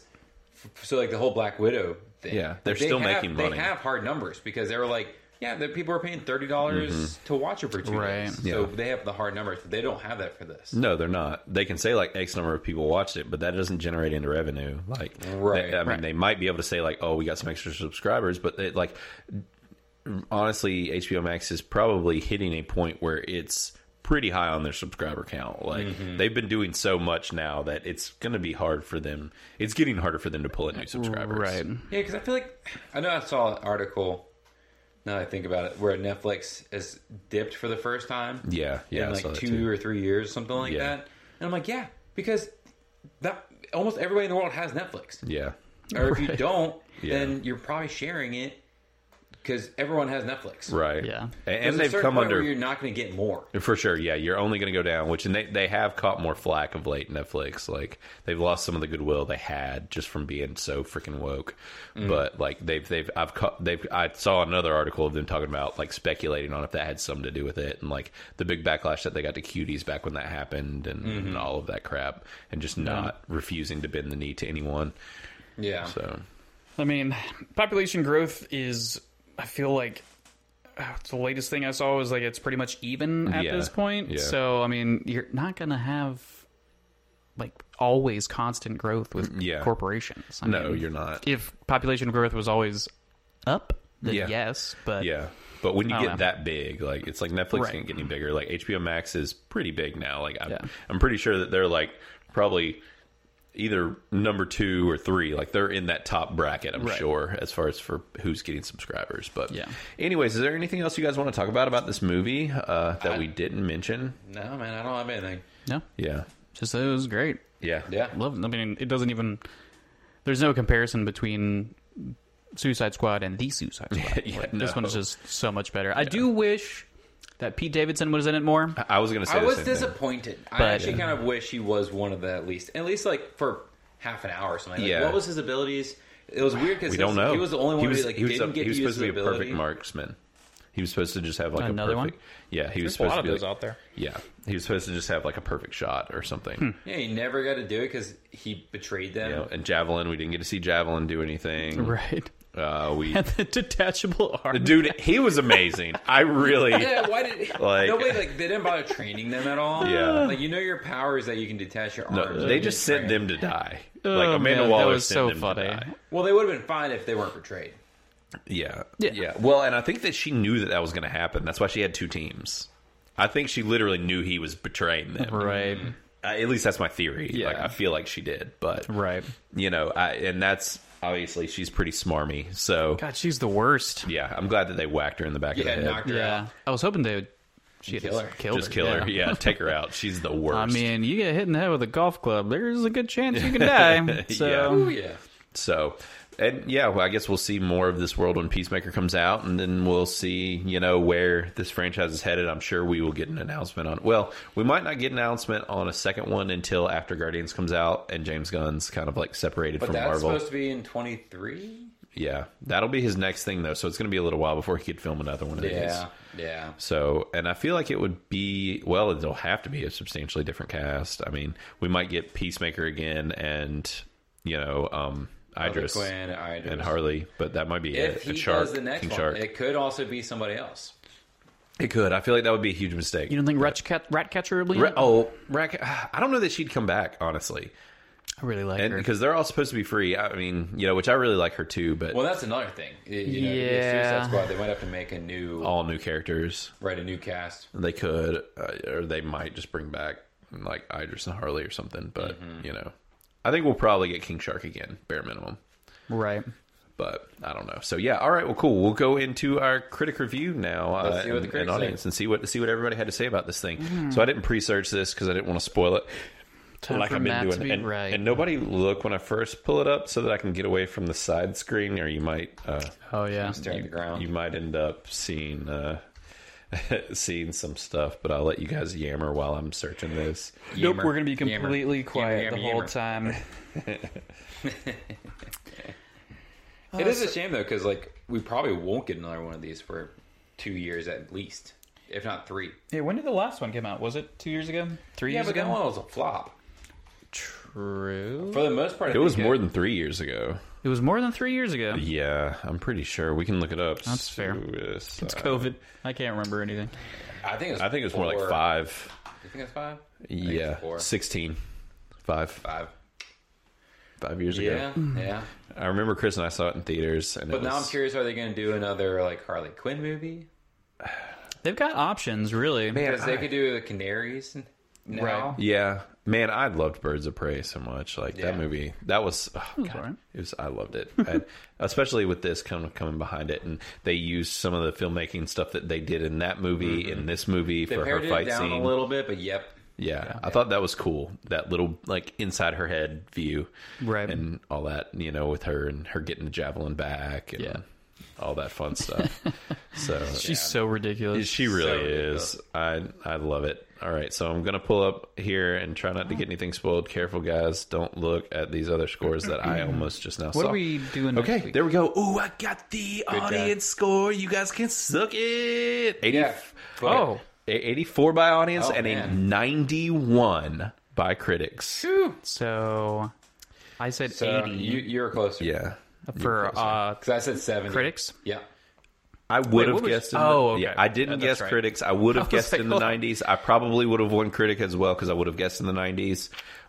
S2: so like the whole Black Widow thing.
S1: Yeah, they're
S2: They
S1: still
S2: have-
S1: making money.
S2: They have hard numbers because they were like. Yeah, the people are paying thirty dollars to watch it for two
S3: Right.
S2: days, so
S1: Mm-hmm. Yeah.
S2: they have the hard numbers. But they don't have that for this.
S1: No, they're not. They can say like X number of people watched it, but that doesn't generate into revenue. Like,
S2: Right,
S1: they- I mean,
S3: right.
S1: they might be able to say like, "Oh, we got some extra subscribers," but they, like, honestly, HBO Max is probably hitting a point where it's pretty high on their subscriber count. Like,
S2: Mm-hmm.
S1: they've been doing so much now that it's going to be hard for them. It's getting harder for them to pull in new subscribers.
S3: Right.
S2: Yeah, because I feel like I know I saw an article. Now that I think about it, where Netflix has dipped for the first time
S1: Yeah. Yeah. I
S2: in
S1: saw
S2: like
S1: that
S2: two
S1: too.
S2: or three years, something like
S1: Yeah.
S2: that. And I'm like, yeah, because that almost everybody in the world has Netflix,
S1: Yeah.
S2: or if you don't,
S1: Yeah.
S2: then you're probably sharing it because everyone has Netflix.
S1: Right.
S3: Yeah.
S1: A- And,
S2: There's a
S1: they've
S2: certain
S1: come
S2: point
S1: under
S2: where you're not going to get more.
S1: For sure, yeah. You're only going to go down, which and they they have caught more flack of late. Netflix, like they've lost some of the goodwill they had just from being so freaking woke. But like they've they've I've caught they've I saw another article of them talking about like speculating on if that had something to do with it and like the big backlash that they got to cuties back when that happened and, and all of that crap and just not refusing to bend the knee to anyone.
S2: Yeah,
S1: So
S3: I mean, population growth is. I feel like uh, the latest thing I saw was like it's pretty much even at
S1: Yeah.
S3: this point.
S1: Yeah.
S3: So I mean, you're not gonna have like always constant growth with
S1: Mm, Yeah.
S3: corporations. I
S1: no,
S3: mean,
S1: you're not.
S3: If population growth was always up, then
S1: Yeah.
S3: yes, but
S1: Yeah. But when you
S3: I
S1: get
S3: don't know.
S1: that big, like it's like Netflix
S3: Right.
S1: can't get any bigger. Like HBO Max is pretty big now. Like I'm,
S3: Yeah.
S1: I'm pretty sure that they're like probably either number two or three. Like they're in that top bracket. I'm
S3: Right.
S1: sure as far as for who's getting subscribers. But
S3: Yeah.
S1: Anyways, is there anything else you guys want to talk about about this movie uh, that we didn't mention?
S2: no, man, I don't have anything.
S3: no,
S1: Yeah.
S3: just it was great.
S1: Yeah.
S2: Yeah,
S3: Love. I mean, it doesn't even. There's no comparison between Suicide Squad and the Suicide Squad.
S1: Yeah,
S3: Like, This
S1: no.
S3: one is just so much better. I do wish that Pete Davidson was in it more.
S1: I- I was gonna say.
S2: I
S1: the
S2: was
S1: same thing. uh,
S2: disappointed. I
S3: But-
S2: actually kind of wish he was one of the at least, at least like for half an hour or something. Like,
S1: Yeah.
S2: What was his abilities? It was weird because
S1: We don't know.
S2: He was the only one
S1: He was,
S2: who like
S1: he was
S2: didn't
S1: a-
S2: get
S1: he was
S2: to use
S1: supposed to
S2: his
S1: be a
S2: ability.
S1: perfect marksman. He was supposed to just have like
S3: Another
S1: a
S3: one?
S1: perfect. Yeah, he was
S3: a
S1: supposed
S3: lot
S1: to
S3: of
S1: be
S3: those
S1: like-
S3: out there.
S1: Yeah, he was supposed to just have like a perfect shot or something.
S3: Hmm.
S2: Yeah, he never got to do it because he betrayed them.
S1: You know, and javelin, we didn't get to see javelin do anything.
S3: Right.
S1: Uh, we
S3: And the detachable arm.
S1: dude, he was amazing. I really.
S2: Yeah, why did
S1: Like-
S2: nobody like they didn't bother training them at all?
S1: Yeah.
S2: like you know your power is that you can detach your arms.
S1: No,
S2: You
S1: they
S2: can
S1: just sent
S2: train.
S1: them to die.
S3: Oh,
S1: Like Amanda
S3: man, that
S1: Waller
S3: was
S1: sent
S3: so
S1: them
S3: funny.
S1: to die.
S2: Well, they would have been fine if they weren't betrayed.
S1: Yeah.
S3: Yeah.
S1: Well, and I think that she knew that that was going to happen. That's why she had two teams. I think she literally knew he was betraying them.
S3: Right.
S1: Uh, At least that's my theory.
S3: Yeah.
S1: Like I feel like she did, but
S3: Right.
S1: you know, I, and that's obviously she's pretty smarmy. So
S3: God, she's the worst.
S1: yeah, I'm glad that they whacked her in the back
S2: Yeah,
S1: of the head.
S2: knocked her out.
S3: Yeah. I was hoping they would. She
S2: Kill her.
S3: just killed
S1: Just kill her. Yeah, take her out. She's the worst.
S3: I mean, you get hit in the head with a golf club. There's a good chance you can die.
S2: Oh
S3: So
S2: yeah,
S1: So, and yeah, well, I guess we'll see more of this world when Peacemaker comes out, and then we'll see, you know, where this franchise is headed. I'm sure we will get an announcement on. Well, we might not get an announcement on a second one until after Guardians comes out and James Gunn's kind of like separated
S2: but
S1: from
S2: that's
S1: Marvel.
S2: supposed to be in twenty three.
S1: Yeah, that'll be his next thing though. So it's going to be a little while before he could film another one of these.
S2: Yeah, yeah.
S1: So, and I feel like it would be well, it'll have to be a substantially different cast. I mean, we might get Peacemaker again, and you know, um,
S2: Harley
S1: Idris
S2: Quinn, Idris.
S1: and Harley, but that might be
S2: If
S1: it.
S2: he
S1: a shark,
S2: does the next
S1: King
S2: one,
S1: shark. It,
S2: it could also be somebody else.
S1: could. I feel like that would be a huge mistake.
S3: you don't think Ratcat Ratcatcher would be? in
S1: Ra-
S3: it?
S1: oh, Rack, I don't know that she'd come back honestly,
S3: I really like
S1: and
S3: her.
S1: because they're all supposed to be free. I mean, you know, which I really like her too, but
S2: Well, that's another thing. You know, the
S3: Yeah.
S2: Suicide Squad. They might have to make a new,
S1: all new characters
S2: write a new cast.
S1: they could, uh, or they might just bring back like Idris and Harley or something. But
S2: Mm-hmm.
S1: you know, I think we'll probably get King Shark again, bare minimum.
S3: Right.
S1: But I don't know. So yeah, all right. Well, cool. We'll go into our critic review now uh,
S2: see
S1: and-
S2: what the
S1: and,
S2: critics say.
S1: audience and see what see what everybody had to say about this thing. So I didn't pre-search this because I didn't want to spoil it.
S3: Mm-hmm. Time for Matt to be
S1: and,
S3: right.
S1: and nobody look when I first pull it up so that I can get away from the side screen, or you might uh,
S3: Oh yeah.
S2: Staring at the ground.
S1: you might end up seeing uh, seeing some stuff. But I'll let you guys yammer while I'm searching this.
S3: Nope,
S2: Yammer.
S3: we're gonna be
S2: Yammer.
S3: completely
S2: Yammer,
S3: quiet
S2: yammer,
S3: the whole
S2: yammer.
S3: time.
S2: It is a shame though, because like we probably won't get another one of these for two years at least, if not three.
S3: Yeah, when did the last one come out? Was it two years ago? Three
S2: Yeah,
S3: years
S2: but
S3: ago?
S2: that one was a flop
S3: True.
S2: for the most part. I
S1: It was
S2: think
S1: more than three years ago.
S3: It was more than three years ago.
S1: Yeah, I'm pretty sure we can look it up.
S3: That's fair.
S1: Suicide-
S3: It's COVID. I can't remember anything.
S2: I think it was
S1: I think it's more like
S2: four.
S1: five.
S2: You think it's five?
S1: Yeah,
S2: four.
S1: 16. Five.
S2: Five.
S1: Five years
S2: Yeah,
S1: ago.
S2: yeah.
S1: I remember Chris and I saw it in theaters. And
S2: But
S1: it
S2: now I'm
S1: Mm. was-
S2: curious: Are they going to do another like Harley Quinn movie?
S3: They've got options, really.
S1: Man,
S2: Because they
S1: I-
S2: could do the Canaries n- now.
S3: Right.
S1: Yeah, man, I loved Birds of Prey so much. Like
S2: Yeah.
S1: that movie, that was, oh, God,
S3: alright.
S1: it was. I loved it, and especially with this coming coming behind it, and they used some of the filmmaking stuff that they did in that movie, in this movie
S2: Mm-hmm. They
S1: for her
S2: pared it
S1: fight
S2: down
S1: scene.
S2: a little bit, but yep.
S1: Yeah, I thought that was cool. That little like inside her head view,
S3: Right.
S1: and all that you know with her and her getting the javelin back and
S3: Yeah.
S1: all that fun stuff. so
S3: She's so ridiculous.
S1: she really
S2: ridiculous.
S1: is. I I love it. All right, so I'm gonna pull up here and try not to get anything spoiled. Careful, guys. Don't look at these other scores that I almost just now saw.
S3: What are we doing next
S1: Okay,
S3: week?
S1: there we go. Ooh, I got the audience score. You guys can suck it. 80,
S2: Yeah. But-
S3: Oh,
S1: a- 84 by audience
S2: Oh,
S1: and
S2: man.
S1: a 91 by critics.
S2: Phew.
S3: so I said
S2: So
S3: 80
S2: you you were closer.
S1: Yeah.
S3: for uh,
S2: Because I said seventy.
S3: critics.
S2: Yeah.
S1: I would
S3: what
S1: have
S3: was-
S1: guessed. In
S3: oh,
S1: the,
S3: okay.
S1: yeah, I didn't
S3: Yeah, that's
S1: guess
S3: right.
S1: critics. I would have
S3: was
S1: guessed
S3: like,
S1: in the
S3: hold on.
S1: '90s. I probably would have won critic as well because I would have guessed in the '90s.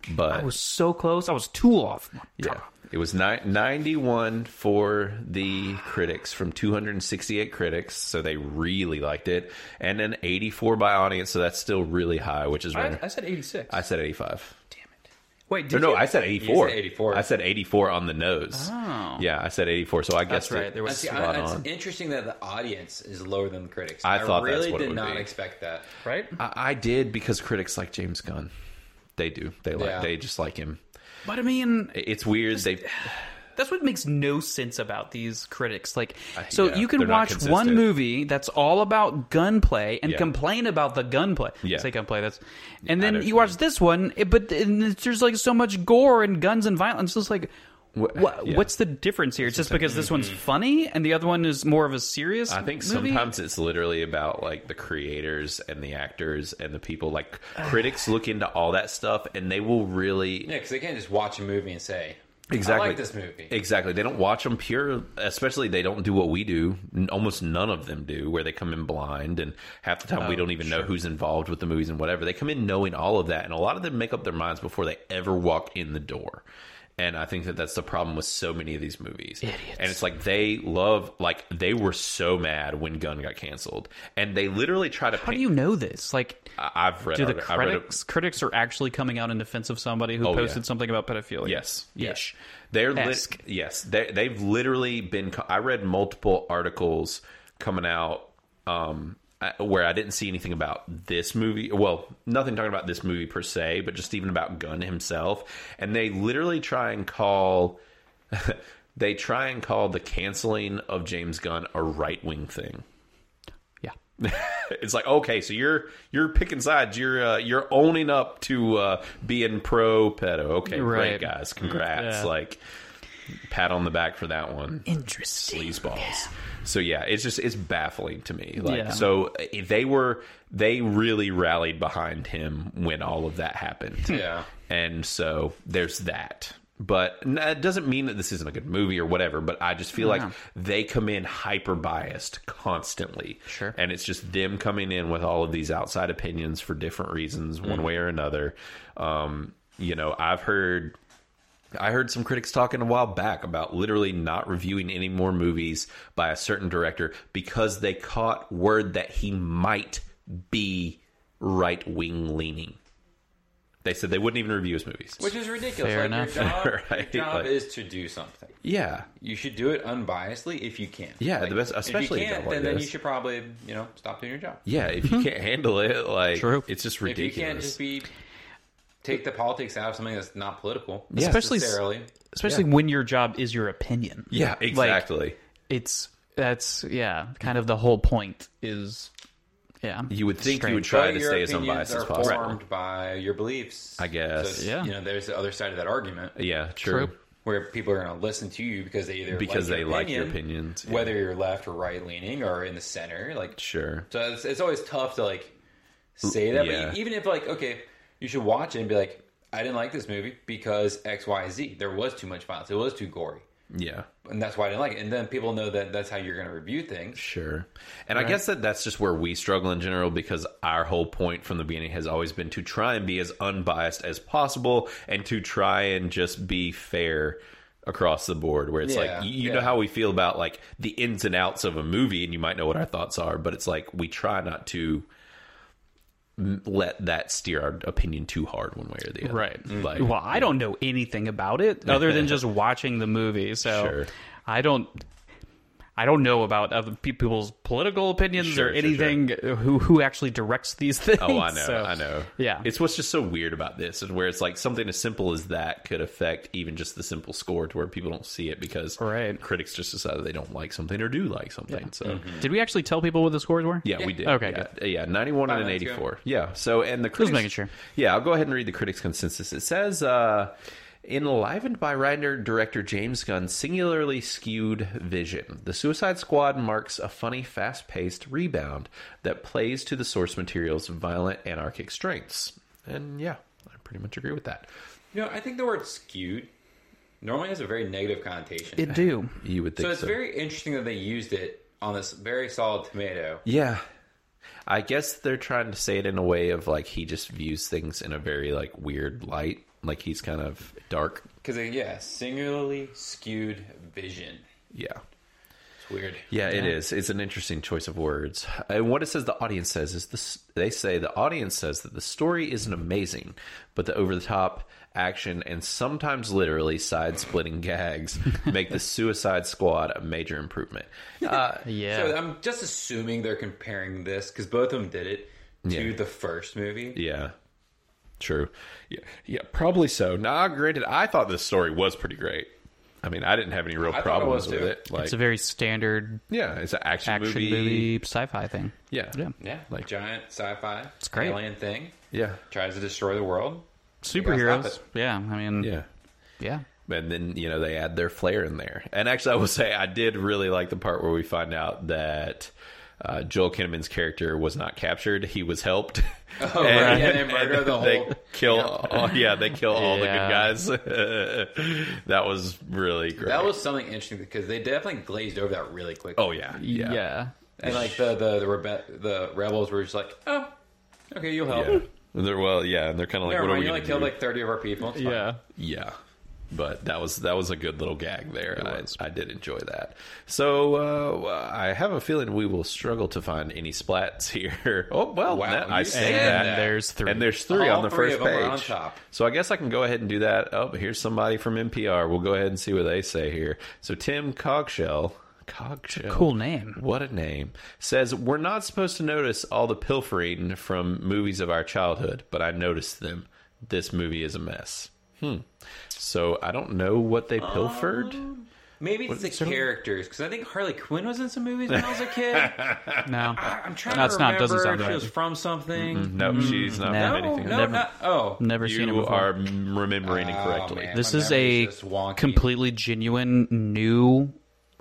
S1: But
S3: I was so close. I was two off.
S1: yeah, it was ni- 91 for the critics from 268 critics, so they really liked it, and an 84 by audience. So that's still really high, which is
S3: I,
S1: where
S3: I said 86.
S1: I, said 85.
S3: Wait,
S1: Or
S3: did
S1: no,
S3: you?
S1: I said 84.
S2: said 84.
S1: I said 84 on the nose.
S3: Oh.
S1: Yeah, I said 84. So I guessed
S3: That's right.
S1: it.
S3: There
S2: I
S3: was
S2: See, I,
S1: Spot
S2: it's
S1: on.
S2: interesting that the audience is lower than the critics.
S1: I thought that's
S2: really
S1: what it
S2: did
S1: would
S2: not
S1: be.
S2: expect that.
S3: right.
S1: I, I did because critics like James Gunn. They do. They like.
S2: Yeah.
S1: They just like him.
S3: But I mean,
S1: It's weird. They
S3: That's what makes no sense about these critics. Like,
S1: I-
S3: so
S1: yeah,
S3: you
S1: they're
S3: can
S1: not
S3: watch one
S1: consistent.
S3: movie that's all about gunplay and
S1: Yeah.
S3: complain about the gunplay.
S1: Yeah.
S3: Say gunplay. That's, and
S1: I know
S3: then
S1: what
S3: you
S1: you
S3: watch this one, it, but and it's- there's like so much gore and guns and violence. It's just like. What,
S1: yeah.
S3: What's the difference here? It's just because this one's funny and the other one is more of a serious.
S1: I think
S3: movie?
S1: sometimes it's literally about like the creators and the actors and the people. Like critics look into all that stuff and they will really
S2: Yeah, because they can't just watch a movie and say,
S1: exactly
S2: I like this movie.
S1: Exactly. They don't watch them pure. Especially they don't do what we do. N- Almost none of them do, where they come in blind and half the time
S3: Oh,
S1: we don't even know who's involved with the movies and whatever. They come in knowing all of that, and a lot of them make up their minds before they ever walk in the door. And I think that that's the problem with so many of these movies. And it's like they love, like they were so mad when Gun got canceled, and they literally try to.
S3: How do you know this? Like,
S1: I- I've read.
S3: do the
S1: arti- I read a-
S3: critics critics are actually coming out in defense of somebody who
S1: yeah.
S3: posted something about pedophilia?
S1: Yes.
S3: Yeah.
S1: Yes. They're lit
S3: Esque.
S1: yes. They they've literally been. co- I read multiple articles coming out um, I- where I didn't see anything about this movie. Well, nothing talking about this movie per se, but just even about Gunn himself. And they literally try and call. they try and call the canceling of James Gunn a right wing thing
S3: Yeah.
S1: it's like okay, so you're you're picking sides. You're uh, you're owning up to uh, being pro pedo. Okay,
S3: Right.
S1: great guys, congrats.
S3: Yeah.
S1: Like pat on the back for that one.
S3: Interesting.
S1: Sleaze balls. So yeah, it's just it's baffling to me. Like
S3: Yeah.
S1: so eh, they were they really rallied behind him when all of that happened.
S2: Yeah.
S1: And so there's that. But n- it doesn't mean that this isn't a good movie or whatever, but I just feel like they come in hyper biased constantly.
S3: Sure.
S1: And it's just them coming in with all of these outside opinions for different reasons, one way or another. Um, you know, I've heard I heard some critics talking a while back about literally not reviewing any more movies by a certain director because they caught word that he might be right wing leaning. They said they wouldn't even review his movies.
S2: Which is ridiculous. like,
S3: Fair enough.
S2: Your job,
S1: Right,
S2: your job
S1: like-
S2: is to do something.
S1: yeah.
S2: You should do it unbiasedly if you can.
S1: Yeah, the best- especially a
S2: if you can't,
S1: job like
S2: then, then you
S1: this.
S2: should probably you know stop doing your job.
S1: Yeah, if you can't handle it, like
S3: True.
S1: it's just
S2: If you
S1: ridiculous.
S2: can't just be take the politics out of something that's not political,
S1: Yeah.
S3: Especially-
S2: necessarily.
S3: Especially when your job is your opinion.
S1: yeah, exactly.
S3: It's that's yeah, kind of the whole point is yeah.
S1: you would think you would
S3: strange.
S1: try
S2: But
S1: to
S2: your
S1: stay as
S2: opinions
S1: unbiased as
S2: are
S1: possible.
S2: Formed by your beliefs,
S1: I guess.
S2: So it's-
S3: Yeah.
S2: you know, there's the other side of that argument
S1: Yeah, true.
S3: True.
S2: where people are going to listen to you because they either
S1: Because
S2: like
S1: they
S2: your
S1: like
S2: opinion,
S1: your opinions. yeah.
S2: whether you're left or right leaning or in the center, like
S1: sure.
S2: So it's, it's always tough to like say that,
S1: Yeah.
S2: but e-, even if like okay, you should watch it and be like, I didn't like this movie because X, Y, Z. There was too much violence. It was too gory,
S1: Yeah.
S2: and that's why I didn't like it. And then people know that that's how you're going to review things.
S1: Sure. And I guess that that's just where we struggle in general because our whole point from the beginning has always been to try and be as unbiased as possible and to try and just be fair across the board where it's
S2: Yeah,
S1: like you, you
S2: yeah.
S1: know how we feel about like the ins and outs of a movie and you might know what our thoughts are but it's like we try not to m- let that steer our opinion too hard one way or the other
S3: Right.
S1: like
S3: well, I don't know anything about it other than just watching the movie. So
S1: Sure.
S3: I don't I don't know about other pe- people's political opinions
S1: Sure,
S3: or
S1: sure, sure.
S3: anything who who actually directs these things.
S1: Oh, I know,
S3: So,
S1: I know.
S3: Yeah.
S1: it's what's just so weird about this is where it's like something as simple as that could affect even just the simple score to where people don't see it because
S3: Right. Mm-hmm.
S1: critics just decide they don't like something or do like something. So
S3: Did we actually tell people what the scores were?
S1: yeah, we did.
S3: Okay,
S1: yeah, yeah, ninety-one and an
S2: minutes ago.
S1: eighty-four. Yeah. So and the critics,
S3: making sure.
S1: Yeah, I'll go ahead and read the critics' consensus. It says. uh Enlivened by writer director James Gunn's singularly skewed vision, The Suicide Squad marks a funny, fast paced rebound that plays to the source material's violent, anarchic strengths. And yeah, I pretty much agree with that.
S2: You know, I think the word skewed normally has a very negative connotation.
S3: It do.
S1: You would think
S2: so
S1: so.
S2: it's very interesting that they used it on this very solid tomato.
S1: Yeah. I guess they're trying to say it in a way of like he just views things in a very like weird light. Like he's kind of dark.
S2: Because, uh, yeah, singularly skewed vision.
S1: Yeah.
S2: It's weird.
S1: Yeah, it is. It's an interesting choice of words. And what it says the audience says is this they say the audience says that the story isn't amazing, but the over the top action and sometimes literally side splitting gags make the Suicide Squad a major improvement. Uh,
S3: Yeah.
S2: So I'm just assuming they're comparing this because both of them did it to
S1: Yeah.
S2: the first movie.
S1: Yeah. True. Yeah, yeah, probably so. Now, granted, I thought this story was pretty great. I mean, I didn't have any real
S2: thought it
S1: problems
S2: was,
S1: with
S2: too.
S1: it. Like,
S3: it's a very standard
S1: yeah, it's an action,
S3: action
S1: movie.
S3: movie, sci-fi thing.
S1: Yeah,
S3: Yeah.
S2: Yeah,
S1: Like-
S2: like giant sci-fi, it's
S3: great.
S2: alien thing
S1: yeah,
S2: tries to destroy the world.
S3: Superheroes.
S2: it.
S3: Yeah, I mean, yeah.
S1: yeah. And then you know they add their flair in there. And actually, I will say I did really like the part where we find out that uh, Joel Kinnaman's character was not captured; he was helped.
S2: Oh, right. And they murder the
S1: they
S2: whole-
S1: kill. all- yeah, they kill all
S3: Yeah.
S1: the good guys. that was really great.
S2: That was something interesting because they definitely glazed over that really quick.
S1: Oh yeah, yeah,
S3: Yeah.
S2: and like the the the, rebe- the rebels were just like, oh, okay, you'll help.
S1: yeah. They're well, yeah, and they're kind of like,
S2: Never
S1: what are
S2: mind,
S1: we
S2: you
S1: going
S2: only
S1: to
S2: killed
S1: do?
S2: like thirty of our people. It's fine.
S3: Yeah.
S1: Yeah. But that was that was a good little gag there. I, I did enjoy that. So uh, I have a feeling we will struggle to find any splats here. Oh well,
S2: Wow,
S1: that- I
S2: you
S1: say
S2: said
S1: that,
S2: that.
S3: There's three.
S1: and there's three
S2: All
S1: on the
S2: three
S1: first
S2: of them are
S1: page.
S2: on top.
S1: So I guess I can go ahead and do that. Oh, here's somebody from NPR. We'll go ahead and see what they say here. So Tim Cogshell, Cogshell,
S3: cool name.
S1: what a name. Says, We're not supposed to notice all the pilfering from movies of our childhood, but I noticed them. This movie is a mess. Hmm. So I don't know what they pilfered.
S2: Um, Maybe it's the characters because I think Harley Quinn was in some movies when I was a kid. I,
S3: No.
S2: I'm trying
S3: No,
S2: to
S3: it's not-
S2: remember
S3: doesn't
S2: if
S3: sound
S2: she
S3: right.
S2: was from something.
S1: no, she's not
S3: No,
S1: from
S2: No,
S1: anything.
S2: no,
S3: Never-
S2: not oh.
S3: Never seen it
S1: You
S3: before.
S1: are m- remembering incorrectly.
S2: man.
S3: this
S2: My
S3: is
S2: memory
S3: a
S2: is just wonky.
S3: completely genuine new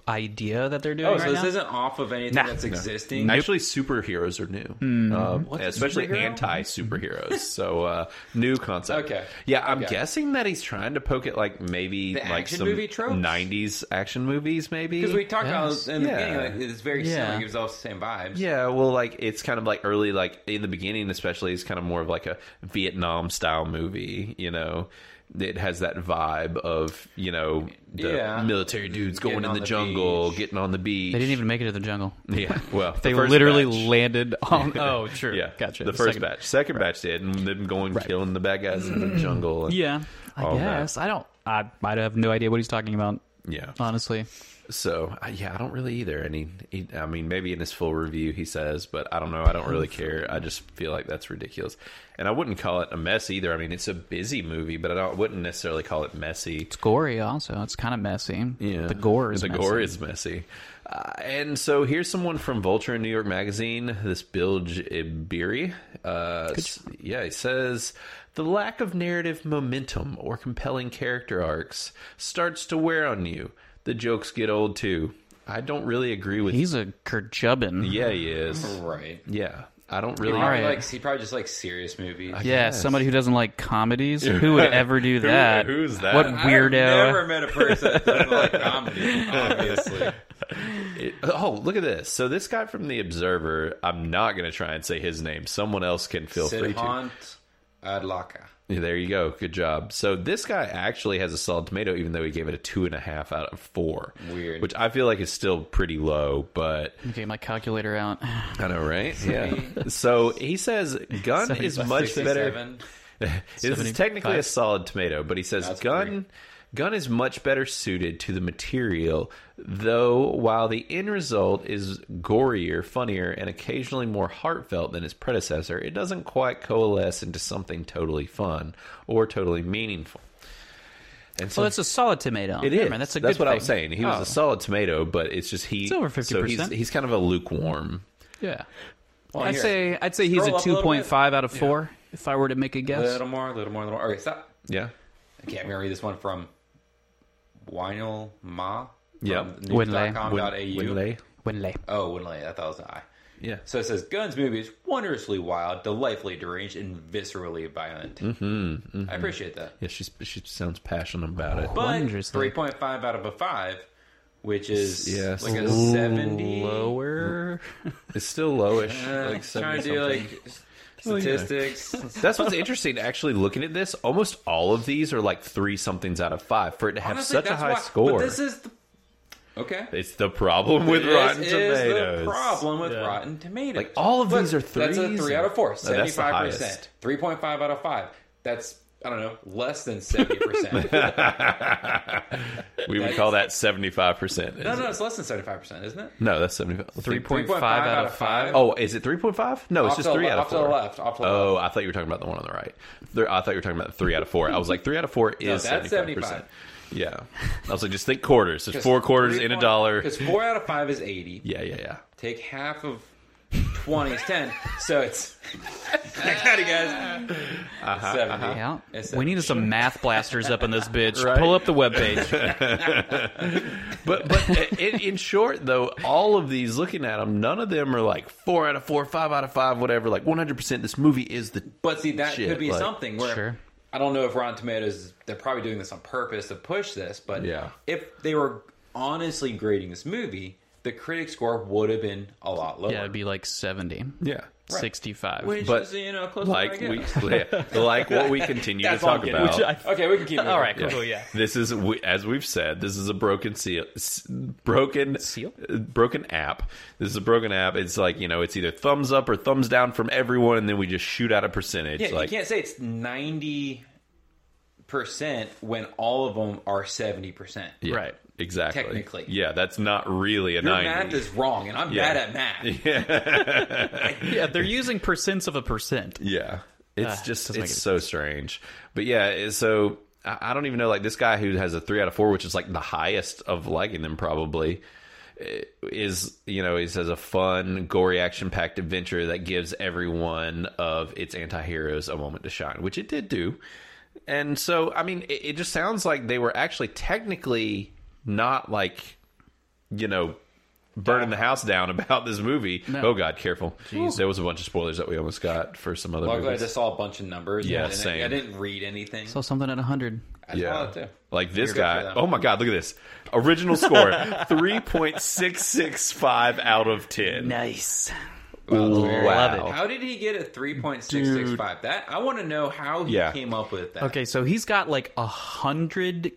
S3: idea that they're doing
S2: Oh,
S3: right
S2: so this
S3: now.
S2: isn't off of anything
S3: Nah.
S2: that's
S3: No.
S2: existing.
S1: Actually, superheroes are new,
S3: Hmm.
S1: Um, especially
S2: superhero?
S1: anti superheroes. so, uh, new concept.
S2: Okay.
S1: Yeah, I'm
S2: Okay.
S1: guessing that he's trying to poke at like maybe
S2: The
S1: like
S2: action
S1: some
S2: movie tropes?
S1: 90s action movies, maybe.
S2: Because we talked
S3: Yes.
S2: about in the
S1: Yeah.
S2: beginning, like, it's very
S3: Yeah.
S2: similar. It gives off the same vibes.
S1: Yeah, well, like it's kind of like early, like in the beginning, especially, it's kind of more of like a Vietnam style movie. You know, it has that vibe of you know the
S2: Yeah.
S1: military dudes going
S2: Getting
S1: in
S2: on
S1: the,
S2: the
S1: jungle,
S2: beach.
S1: getting on the beach.
S3: They didn't even make it to the jungle.
S1: Yeah, well, the
S3: They
S1: first
S3: literally
S1: batch.
S3: landed on. Oh, true.
S1: Yeah,
S3: Gotcha.
S1: The, first
S3: second-
S1: batch, second batch did, and them going killing the bad guys in the jungle. and-
S3: Yeah. I
S1: All that.
S3: guess. I don't. I might have no idea what he's talking about,
S1: yeah.
S3: honestly.
S1: So I- yeah, I don't really either. And he, he, I mean, maybe in his full review he says, but I don't know. I don't really care. I just feel like that's ridiculous. And I wouldn't call it a mess either. I mean, it's a busy movie, but I don't, wouldn't necessarily call it messy.
S3: It's gory, also. It's kind of messy.
S1: Yeah,
S3: The gore is
S1: the
S3: messy.
S1: gore is messy. Uh, and so here's someone from Vulture in New York Magazine. This Bilge Ibiri, uh, s- yeah, he says the lack of narrative momentum or compelling character arcs starts to wear on you. The jokes get old too. I don't really agree with.
S3: He's a Kurjubbin.
S1: yeah, he is.
S2: Right.
S1: Yeah, I don't really.
S3: All
S2: Probably
S3: right.
S2: likes- he probably just likes serious movies.
S3: Yeah,
S1: Yes.
S3: somebody who doesn't like comedies. Who would ever do that?
S1: who's that?
S3: What
S1: I've
S3: weirdo?
S2: I've never met a person that doesn't like comedy, obviously.
S1: It- oh, look at this. So this guy from the Observer. I'm not going to try and say his name. Someone else can feel free to.
S2: Sidhant Adlaka.
S1: Yeah, There you go. Good job. So this guy actually has a solid tomato, even though he gave it a two and a half out of four.
S2: Weird.
S1: Which I feel like is still pretty low, but
S3: Okay, my calculator out.
S1: I know, right? Yeah. so he says gun is much better.
S2: 67.
S1: This is technically a
S3: 75.
S1: solid tomato, but he says
S2: That's
S1: gun
S2: great.
S1: gun is much better suited to the material, though while the end result is gorier, funnier, and occasionally more heartfelt than its predecessor, it doesn't quite coalesce into something totally fun or totally meaningful. And so
S3: Well, that's a solid tomato.
S1: it
S3: Yeah,
S1: is.
S3: Man, that's a good
S1: what I
S3: thing.
S1: was saying. He was a
S3: Oh,
S1: solid tomato, but it's just he. It's
S3: over
S1: So he's,
S3: 50%.
S1: he's kind of a lukewarm.
S3: Yeah.
S2: Well,
S3: I'd
S2: here.
S3: say I'd say he's
S2: Scroll
S3: a
S2: up a little
S3: two point five out of four. If I were to make a
S2: A
S3: guess,
S2: little more, a little more, a little more. Okay, stop.
S1: Yeah.
S2: Okay, I'm going to read this one from Winel Ma.
S1: Yep.
S2: Winlay.
S1: Winley.
S3: Winley.
S2: Oh, Winlay. I thought it was an I.
S1: Yeah.
S2: So it says, Guns movies wondrously wild, delightfully deranged, and viscerally violent. Mm-hmm, I appreciate that.
S1: Yeah. She's, she sounds passionate about it.
S2: But
S3: Wondrously.
S2: 3.5 out of a 5, which is
S1: Yes.
S2: like a
S1: Ooh,
S2: 70.
S3: Lower.
S1: It's still lowish.
S2: Uh,
S1: like 70
S2: trying to do
S1: something.
S2: like statistics.
S1: That's what's interesting. Actually, looking at this, almost all of these are like three somethings out of five for it to have
S2: Honestly,
S1: such a
S2: that's
S1: high
S2: why-
S1: score.
S2: But this is the, okay.
S1: it's the problem with
S2: This
S1: Rotten
S2: is
S1: Tomatoes.
S2: the problem with Rotten Tomatoes.
S1: Like all of
S2: But
S1: these are
S2: That's a
S1: threes.
S2: three out of four.
S1: No, that's the
S2: Seventy-five percent.
S1: highest.
S2: Three point five out of five. That's I don't know, less than seventy percent. no,
S1: We would call that seventy-five percent.
S2: no, it's less than seventy-five percent, isn't it?
S1: no, that's seventy-five.
S3: Three point
S2: 3.5
S3: five out of five.
S1: Oh, is it three point five? No, it's
S2: Off
S1: just
S2: to the
S1: three
S2: le-
S1: out of
S2: off
S1: four.
S2: to the left, off to the
S1: oh, I thought you were talking about the one on the right. Th- I thought you were talking about the three out of four. I was like, three out of four is
S2: that's
S1: seventy-five percent.
S2: 75.
S1: Yeah. I was like, just think quarters. There's four quarters in a dollar.
S2: Because four out of five is 80.
S1: Yeah, yeah, yeah.
S2: Take half of 20 is 10. So it's. I got it, guys.
S1: Uh-huh,
S2: 70.
S3: Yeah.
S2: It's
S3: We
S2: a-
S3: needed some math blasters up in this bitch.
S1: Right.
S3: Pull up the webpage.
S1: But but in, in short, though, all of these looking at them, none of them are like four out of four, five out of five, whatever. Like 100. percent This movie is the
S2: But see, that
S1: Shit,
S2: could be
S1: like-
S2: something where
S3: Sure.
S2: I don't know if Rotten Tomatoes they're probably doing this on purpose to push this, but
S1: Yeah.
S2: if they were honestly grading this movie, the critic score would have been a lot lower.
S3: Yeah, it'd be like 70,
S1: yeah.
S3: 65.
S2: which
S1: but
S2: is you know close
S1: Like
S2: to what I
S1: we
S2: get.
S1: yeah, like what we continue to
S2: That's all I'm
S1: talk
S2: getting.
S1: about.
S3: Which I-
S2: okay, we can keep. Moving.
S3: All right, cool.
S1: Yeah.
S3: cool, yeah.
S1: This is we- as we've said. This is a broken seal, s- broken
S3: Seal?
S1: uh, broken app. This is a broken app. It's like you know, it's either thumbs up or thumbs down from everyone, and then we just shoot out a percentage.
S2: Yeah,
S1: like
S2: you can't say it's ninety percent when all of them are seventy percent.
S1: Yeah,
S3: Right.
S1: exactly.
S2: Technically.
S1: yeah, that's not really a
S2: Your
S1: ninety.
S2: math is wrong, and I'm
S1: Yeah.
S2: bad at math.
S3: Yeah, they're using percents of a percent.
S1: Yeah, it's
S3: Ah,
S1: just
S3: doesn't make
S1: it's so
S3: any
S1: strange. But yeah, it- so I, I don't even know. Like this guy who has a three out of four, which is like the highest of liking them probably. eh, Is you know he says a fun, gory, action-packed adventure that gives every one of its anti-heroes a moment to shine, which it did do. And so, I mean, it, it just sounds like they were actually technically not like you know burning the house down about this movie. Oh God, careful! There was a bunch of spoilers that we almost got for some other
S2: Luckily, I
S1: movies.
S2: just saw a bunch of numbers.
S1: Yeah,
S2: I didn't,
S1: same.
S2: I didn't read anything.
S3: So something at 100.
S2: I
S1: yeah,
S2: saw it too.
S1: like this
S2: You're good for
S1: guy.
S2: that.
S1: Oh my God, look at this original score: three point six six five out of ten.
S3: Nice.
S1: Wow.
S2: How did he get a 3.665? That I want to know how he
S1: Yeah.
S2: came up with that.
S3: Okay, so he's got like a hundred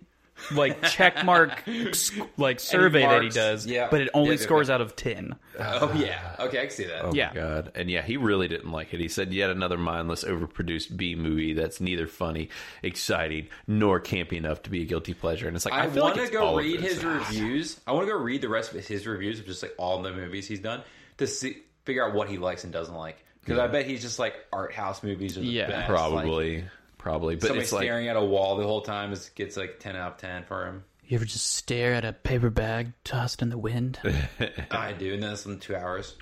S3: like check mark s- like survey that he
S2: marks-
S3: does,
S2: yeah.
S3: but it only
S2: Yeah, yeah,
S3: scores out of ten.
S2: Oh yeah. Okay, I can see that.
S1: Oh
S3: Yeah.
S1: my God. And yeah, he really didn't like it. He said, yet another mindless, overproduced B movie that's neither funny, exciting, nor campy enough to be a guilty pleasure. And it's like, I,
S2: I,
S1: feel
S2: want
S1: like
S2: to
S1: it's
S2: go
S1: all of
S2: read
S1: those
S2: his
S1: things.
S2: reviews. I want to go read the rest of his reviews of just like all the movies he's done to see figure out what he likes and doesn't like. Because I bet he's just like art house movies are the
S3: Yeah,
S2: best. Like,
S1: Probably. probably. But
S2: somebody
S1: it's like,
S2: staring at a wall the whole time is, gets like ten out of ten for him.
S3: You ever just stare at a paper bag tossed in the wind?
S2: I do, and then it's in two hours.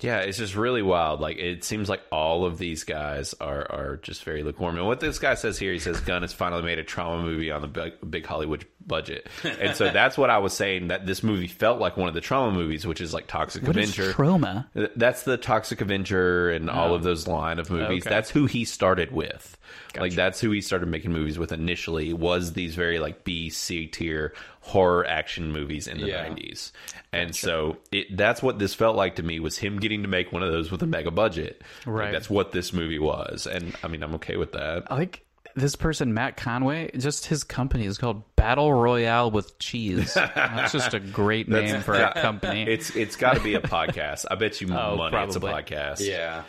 S1: Yeah, it's just really wild. Like it seems like all of these guys are are just very lukewarm. And what this guy says here, he says Gunn has finally made a trauma movie on the big, big Hollywood budget. And so that's what I was saying that this movie felt like one of the trauma movies, which is like Toxic
S3: What is
S1: Avenger.
S3: trauma?
S1: Th- That's the Toxic Avenger and all of those line of movies.
S3: Oh. Okay.
S1: That's who he started with. Like that's who he started making movies with initially was these very like B C tier horror action movies in the
S2: Yeah.
S1: 90s. And so it that's what this felt like to me was him getting to make one of those with a mega budget. Like,
S3: Right. Oh,
S1: that's what this movie was. And I mean I'm okay with that.
S3: I like this person, Matt Conway, just his company is called Battle Royale with Cheese. That's just a great name for a company.
S1: It's it's got to be a podcast. I bet you money it's a
S3: Oh, probably.
S1: podcast.
S2: Yeah.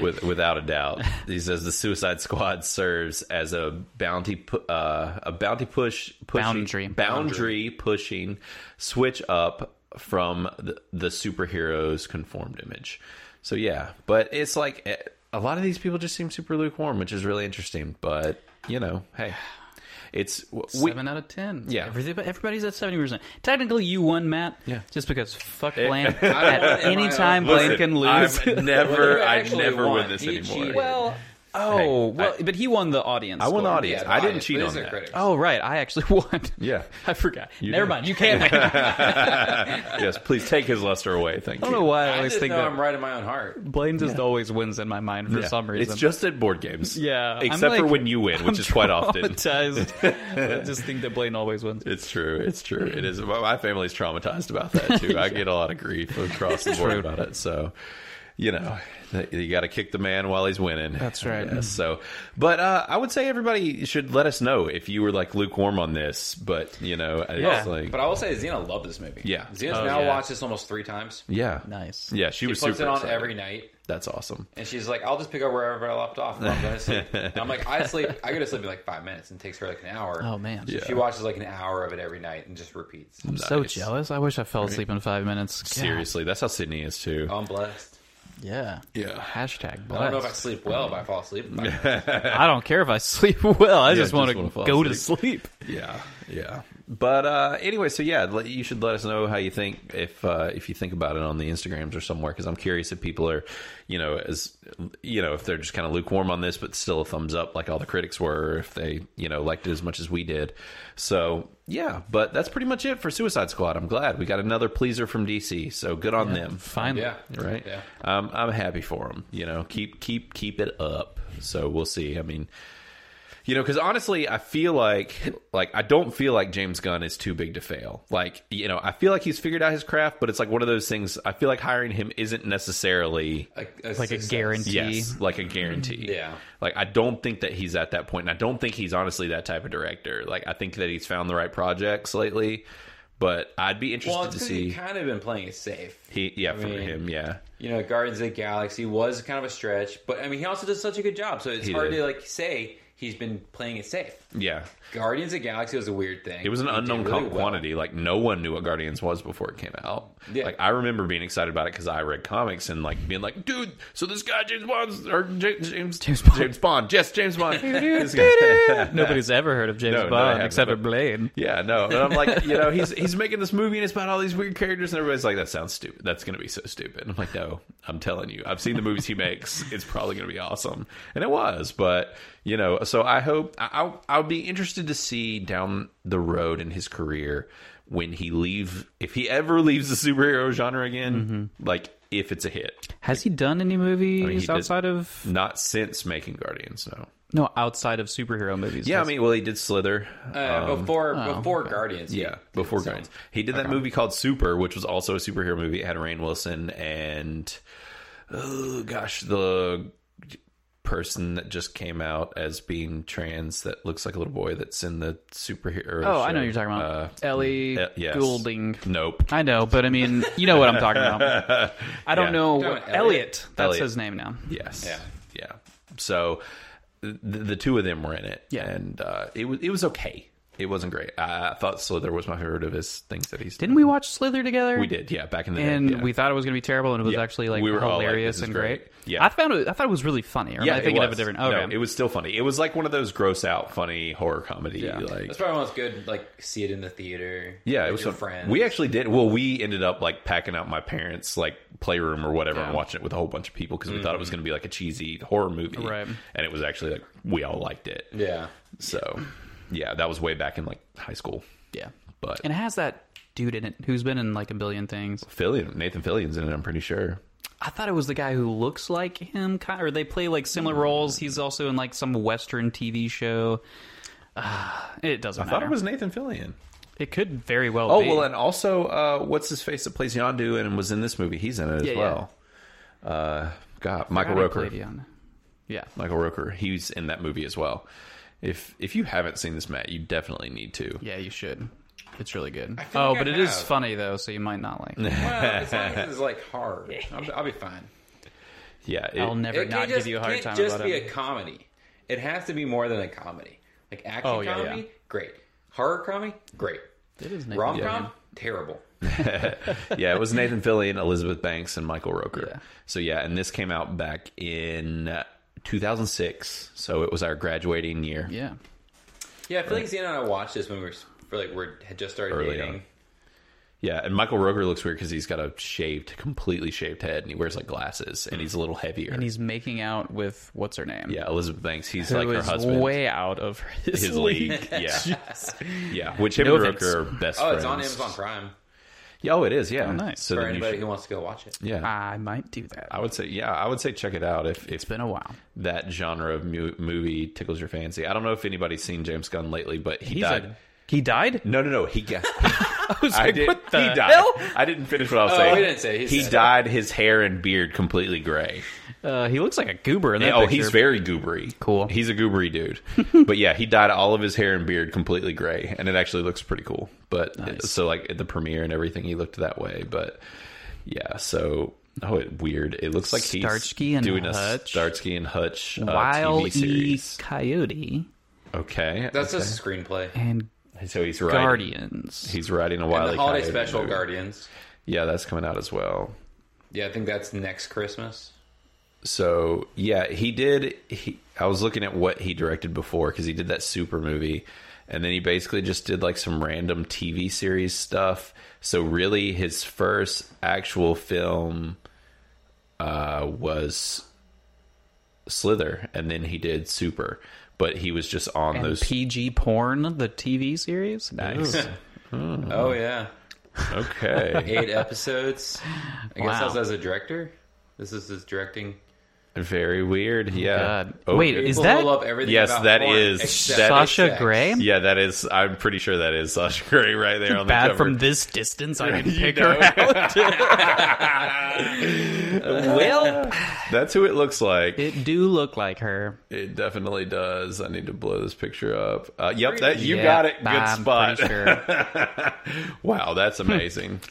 S1: with, without a doubt. He says the Suicide Squad serves as a bounty, pu- uh, a bounty push, pushing,
S3: Boundary.
S1: boundary pushing, switch up from the, the superheroes conformed image. So yeah, but it's like eh, a lot of these people just seem super lukewarm, which is really interesting. But you know, hey, it's w- we,
S3: Seven out of ten.
S1: Yeah.
S3: Everything- everybody's at seventy percent. Technically, you won, Matt.
S1: Yeah.
S3: just because fuck Blaine.
S2: won in my
S3: at any
S2: own-
S3: time, Blaine
S1: Listen,
S3: can lose.
S1: I've never,
S2: You
S1: I
S2: actually
S1: never
S2: won.
S1: win this
S2: He
S1: anymore.
S2: cheated.
S3: Well, oh,
S1: Hey,
S3: well,
S1: I-
S3: but he won the audience.
S1: I won the
S3: score.
S1: audience.
S2: Yeah,
S1: I didn't
S2: biased.
S1: cheat
S2: These
S1: on
S2: are
S1: that.
S2: critics.
S3: Oh right, I actually won.
S1: Yeah.
S3: I forgot.
S1: You
S3: Never
S1: did.
S3: mind. You can't win. I
S1: yes, please take his luster away. Thank
S3: don't
S1: you.
S3: know why I
S2: I
S3: always
S2: just
S3: think
S2: know
S3: that
S2: I'm right in my own heart.
S3: Blaine just always wins in my mind for
S1: Yeah.
S3: some reason.
S1: It's just at board games.
S3: Yeah, I'm
S1: Except for
S3: like-
S1: when you win, which is quite often.
S3: traumatized. I just think that Blaine always wins.
S1: It's true. It's true. It is. My my family's traumatized about that too. I get a lot of grief across the board about it. So, you know, th- you got to kick the man while he's winning.
S3: That's right.
S1: I guess. So, but uh, I would say everybody should let us know if you were like lukewarm on this. But you know, it's
S3: Yeah.
S1: like,
S2: But I will say Xena loved this movie.
S1: Yeah.
S2: Xena's
S3: Oh,
S2: now
S3: yeah.
S2: watched this almost three times.
S1: yeah,
S3: Nice.
S1: Yeah, she
S2: She
S1: was
S2: puts
S1: super
S2: it on
S1: excited.
S2: every night.
S1: That's awesome.
S2: And she's like, I'll just pick up wherever I left off. I'm going to sleep. And I'm like, I sleep. I go to sleep in like five minutes, and it takes her like an hour.
S3: Oh man,
S1: Yeah.
S2: She watches like an hour of it every night and just repeats.
S3: I'm so
S1: Nice.
S3: jealous. I wish I fell asleep in five minutes. God.
S1: Seriously, that's how Sydney is too.
S2: Oh, I'm blessed.
S3: Yeah.
S1: Yeah.
S3: Hashtag
S2: I don't know if I
S3: blessed.
S2: sleep well if I fall asleep.
S3: I don't care if I sleep well. I
S1: just
S3: just want
S1: wanna
S3: to
S1: fall
S3: go to sleep.
S1: Yeah, yeah. But uh, anyway, so yeah, let- you should let us know how you think if uh, if you think about it on the Instagrams or somewhere because I'm curious if people are, you know, as you know, if they're just kind of lukewarm on this but still a thumbs up like all the critics were, or if they you know liked it as much as we did. So yeah, but that's pretty much it for Suicide Squad. I'm glad we got another pleaser from DC, so good on them.
S3: Finally.
S2: Yeah.
S1: Right,
S2: Yeah.
S1: um, I'm happy for them. You know, keep keep keep it up. So we'll see. I mean, you know, because honestly, I feel like like I don't feel like James Gunn is too big to fail. Like you know, I feel like he's figured out his craft, but it's like one of those things. I feel like hiring him isn't necessarily
S2: A,
S3: Like a
S2: success.
S3: guarantee.
S1: yes, like a guarantee.
S2: Yeah.
S1: like I don't think that he's at that point, and I don't think he's honestly that type of director. Like I think that he's found the right projects lately, but I'd be interested
S2: Well, it's
S1: to
S2: 'cause he
S1: see.
S2: kind of been playing it safe.
S1: He, yeah, for
S2: mean-
S1: him, yeah.
S2: you know, Guardians of the Galaxy was kind of a stretch, but I mean, he also does such a good job, so it's
S1: He
S2: hard
S1: did.
S2: to like say he's been playing it safe.
S1: Yeah,
S2: Guardians of the Galaxy was a weird thing.
S1: It was an
S2: He did
S1: unknown
S2: really
S1: co-
S2: well.
S1: quantity. Like no one knew what Guardians was before it came out.
S2: Yeah.
S1: Like I remember being excited about it because I read comics and like being like, dude, so this guy James Bond or James James,
S3: James Bond.
S1: James Bond, yes, James Bond. This guy-
S3: Nobody's ever heard of James
S1: No, no, they
S3: Bond
S1: haven't,
S3: except for
S1: but-
S3: Blade.
S1: yeah, no. And I'm like, you know, he's he's making this movie and it's about all these weird characters, and everybody's like, that sounds stupid. That's gonna be so stupid. And I'm like, no, I'm telling you, I've seen the movies he makes. It's probably gonna be awesome, and it was. But you know, so I hope I- I'll I'll be interested to see down the road in his career when he leave if he ever leaves the superhero genre again, like if it's a hit.
S3: Has Mm-hmm. he done any movies
S1: he did-
S3: outside of
S1: Not since making Guardians, no.
S3: no outside of superhero movies?
S1: Yeah, I
S3: That's-
S1: mean, well, he did Slither.
S2: Uh, before
S3: Oh,
S2: before Guardians.
S1: Um, Yeah, before Guardians. He did that movie called Super, which was also a superhero movie. It had Rain Wilson and oh gosh, the person that just came out as being trans that looks like a little boy that's in the superhero.
S3: oh, I
S1: show.
S3: know what you're talking
S1: Uh,
S3: about Ellie
S1: eh, yes.
S3: Goulding.
S1: Nope.
S3: I know, but I mean, you know what I'm talking about. I don't
S1: Yeah.
S3: know
S2: You're
S3: what
S2: talking about
S3: Elliot.
S2: Elliot?
S3: That's
S1: Elliot.
S3: his name now.
S1: Yes.
S2: Yeah.
S1: Yeah. So the, the two of them were in it.
S3: Yeah.
S1: And uh, it was it was okay. It wasn't great. I I thought Slither was my favorite of his things that he's
S3: Didn't we watch Slither together?
S1: We did, yeah, back in the
S3: and
S1: day. yeah.
S3: we thought it was going to be terrible, and it was
S1: Yeah.
S3: actually like
S1: We were all like,
S3: hilarious
S1: this is
S3: and
S1: great.
S3: great.
S1: Yeah.
S3: I found it. I thought it was really funny. Or am I thinking of a different? Okay,
S1: No, it was still funny. It was like one of those gross out funny horror comedy. Like,
S2: That's probably one that's good. Like see it in the theater.
S1: yeah,
S2: with
S1: it was
S2: your
S1: fun.
S2: friends.
S1: We actually did. Well, we ended up like packing out my parents' like playroom or whatever and watching it with a whole bunch of people because we thought it was going to be like a cheesy horror movie,
S3: Mm-hmm. Right.
S1: And it was actually like we all liked it.
S2: yeah.
S1: So, yeah, that was way back in like high school.
S3: yeah,
S1: But
S3: and it has that dude in it who's been in like a billion things.
S1: Fillion, Nathan Fillion's in it. I'm pretty sure.
S3: I thought it was the guy who looks like him, kind or they play like similar
S1: Hmm.
S3: roles. He's also in like some Western TV show. Ah, it doesn't
S1: I
S3: matter.
S1: thought it was Nathan Fillion.
S3: It could very well.
S1: Oh
S3: be.
S1: well, and also uh, what's his face that plays Yondu and was in this movie? He's in it as
S3: Yeah, yeah.
S1: well. Uh, God, Michael
S3: Kinda
S1: Roker.
S3: played young. Yeah,
S1: Michael Roker. He's in that movie as well. If if you haven't seen this, Matt, you definitely need to.
S3: yeah, you should. It's really good.
S2: think
S3: Oh,
S2: I
S3: but it is
S2: have.
S3: funny though, so you might not like. it.
S2: Well, as long as it's like hard, I'll, I'll be fine.
S1: Yeah, it-
S3: I'll never
S2: It
S3: not
S2: can't just,
S3: give you a hard
S2: can't
S3: time
S2: just
S3: about
S2: be
S3: it.
S2: a comedy. It has to be more than a comedy. Like action
S3: Oh, yeah, yeah.
S2: comedy, great. Horror comedy, great.
S3: It is Nathan
S2: Rom com,
S3: Fillion.
S2: terrible.
S1: yeah. It was Nathan Fillion, Elizabeth Banks, and Michael Roker.
S3: Yeah.
S1: So yeah, and this came out back in 2006. So it was our graduating year.
S3: Yeah.
S2: Yeah, I feel like Xena and I watched this when we were for like we had just started
S1: Early
S2: dating.
S1: on. Yeah, and Michael Roker looks weird because he's got a shaved, completely shaved head, and he wears like glasses, and he's a little heavier.
S3: And he's making out with what's her name?
S1: yeah, Elizabeth Banks. He's
S3: Who
S1: like her
S3: is
S1: husband.
S3: way out of his,
S1: his
S3: league.
S1: league. Yeah, yeah. Which him
S3: No
S1: and
S3: offense.
S1: Roker are best
S2: Oh,
S1: friends.
S2: it's on Amazon Prime
S1: Yeah, oh, it is. Yeah,
S3: Oh, nice.
S1: So
S2: for
S1: then you
S2: anybody
S1: should-
S2: who wants to go watch it.
S1: yeah,
S3: I might do that.
S1: I would say, yeah, I would say check it out if,
S3: It's
S1: if
S3: been a while.
S1: that genre of mu- movie tickles your fancy. I don't know if anybody's seen James Gunn lately, but he
S3: He's
S1: died.
S3: a, he died.
S1: No, no, no. He got.
S3: I was
S1: I
S3: like,
S1: did,
S3: what the
S1: he died.
S3: hell?
S1: I didn't finish what I was
S2: Oh,
S1: saying.
S2: we didn't say he
S1: he
S2: said.
S1: dyed his hair and beard completely gray.
S3: Uh, he looks like a goober in that
S1: oh,
S3: picture.
S1: he's very goobery.
S3: Cool.
S1: He's a goobery dude. but yeah, he dyed all of his hair and beard completely gray, and it actually looks pretty cool. But so like at the premiere and everything, he looked that way. But yeah, so oh, it weird. It looks like he's
S3: Starsky and
S1: doing
S3: Hutch.
S1: a Starsky and Hutch uh,
S3: Wild
S1: TV
S3: E.
S1: series.
S3: Coyote
S1: Okay,
S2: That's
S1: okay.
S2: just a screenplay.
S3: and
S1: so he's writing.
S3: Guardians.
S1: He's writing a
S2: And
S1: Wile
S2: the
S1: E.
S2: holiday
S1: Coyote
S2: special
S1: movie.
S2: Guardians.
S1: Yeah, that's coming out as well.
S2: Yeah, I think that's next Christmas.
S1: So yeah, he did. He, I was looking at what he directed before because he did that super movie, and then he basically just did like some random TV series stuff. So really, his first actual film uh, was Slither, and then he did Super. But he was just on
S3: And
S1: those.
S3: PG porn, the TV series.
S1: Nice.
S2: Oh yeah,
S1: okay,
S2: eight episodes. I guess
S3: Wow.
S2: that's as a director. This is his directing.
S1: very weird. Yeah.
S3: Oh God. Wait, Is
S2: People
S3: that-
S2: will love everything
S1: Yes,
S2: about
S1: that
S2: porn
S1: is-
S2: except
S1: that is-
S3: Sasha
S2: sex.
S3: Grey?
S1: Yeah, that is. I'm pretty sure that is Sasha Grey right there on the
S3: Bad
S1: cover.
S3: from this distance, I can
S1: You
S3: pick
S1: know.
S3: her out.
S1: well, that's who it looks like. It,
S3: It do look like her.
S1: definitely does. I need to blow this picture up. Uh, yep,
S2: Pretty-
S1: that you
S3: Yeah,
S1: got it. Good
S3: I'm
S1: spot.
S3: pretty sure.
S1: Wow, that's
S2: Hmm.
S1: amazing.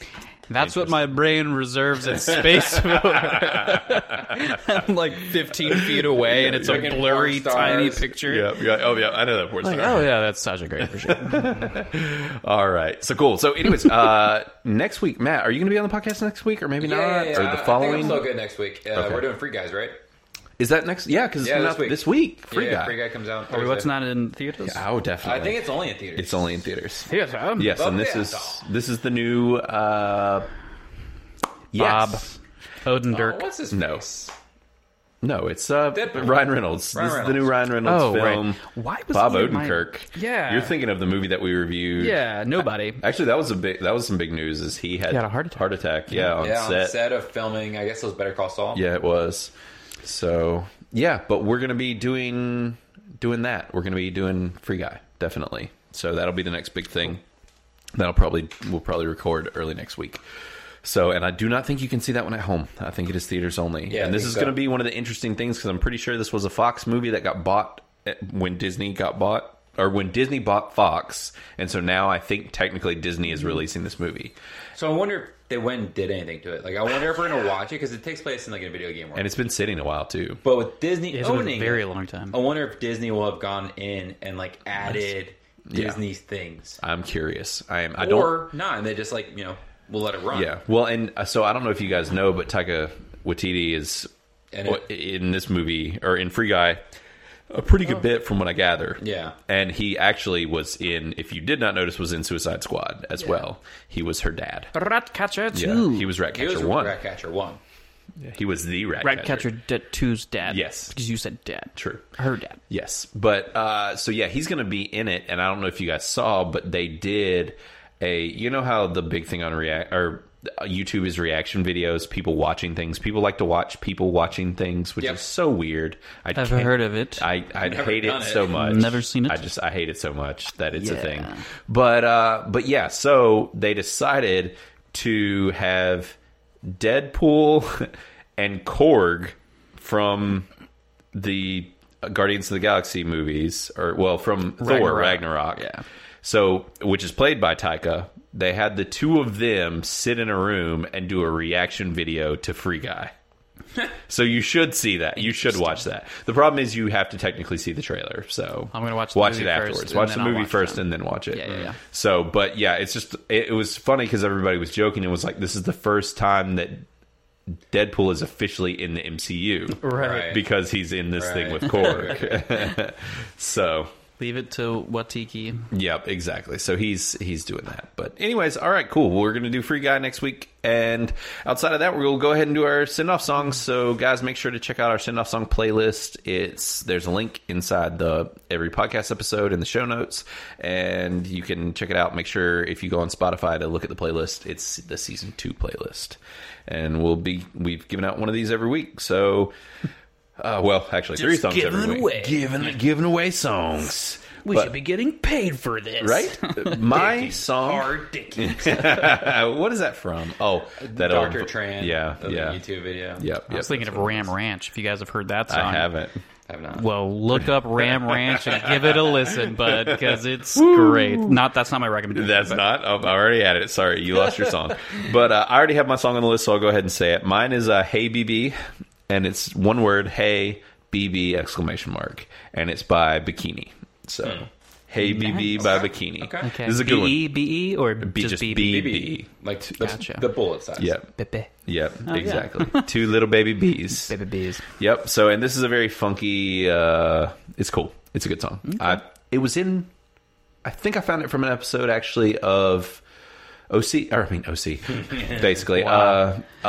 S3: That's what my brain reserves its space for. I'm like 15 feet away, and it's a
S2: Freaking
S3: blurry,
S2: porn
S3: tiny
S2: stars.
S3: picture.
S1: yep. Yeah. Oh, yeah. I know that porn
S3: Like,
S1: star.
S3: oh yeah, that's Sasha Grey for sure.
S1: All right. So cool. So, anyways, uh, next week, Matt, are you going to be on the podcast next week, or maybe
S2: Yeah,
S1: not,
S2: yeah, yeah.
S1: or
S2: I-
S1: the
S2: I think
S1: following?
S2: I'm so good next week. Uh,
S1: Okay.
S2: We're doing Free Guys, right?
S1: Is that next? Yeah, because
S2: Yeah,
S1: it's
S2: this
S1: not
S2: week.
S1: this week. Free
S2: yeah,
S1: guy.
S2: Free Guy comes out.
S3: Or
S2: Thursday.
S3: what's not in theaters?
S1: Oh, definitely.
S2: I think it's only in theaters.
S1: it's only in theaters.
S3: Yes, I am.
S1: Yes, and this
S2: yeah.
S1: is this is the new uh,
S3: Bob
S1: yes.
S3: Odin
S2: Oh,
S3: Dirk.
S2: what's his
S1: No.
S2: face?
S1: No, it's uh,
S2: Deadpool.
S1: Ryan Reynolds.
S2: Ryan
S1: this is the new Ryan Reynolds
S3: Oh, right.
S1: film.
S3: Why was
S1: Bob
S3: he in my-
S1: Odenkirk?
S3: Yeah.
S1: you're thinking of the movie that we reviewed.
S3: yeah, nobody.
S1: actually, that was a big. That was some big news. Is he had,
S3: He had a heart attack.
S1: Yeah, on
S2: Yeah, on
S1: set.
S2: the set of filming. I guess it was Better Call Saul.
S1: Yeah, it was. So yeah, but we're gonna be doing doing that. We're gonna be doing Free Guy definitely. So that'll be the next big thing. That'll probably we'll probably record early next week. So and I do not think you can see that one at home. I think it is theaters only.
S2: Yeah, I
S1: and this
S2: think
S1: is
S2: so.
S1: gonna be one of the interesting things because I'm pretty sure this was a Fox movie that got bought at- when Disney got bought. Or when Disney bought Fox, and so now I think technically Disney
S2: Mm-hmm.
S1: is releasing this movie,
S2: So I wonder if they went and did anything to it. Like I wonder if we're gonna watch it because it takes place in like a video game world.
S1: and it's been sitting a while too.
S2: but with Disney
S3: It's been a
S2: owning,
S3: very
S2: it,
S3: long time.
S2: I
S1: Oh.
S2: wonder if Disney will have gone in and like added
S1: Yeah.
S2: Disney things,
S1: I'm curious. I am. I don't.
S2: or not, and they just like you know we'll let it run.
S1: Yeah. Well, and uh, so I don't know if you guys know, but Taika Waititi is
S2: And
S1: wa- in this movie or in Free Guy a pretty good bit from what I gather.
S2: Yeah.
S1: And he actually was in, if you did not notice, was in Suicide Squad as well. He was her dad.
S3: Ratcatcher
S1: Yeah.
S3: two.
S1: He was
S2: He
S1: Ratcatcher
S2: was
S1: 1.
S2: Ratcatcher One.
S1: He was the Ratcatcher.
S3: Ratcatcher d- two's dad.
S1: Yes.
S3: because you said dad.
S1: True.
S3: Her dad.
S1: Yes. But uh, so yeah, he's going to be in it, and I don't know if you guys saw, but they did a. You know how the big thing on react or uh, YouTube is reaction videos, people watching things. People like to watch people watching things, which
S2: Yep.
S1: is so weird. I
S3: I've
S1: can't-
S3: heard of it.
S1: I I
S2: Never
S1: hate it,
S2: done it.
S1: so much.
S3: Never seen it.
S1: I just I hate it so much that it's a
S3: Yeah.
S1: thing. But uh, but yeah, so they decided to have Deadpool and Korg from the Guardians of the Galaxy movies, or well, from Thor
S3: Ragnarok.
S1: Ragnarok.
S3: Yeah.
S1: So, which is played by Taika. They had the two of them sit in a room and do a reaction video to Free Guy. so you should see that. You should watch that. The problem is you have to technically see the trailer. So
S3: I'm gonna watch the
S1: watch it
S3: movie first,
S1: afterwards.
S3: and
S1: watch
S3: then
S1: the
S3: I'll
S1: movie
S3: watch
S1: first
S3: that.
S1: and then watch it.
S3: Yeah, yeah, yeah.
S1: So, but yeah, it's just it, it was funny because everybody was joking and was like, "This is the first time that Deadpool is officially in the MCU."
S2: Right.
S1: because he's in this thing
S2: Right.
S1: with Korg. so,
S3: Leave it to Watiki.
S1: yep, exactly. So he's he's doing that. But anyways, all right, cool. We're gonna do Free Guy next week, and outside of that, we'll go ahead and do our send off songs. So guys, make sure to check out our send off song playlist. It's there's a link inside the every podcast episode in the show notes, and you can check it out. Make sure if you go on Spotify to look at the playlist, it's the season two playlist, and we'll be we've given out one of these every week. So. Uh, well, actually, three songs
S3: giving
S1: every
S3: it
S1: week.
S3: away.
S1: Giving giving away songs.
S3: We
S1: But-
S3: should be getting paid for this,
S1: right. My song.
S2: Hard Dickens.
S1: what is that from? Oh, that
S2: Doctor
S1: old-
S2: Tran.
S1: Yeah,
S2: of the
S1: yeah,
S2: YouTube video.
S1: yep.
S3: I
S1: yep,
S3: was thinking
S1: that's
S3: of
S1: what it
S3: Ram
S1: was.
S3: Ranch. If you guys have heard that song,
S1: I haven't.
S2: I've not.
S3: Well, look up Ram Ranch and give it a listen, bud, because it's great. Not that's not my recommendation.
S1: That's not. Oh, I already had it. Sorry, you lost your song. But uh, I already have my song on the list, so I'll go ahead and say it. Mine is uh, "Hey BB," and it's one word. Hey BB! Exclamation mark, and it's by Bikini. So Hey BB
S3: Nice.
S1: by
S2: Okay.
S1: Bikini.
S2: Hmm. Okay.
S3: Okay.
S1: This is a good
S3: B-E, B-E, E, or
S1: B-
S3: just
S1: just
S3: B-B?
S1: B. E.
S2: BB, like the,
S3: Gotcha.
S2: the bullet size.
S1: Yep.
S3: Bippy.
S1: Yep.
S3: Oh, yeah.
S1: exactly. Two little baby bees.
S3: Bippy bees.
S1: Yep. So, and this is a very funky. uh It's cool. It's a good song. I, it was in. I think I found it from an episode actually of OC, or I mean OC, basically. Uh,
S2: Uh, the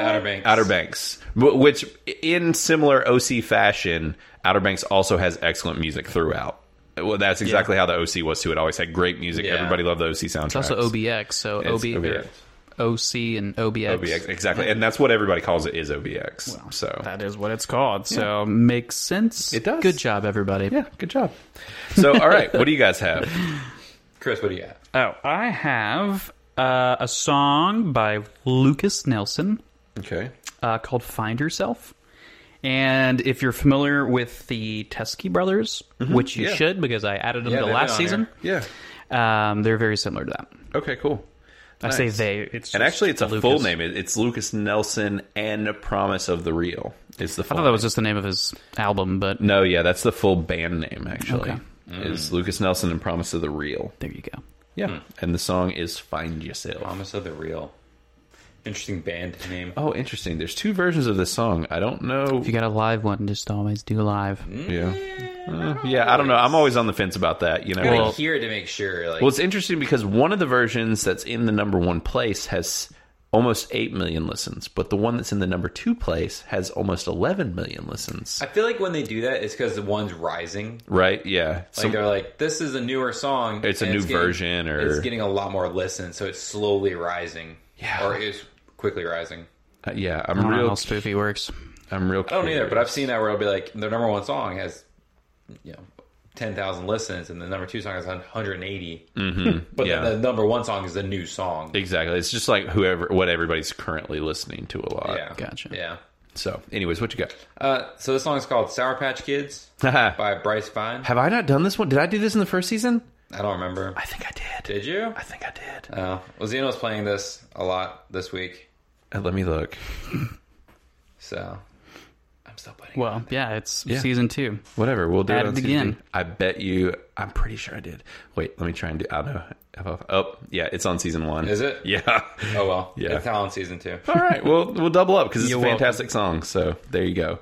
S2: Outer Banks.
S1: Outer Banks, wh- which in similar OC fashion, Outer Banks also has excellent music throughout. Well, that's exactly how the OC was too. It always had great music.
S2: Yeah.
S1: Everybody loved the OC soundtrack.
S3: It's also OBX, so
S1: It's
S3: OB,
S1: OBX.
S3: OC and OBX.
S1: OBX, exactly, and that's what everybody calls it is OBX. so
S3: That is what it's called. So makes sense.
S1: It does.
S3: Good job, everybody.
S1: yeah, good job. So, all right, what do you guys have?
S2: Chris, what do you have?
S3: Oh, I have uh, a song by Lucas Nelson
S1: Okay.
S3: uh, called "Find Yourself." And if you're familiar with the Teskey brothers, which you
S1: Mm-hmm. Yeah.
S3: should because I added them
S2: Yeah,
S3: to
S2: they've
S3: last
S2: been on
S3: season,
S1: Yeah.
S3: um, they're very similar to that.
S1: Okay. Cool.
S3: I say they. It's
S1: And
S3: just
S1: actually, it's a
S3: Lucas.
S1: full name. It- It's Lucas Nelson and Promise of the Real. It's the.
S3: I
S1: Full
S3: thought that was just the name of his album, but
S1: No, yeah, that's the full band name. Actually,
S3: Okay.
S1: is Lucas Nelson and Promise of the Real.
S3: there you go.
S1: Mm. Yeah, and the song is "Find Yourself."
S2: Promise of the Real. Interesting band name.
S1: Oh, interesting. There's two versions of this song. I don't know.
S3: If you got a live one, just always do live.
S1: Yeah, Uh, yeah. I don't know. I'm always on the fence about that. You know,
S2: I gotta
S1: well,
S2: hear it to make sure. Like,
S1: well, it's interesting because one of the versions that's in the number one place has almost eight million listens, but the one that's in the number two place has almost eleven million listens.
S2: I feel like when they do that, it's because the one's rising.
S1: Right? Yeah.
S2: Like uh,
S1: Some-
S2: they're like, this is a newer song.
S1: It's a
S2: and
S1: new version or-
S2: it's getting a lot more listens, so it's slowly rising.
S1: Yeah.
S2: or it's quickly rising.
S1: uh, yeah, I'm
S3: I don't know
S1: real.
S3: how spoofy works.
S1: I'm real.
S2: I don't either, but I've seen that where it'll be like the number one song has, you know, ten thousand listens, and the number two song has one hundred and eighty. But
S1: yeah.
S2: then the number one song is a new song.
S1: Exactly. It's just like whoever, what everybody's currently listening to a lot.
S2: yeah,
S3: Gotcha.
S2: Yeah.
S1: So, anyways, what you got?
S2: Uh, so this song's called "Sour Patch Kids"
S1: Haha.
S2: by Bryce Vine.
S1: Have I not done this one? Did I do this in the first season?
S2: I don't remember.
S1: I think I did.
S2: Did you?
S1: I think I did.
S2: Uh, Ozino's playing this a lot this week,
S1: Uh, let me look.
S2: so I'm still putting.
S3: Well, yeah, it's season two.
S1: Whatever. We'll do
S3: Add
S1: it on
S3: it
S1: season
S3: again.
S1: two. I bet you. I'm pretty sure I did. Wait, let me try and do. I don't know. Have I- Oh, yeah. It's on season one.
S2: Is it?
S1: Yeah.
S2: Oh well,
S1: Yeah.
S2: It's on season two.
S1: All right. Well, we'll double up because it's
S3: You're
S1: a fantastic song. So there you go.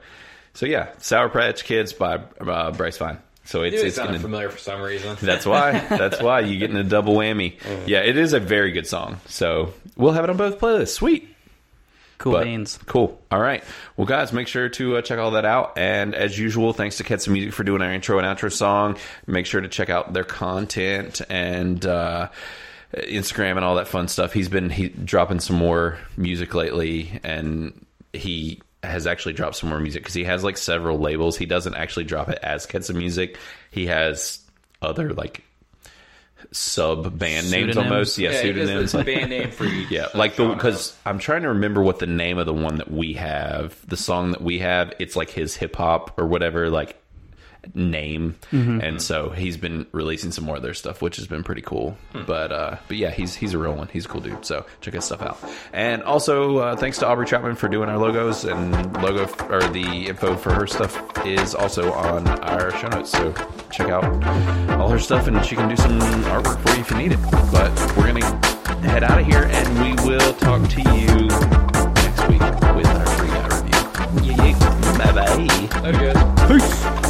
S1: So yeah, Sour Patch Kids by uh, Bryce Vine. So it's
S2: Dude, it
S1: it's
S2: sounded
S1: gonna-
S2: familiar for some reason.
S1: That's why. That's why you getting a double whammy. Yeah, it is a very good song. So we'll have it on both playlists. Sweet.
S3: Cool
S1: But-
S3: beans.
S1: Cool. All right. Well, guys, make sure to uh, check all that out. And as usual, thanks to Ketsa Music for doing our intro and outro song. Make sure to check out their content and uh, Instagram and all that fun stuff. He's been he, dropping some more music lately, and he has actually dropped some more music because he has like several labels. He doesn't actually drop it as Ketsa Music. He has other like sub band names
S3: Pseudonyms?
S1: almost. Yeah,
S2: yeah, it is-
S1: pseudonyms.
S2: it's a band name for each.
S1: Yeah, like the because I'm trying to remember what the name of the one that we have, the song that we have. It's like his hip hop or whatever, like name. And so he's been releasing some more of their stuff, which has been pretty cool. But uh, but yeah, he's he's a real one. He's a cool dude. So check his stuff out. And also uh, thanks to Aubrey Troutman for doing our logos and logo f- or the info for her stuff is also on our show notes. So check out all her stuff and she can do some artwork for you if you need it. But we're gonna head out of here and we will talk to you next week with our free guy review. Bye bye.
S2: There it goes.
S3: Peace.